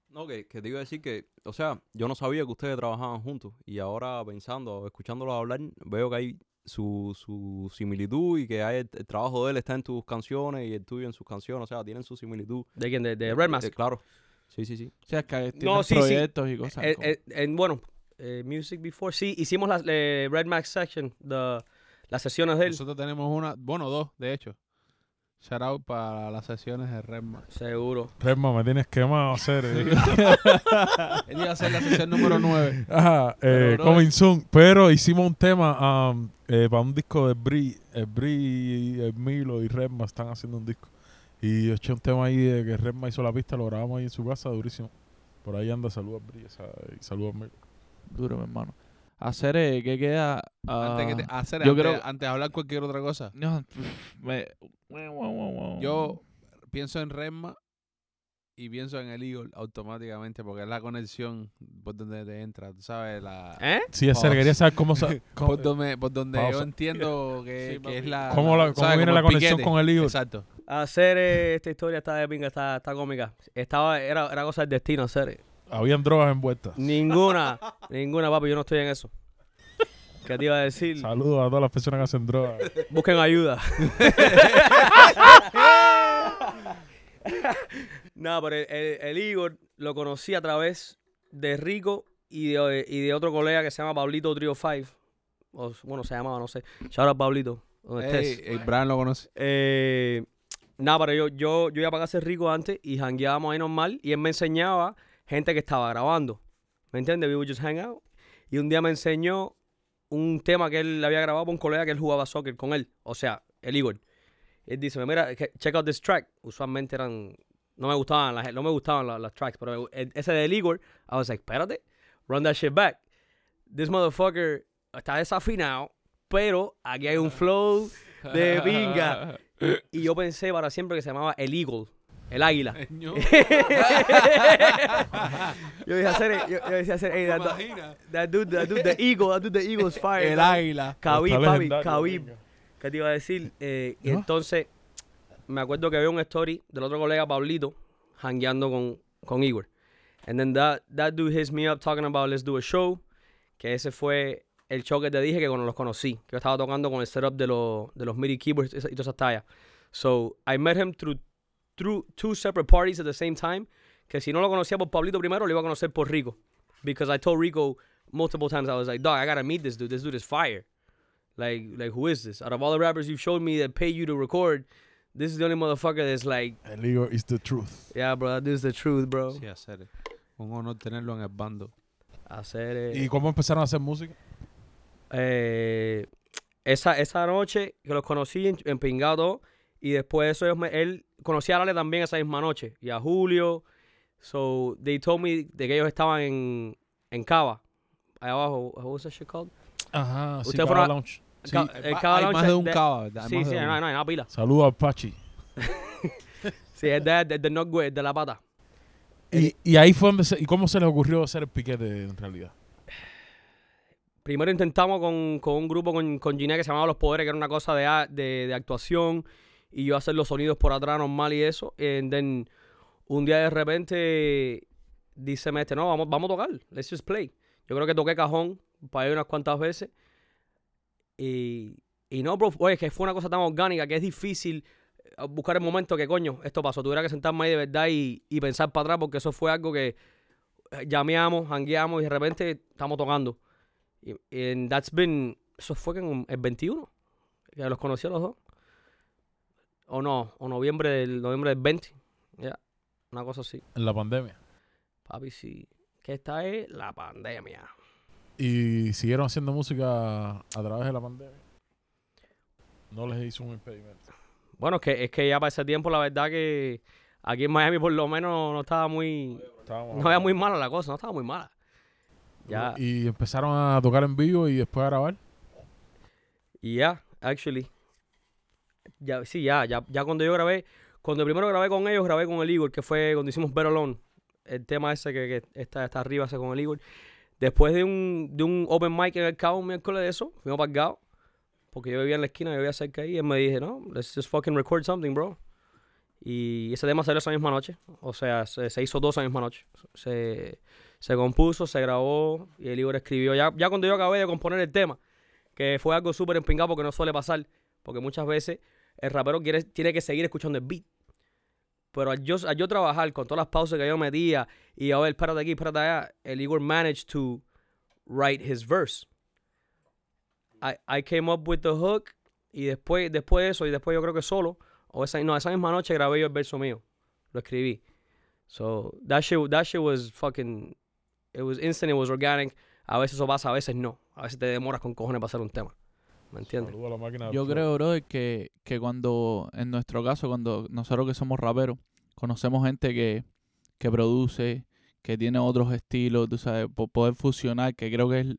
No, que, que te iba a decir que, o sea, yo no sabía que ustedes trabajaban juntos y ahora pensando, escuchándolos hablar, veo que hay su, su similitud y que hay el, el trabajo de él está en tus canciones y el tuyo en sus canciones, o sea, tienen su similitud.
¿De quién? De, de Red Mask.
Eh, claro. Sí, sí, sí.
O sea, es que
No,
tiene
sí, sí.
proyectos y cosas.
Eh,
como-
eh, en- bueno, eh, Music Before, sí, hicimos la eh, Red Max Section, the- las sesiones de él.
Nosotros tenemos una, bueno, dos, de hecho. Shout out para las sesiones de Redman.
Seguro.
Resma, me tienes quemado hacer. eh.
Él iba a hacer la sesión número 9.
Ajá, eh,
Pero, bro,
coming soon. Pero hicimos un tema um, eh, para un disco de Bri. El Bri, el Milo y Redma están haciendo un disco. Y yo eché un tema ahí de que Redma hizo la pista, lo grabamos ahí en su casa, durísimo. Por ahí anda, saludos a Bri o sea, y saludos a Milo.
Duro, mi hermano. Hacer, eh, ¿qué queda? Ah,
antes, que te- hacer,
yo
antes,
creo-
antes de hablar cualquier otra cosa.
no, pff, me- wow, wow, wow, wow.
Yo pienso en Redman y pienso en el Eagle automáticamente porque es la conexión por donde te entra, tú sabes, la...
¿Eh?
Sí, hacer,
Pausa.
quería saber cómo, sa- cómo-
Por donde, por donde yo
Pausa.
entiendo que,
Sí,
que
papi.
es la...
cómo la-
la-
cómo
¿sabes?
viene
Como
la
el
conexión
piquete.
con el Eagle.
Exacto.
Hacer eh, esta historia está de pinga, está, está cómica. Estaba, era, era cosa del destino hacer. eh.
Habían drogas envueltas.
Ninguna, ninguna, papi, yo no estoy en eso. ¿Qué te iba a decir?
Saludos a todas las personas que hacen drogas.
Busquen ayuda. no, pero el, el- el Igor lo conocí a través de Rico y de, y de otro colega que se llama Pablito Trio Five. O, bueno, se llamaba, no sé. Shout out Pablito. Donde
Ey,
estés.
ey, Brian lo conoce.
Eh, nada, pero yo, yo, yo iba para casa de Rico antes y jangueábamos ahí normal y él me enseñaba gente que estaba grabando. ¿Me entiendes? We would just hang out. Y un día me enseñó un tema que él había grabado para un colega que él jugaba soccer con él. O sea, el Igor. Él dice, mira, que- check out this track. Usualmente eran... No me gustaban las, no me gustaban la- las tracks, pero el- ese del Igor, I was like, espérate, run that shit back. This motherfucker está desafinado, pero aquí hay un flow de pinga. Y yo pensé para siempre que se llamaba el Eagle, el águila. yo dije hacer, yo, yo dije hacer, hey, that, that dude, that dude, the eagle, that dude, the eagle is fire.
El águila.
Khabib,
Está
papi,
legendario,
Khabib.
venga.
¿Qué te iba a decir? Eh, y
¿No?
entonces, me acuerdo que había un story del otro colega, Pablito, hangueando con, con Igor. And then that, that dude hits me up talking about let's do a show. Que ese fue el show que te dije que cuando los conocí. Que yo estaba tocando con el setup de, los de los MIDI keyboards y todas esas tallas. So, I met him through, through two separate parties at the same time. Que si no lo conocía por Pablito primero, lo iba a conocer por Rico. Because I told Rico multiple times, I was like, dog, I gotta meet this dude. This dude is fire. Like, like who is this? Out of all the rappers you've showed me that pay you to record, this is the only motherfucker that's like,
El Eagle is the truth.
yeah, bro, this is the truth, bro.
Sí, hacer. Un honor tenerlo en el bando.
Hacer
¿Y
eh,
cómo empezaron a hacer música?
eh, esa, esa noche que los conocí en, en Pingado y después de eso ellos me- él conocía a Ale también esa misma noche y a Julio. So they told me de que ellos estaban en, en Cava. Allá abajo, what's that shit called?
Ajá, sí,
Ustedes
Cava
fueron a-
Lounge. Sí.
Ca-
Eh,
el
va-
Cava
hay
Lounge
más de un
de-
cava. hay más
Sí, sí,
de
no,
uno.
no, no, una pila.
Saludos a Pachi.
Sí, es de, de, de Northwest, de La Pata.
Y, y ahí fue donde se, ¿Y cómo se les ocurrió hacer el piquete en realidad?
Primero intentamos con, con un grupo con, con Ginés que se llamaba Los Poderes, que era una cosa de, a- de, de actuación. y yo hacer los sonidos por atrás normal y eso. eh, And then un día de repente dice este, no, vamos, vamos a tocar, let's just play. Yo creo que toqué cajón para ir unas cuantas veces. Y, y no, bro, oye, es que fue una cosa tan orgánica que es difícil eh, buscar el momento que coño, esto pasó. Tuviera que sentarme ahí de verdad y, y pensar para atrás porque eso fue algo que eh, llameamos, hangueamos y de repente estamos tocando. Y and that's been, eso fue en el 21, que los conocí a los dos. O no, o noviembre del, noviembre del 20. Ya, una cosa así.
en la pandemia.
Papi, sí. Que esta es la pandemia.
Y siguieron haciendo música a través de la pandemia. No les hizo un impedimento.
Bueno, es que, es que ya para ese tiempo, la verdad que aquí en Miami por lo menos no estaba muy.
Estábamos
No era muy mala la cosa, no estaba muy mala. Ya.
Y empezaron a tocar en vivo y después a grabar.
Yeah, actually. Ya, sí, ya, ya, ya cuando yo grabé, cuando primero grabé con ellos, grabé con el Igor, que fue cuando hicimos Better Alone, el tema ese que, que está, está arriba ese con el Igor. Después de un, de un open mic en el Cabo, un miércoles de eso, fuimos para el Cabo, porque yo vivía en la esquina, yo vivía cerca ahí, y él me dije, no, let's just fucking record something, bro. Y ese tema salió esa misma noche, o sea, se, se hizo dos esa misma noche. Se, se compuso, se grabó, y el Igor escribió. Ya, ya cuando yo acabé de componer el tema, que fue algo súper empingado porque no suele pasar, porque muchas veces el rapero quiere, tiene que seguir escuchando el beat. Pero al yo, al yo trabajar con todas las pausas que yo metía y a ver, espérate aquí, espérate allá, el Igor managed to write his verse. I, I came up with the hook y después, después de eso, y después yo creo que solo, o esa, no, esa misma noche grabé yo el verso mío. Lo escribí. So, that shit, that shit was fucking, it was instant, it was organic. A veces eso pasa, a veces no. A veces te demoras con cojones para hacer un tema. ¿Me entiendes?
Saludo a la máquina de
Yo
absurdo.
creo, brother, que, que cuando, en nuestro caso, cuando nosotros que somos raperos, conocemos gente que, que produce, que tiene otros estilos, tú sabes, po- poder fusionar, que creo que es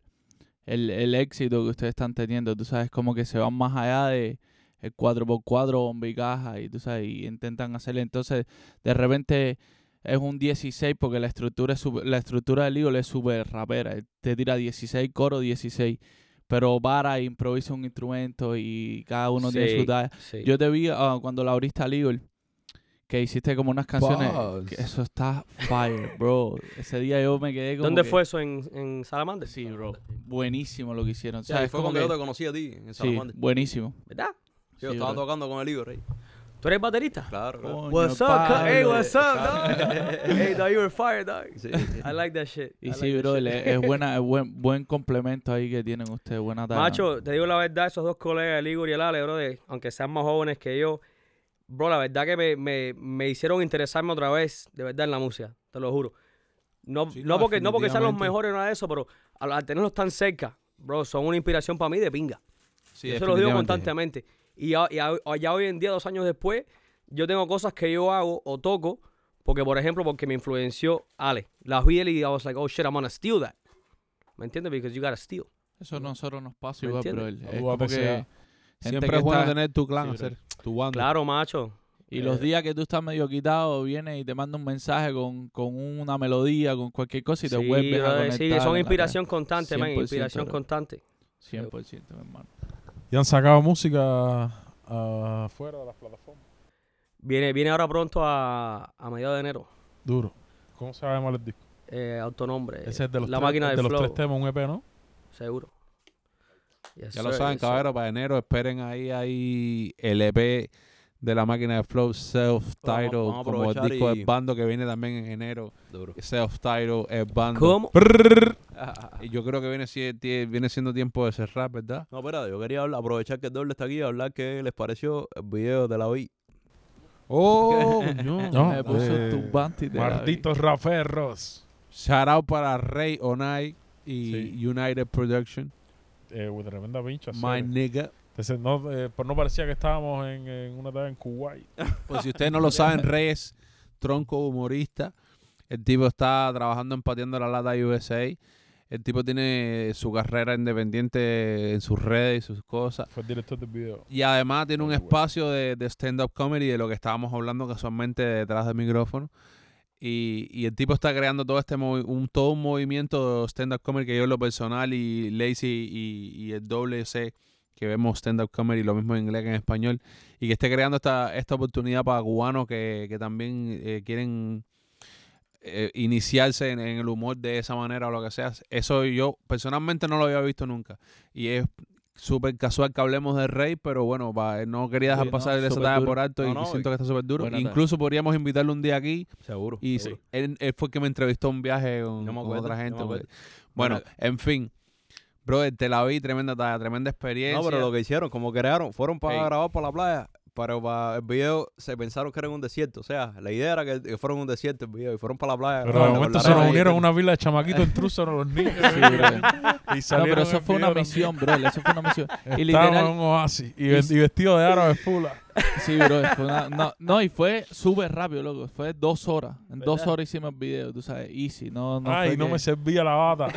el, el éxito que ustedes están teniendo, tú sabes, como que se van más allá de el 4x4 bomba y caja y tú sabes, y intentan hacerle. Entonces, de repente es un 16 porque la estructura es super- la estructura del Eagle es súper rapera. Él Te tira 16 coro, 16. Pero para e improvisa un instrumento y cada uno tiene su
Sí,
talla.
sí.
Yo te vi ah, cuando la abriste al Eagle, que hiciste como unas canciones.
Pause.
que eso está fire, bro. Ese día yo me quedé como
¿Dónde
que-
fue eso? ¿En, en Salamander?
Sí, bro. Buenísimo lo que hicieron.
Ya,
¿Sabes?
y fue
Como
cuando
que-
yo te conocí a ti en
Sí,
Salamanca.
buenísimo.
¿Verdad?
yo
Sí,
estaba
bro.
tocando con el Igor, ahí.
¿Tú eres baterista?
Claro, claro.
What's
Coño,
up? Hey,
Pablo.
what's up, dog? hey, dog, you were fire, dog.
Sí.
I like that shit. I
Y
like
sí,
that
bro,
shit.
le- es, buena, es buen, buen complemento ahí que tienen ustedes, buena tarea.
Macho, te digo la verdad, esos dos colegas, el Igor y el Ale, bro, de- aunque sean más jóvenes que yo, bro, la verdad que me, me- me hicieron interesarme otra vez, de verdad, en la música, te lo juro. No,
Sí,
no,
no,
porque, no porque sean los
definitivamente.
mejores o nada de eso, pero al, al tenerlos tan cerca, bro, son una inspiración para mí de pinga.
Sí,
Eso lo digo
definitivamente.
constantemente. Y, ya, y ya- ya hoy en día, dos años después, yo tengo cosas que yo hago o toco, porque, por ejemplo, porque me influenció Ale. Las vi él y I was like, oh shit, I'm gonna steal that. ¿Me entiendes? Because you gotta steal.
Eso a nosotros nos pasa
¿Me
igual, bro.
entiendes?
Es
Saludos
como
a
que
PCA.
gente
Siempre
que
es bueno
está-
tener tu clan,
Sí,
hacer tu banda.
Claro, macho.
Y los
Eh,
días que tú estás medio quitado, viene y te manda un mensaje con, con una melodía, con cualquier cosa y te
sí,
vuelves a
brother,
conectar.
sí,
en la
son
red.
inspiración constante, man,
100%,
inspiración
bro.
constante.
100%, mi hermano.
Y han sacado música ah, fuera de las plataformas.
Viene, viene ahora pronto a, a mediados de enero.
Duro. ¿Cómo se llama el disco?
Eh, autonombre.
Ese es de los,
la
tres,
máquina
de
del
los
flow,
tres temas, un EP, ¿no?
seguro. Yes,
Ya lo
sir,
saben,
yes, sir.
caballero, para enero esperen ahí, ahí el EP de la máquina de Flow Self-Titled,
Vamos- vamos a
como el
aprovechar
disco
y-
del bando que viene también en enero.
Duro.
Self-Titled, el bando.
¿Cómo?
Y yo creo que viene, si- tie- viene siendo tiempo de cerrar, ¿verdad?
No, espera, yo quería hablar- aprovechar que el doble está aquí y hablar qué les pareció el video de la OI.
¡Oh!
No,
Me puso
eh,
turbante y te la vi.
Malditos raferros.
Shout out para Rey Onai y
Sí.
United Production.
Eh, güey, tremenda pincha.
My
sí.
nigga.
Entonces, no, eh, pues no parecía que estábamos en, en una tarde en Kuwait.
Pues si ustedes no lo saben, Rey es tronco humorista. El tipo está trabajando empateando la lata USA. El tipo tiene su carrera independiente en sus redes y sus cosas.
Fue el director del video.
Y además tiene un
Muy bueno.
espacio de, de stand-up comedy de lo que estábamos hablando casualmente detrás del micrófono. Y, y el tipo está creando todo este movi- un, todo un movimiento de stand-up comedy que yo en lo personal y Lazy y, y el doble que vemos stand-up comedy, lo mismo en inglés que en español, y que esté creando esta, esta oportunidad para cubanos que, que también eh, quieren eh, iniciarse en, en el humor de esa manera o lo que sea. Eso yo personalmente no lo había visto nunca. Y es súper casual que hablemos de Rey, pero bueno, va, no quería dejar
Sí, no,
pasar esa
súper
tarea
duro.
por alto
No,
y
no,
siento que está súper duro.
buena
Incluso podríamos invitarlo un día aquí
Seguro.
y se- él, él fue el que me entrevistó en un viaje con,
Yo me
con
acuerdo,
otra
yo me
gente.
acuerdo.
pues. Bueno, en fin. Brother, te la vi, tremenda talla, tremenda experiencia.
No, pero lo que hicieron, como crearon, fueron para
Ey.
grabar para la playa, pero para el video se pensaron que era en un desierto. O sea, la idea era que que fueron un desierto el video y fueron para la playa.
Pero
grabaron
de
con
momento
la
se
arena
nos
y-
unieron una fila de chamaquitos intrusos a los niños. y
No,
salieron
pero eso
en
fue una
video
misión, bro. Eso fue una misión.
también.
Y
Estaban
literal,
en un oasis y,
y
ve-
s-
y vestido de árabe fula.
Sí, bro. fue una- no, no, y fue súper rápido, loco. Fue dos horas. En dos
¿Verdad?
horas hicimos el video, tú sabes. Easy. No, no
Ay,
fue
no
que-
me servía la bata.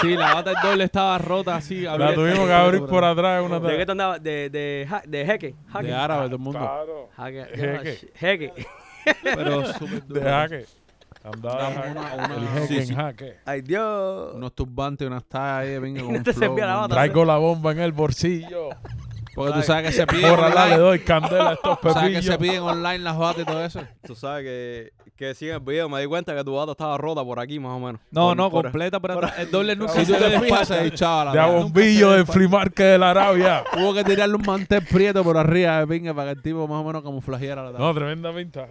Sí, la bata del doble estaba rota así.
La
abierta.
tuvimos que abrir por atrás. Una
¿De qué te andaba? De, de, ja- de jeque. jaque.
De árabe, todo el mundo.
Jaque.
Jeque.
sh- Jeque.
Pero súper
de
duro.
jaque. Andaba de
Una-
jaque.
una-
El jeque
sí,
en
sí.
jaque.
Ay, Dios.
Unos turbantes, unas tallas ahí, venga, con
no
un
te
flow,
servía la
con-
bata.
Traigo la bomba en el bolsillo.
Porque tú sabes que se piden
Bórrala, le
online.
doy candela a estos
tú sabes que se
pepillos.
piden online las batas y todo eso.
Tú sabes que, que sí en el video me di cuenta que tu bata estaba rota por aquí, más o menos.
No,
Por-
no,
por-
completa, pero el doble nunca
Si tú
se
te
desfila.
fijas, se hinchaba la
De a
bata.
bombillo del flea market de la Arabia.
Hubo que tirarle un mantel prieto por arriba, eh, venga, para que el tipo más o menos camuflajeara la
No, tremenda pinta.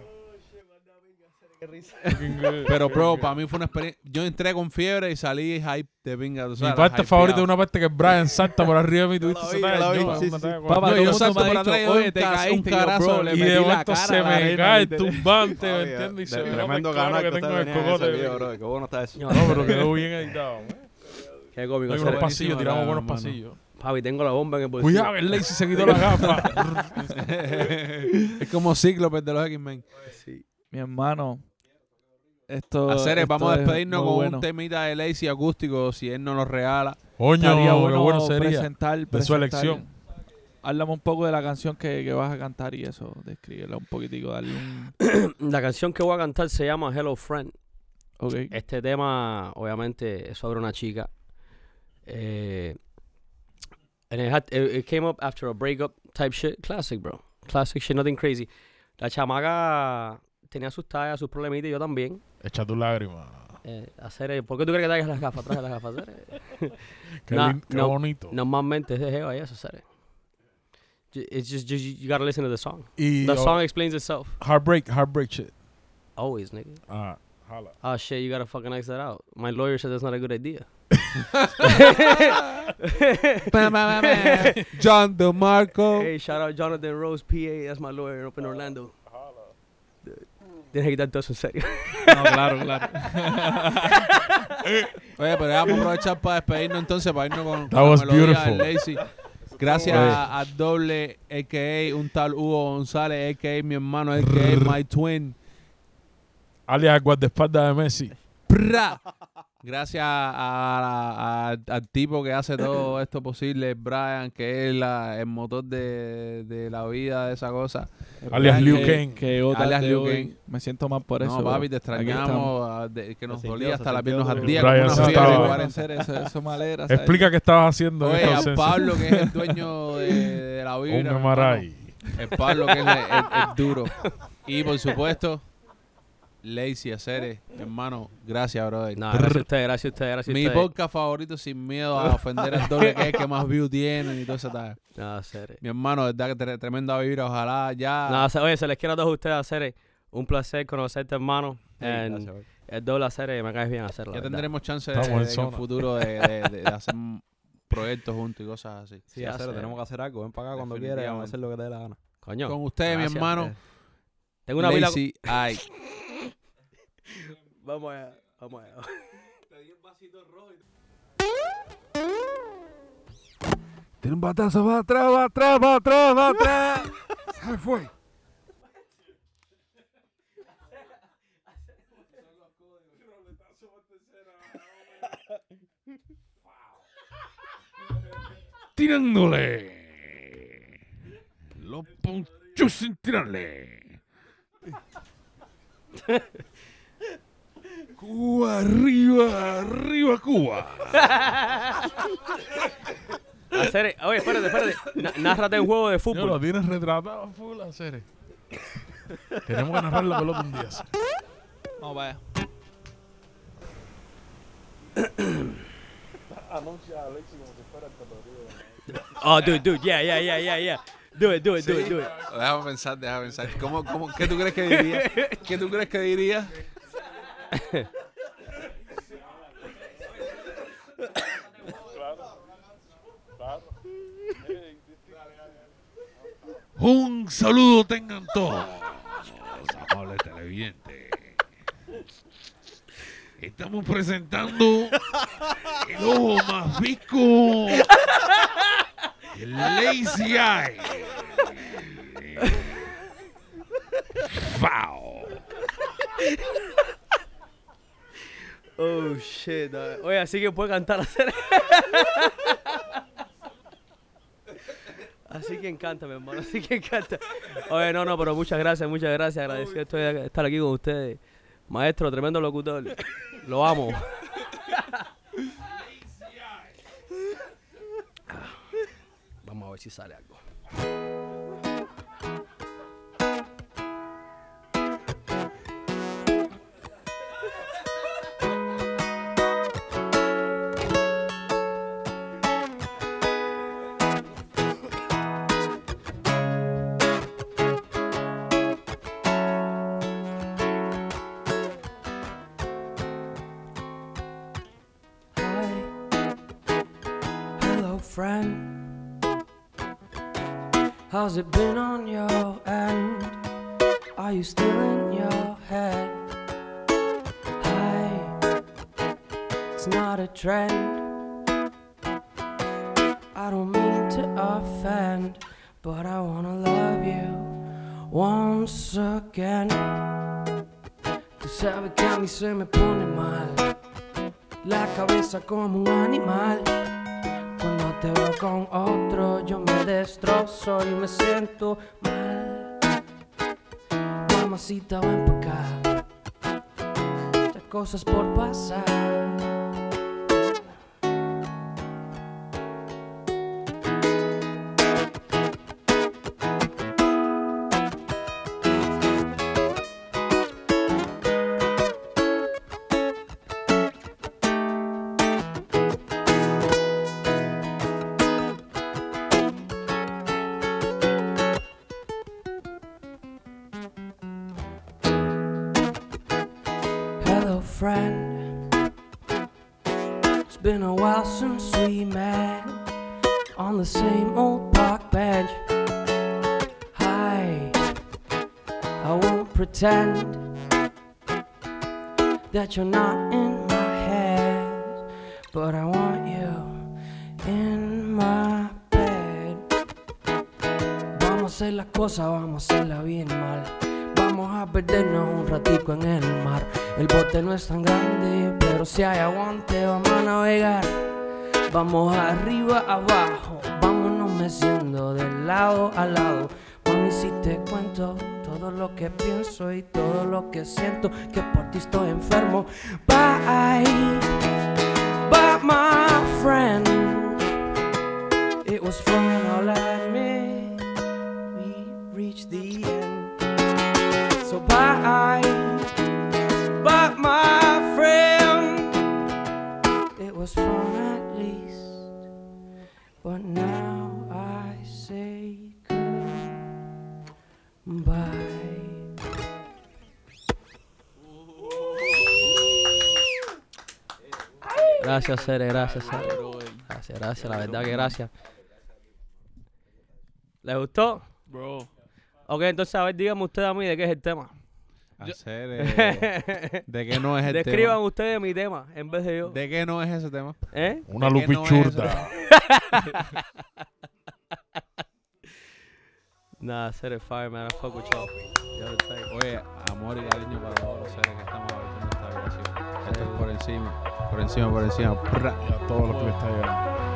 Pero, bro, para mí fue una experiencia. Yo entré con fiebre y salí hype de pinga. tú
Mi
sabes,
parte
hypeado.
favorita es una parte que Brian salta por arriba de mí. Tuviste
vi,
esa
yo
talla?
la vi,
Yo,
sí,
una
sí.
talla como-
Papá,
No,
todo el
yo
mundo
salto
me ha
por
dicho,
atrás y yo,
"Oye, te
un
caíste", y yo,
carazo,
"Bro, le
y
metí
de
la
momento
cara
se
a la
me
arena",
cae el
literal.
tumbante, ¿me
Oye,
entiendes? Y
de-
se me nota el
tremendo
claro
canal
que
que
tengo
ustedes
en el
tenían en ese
cocote.
video, bro. Qué bueno está eso.
No, pero quedó bien editado. man.
Qué cómico.
Hay
ser.
unos
Papi,
pasillos, tiramos buenos
mano.
pasillos.
tengo la bomba en el bolsillo.
Cuidado, que el Lazy se quitó la
Pues
gafa.
es como Cíclopes de los X-Men.
Mi hermano. Esto.
Hacer,
Oh,
eh,
esto
vamos a
es
despedirnos
muy
con
bueno.
un temita de Lazy acústico si él nos lo regala.
Estaría
Coño, qué
bueno,
bueno sería.
presentar,
De su elección.
Háblame un poco de la canción que, que vas a cantar y eso. Descríbela un poquitico. Dale un.
La canción que voy a cantar se llama Hello Friend.
Ok.
Este tema, obviamente, es sobre una chica. Eh, and it, had, it, it came up after a breakup type shit. Classic, bro. Classic shit, nothing crazy. La chamaca tenía sus tallas, sus problemitas, y yo también.
Echa tu lágrima.
Eh, hacer, eh, ¿Por qué tú crees que traigas las gafas? Traje las gafas. hacer, eh,
Qué,
Nah,
lin- qué
no,
bonito.
Normalmente es de Jeva y eso, hacer. eh. It's just, just- you gotta listen to the song.
Y
The
oh,
song explains itself.
Heartbreak, Heartbreak shit.
Always, nigga.
Ah, jala.
Oh shit, you gotta fucking X that out. My lawyer said that's not a good idea.
John DeMarco.
Hey, shout out Jonathan Rose, PA. That's my lawyer up in
Oh,
Orlando. Tienes que quitar todo eso en serio.
No, claro, claro.
Oye, pero vamos a aprovechar para despedirnos entonces, para irnos con,
That
con
was
la melodía
beautiful.
del Lazy. Gracias
Oye.
a, a Doble, a.k.a. un tal Hugo González, a.k.a. mi hermano, a.k.a. my twin.
Alias el guardaespaldas de Messi.
Pra. Gracias a- a- a- al tipo que hace todo esto posible, Brian, que es la- el motor de, de la vida de esa cosa.
Alias
Brian,
Liu
que-
Kang.
Que otra
Alias
de
Liu
hoy.
Kang.
Me siento mal por eso.
no, papi,
bro.
te
Aquí estamos.
extraños, ah, de- que nos
Se sintió,
dolía hasta
se
la piel, nos
sintió
ardía
duro.
como
Brian
una
se
fiebre
estaba-
igual en
hacer eso, eso me alegra. ¿sabes?
Explica qué estabas haciendo en
Oye,
esta
a
ausencia.
Pablo, que es el dueño de, de la
Un
vibra. mi hermano.
MRI.
El Pablo, que es el, el- el duro. Y por supuesto, Lazy Aceres, mi hermano, gracias, brother.
Nah, gracias a ustedes, gracias a ustedes, gracias a
Mi
ustedes.
podcast favorito sin miedo a ofender al doble que es el que más view tiene y todo eso. tal.
Nada, serio.
Mi hermano, de verdad que tre- tremenda vibra. Ojalá ya.
Nada, se- oye, se les quiero a todos ustedes hacer un placer conocerte, hermano.
Ey,
And
gracias, bro.
el doble hacer, eh, me caes bien hacerlo.
ya tendremos chance de,
Estamos en
de- en
zona.
el futuro de, de- de- de hacer un proyectos juntos y cosas así.
Sí, hacer, tenemos que hacer algo. Ven para acá cuando quieras. Vamos a hacer lo que te dé la gana.
Coño,
Con ustedes,
gracias.
mi hermano.
tengo una pila.
Lazy Eye.
Vamos allá, vamos allá.
Tiene un batazo, va atrás, va atrás, va atrás, va atrás. Se fue. Tirándole. Los ponchos sin tirarle. Cuba, arriba, arriba, Cuba.
Hacer, oye, espérate, espérate. Na- Nárrate un juego
Yo lo
de fútbol.
tienes retratado full a Cere. Tenemos que narrar la pelota un día. Cere.
No, vaya.
Oh, dude, dude, yeah, yeah, yeah, yeah, yeah. Do it, do it, do it, do it.
Déjame pensar, déjame pensar. ¿Cómo, cómo, ¿Qué tú crees que diría? ¿Qué tú crees que diría?
Un saludo tengan todos.
Los amables televidentes.
Estamos presentando el ojo más visco el Lazy Eye. Fao.
Oh, shit. dog. Oye, así que puede cantar hacer. Así que encanta, mi hermano. Así que encanta. Oye, no, no, pero muchas gracias, muchas gracias. Agradecido estoy de estar aquí con ustedes. Maestro, tremendo locutor. Lo amo. Vamos a ver si sale algo. Hi. Hello, friend. How's it been on your end? Are you still in your head? Hi. It's not a trend. I don't mean to offend, but I wanna love you once again. Tú sabes que a mí se me pone mal. la cabeza como un animal. Cuando te veo con otro, yo me destrozo y me siento mal. Mamacita, ven pa' acá. Muchas cosas por pasar. Hello, friend. It's been a while since we met on the same old park bench. Hi, I won't pretend that you're not in my head, but I want you in my bed. Vamos a hacer las cosas, vamos a hacerla bien mal. Vamos a perdernos un ratico en el mar. El bote no es tan grande, pero si hay aguante vamos a navegar. Vamos arriba, abajo, vámonos meciendo de lado a lado. Mami, si te cuento todo lo que pienso y todo lo que siento, que por ti estoy enfermo. Bye, bye my friend. It was fun, all I admit. We reached the end. So bye, bye, my friend. It was fun at least, but now I say goodbye. Gracias, Sere, gracias, Sere. Gracias, gracias, la verdad que gracias. ¿Les gustó?
Bro.
Ok, entonces a ver, díganme ustedes a mí de qué es el tema.
Hacer, eh, ¿De qué no es el
Describan ustedes mi tema en vez de yo.
tema? ¿De qué no es ese tema?
¿Eh?
Una
¿De qué no es
lupichurda.
Nah, set it fire, man. I fuck with y'all. Y'all the type.
Oye, amor y cariño para todos los seres que estamos habitando esta habitación. Esto es por encima, por encima, por encima. Prra.
Y a todos los que le está llegando.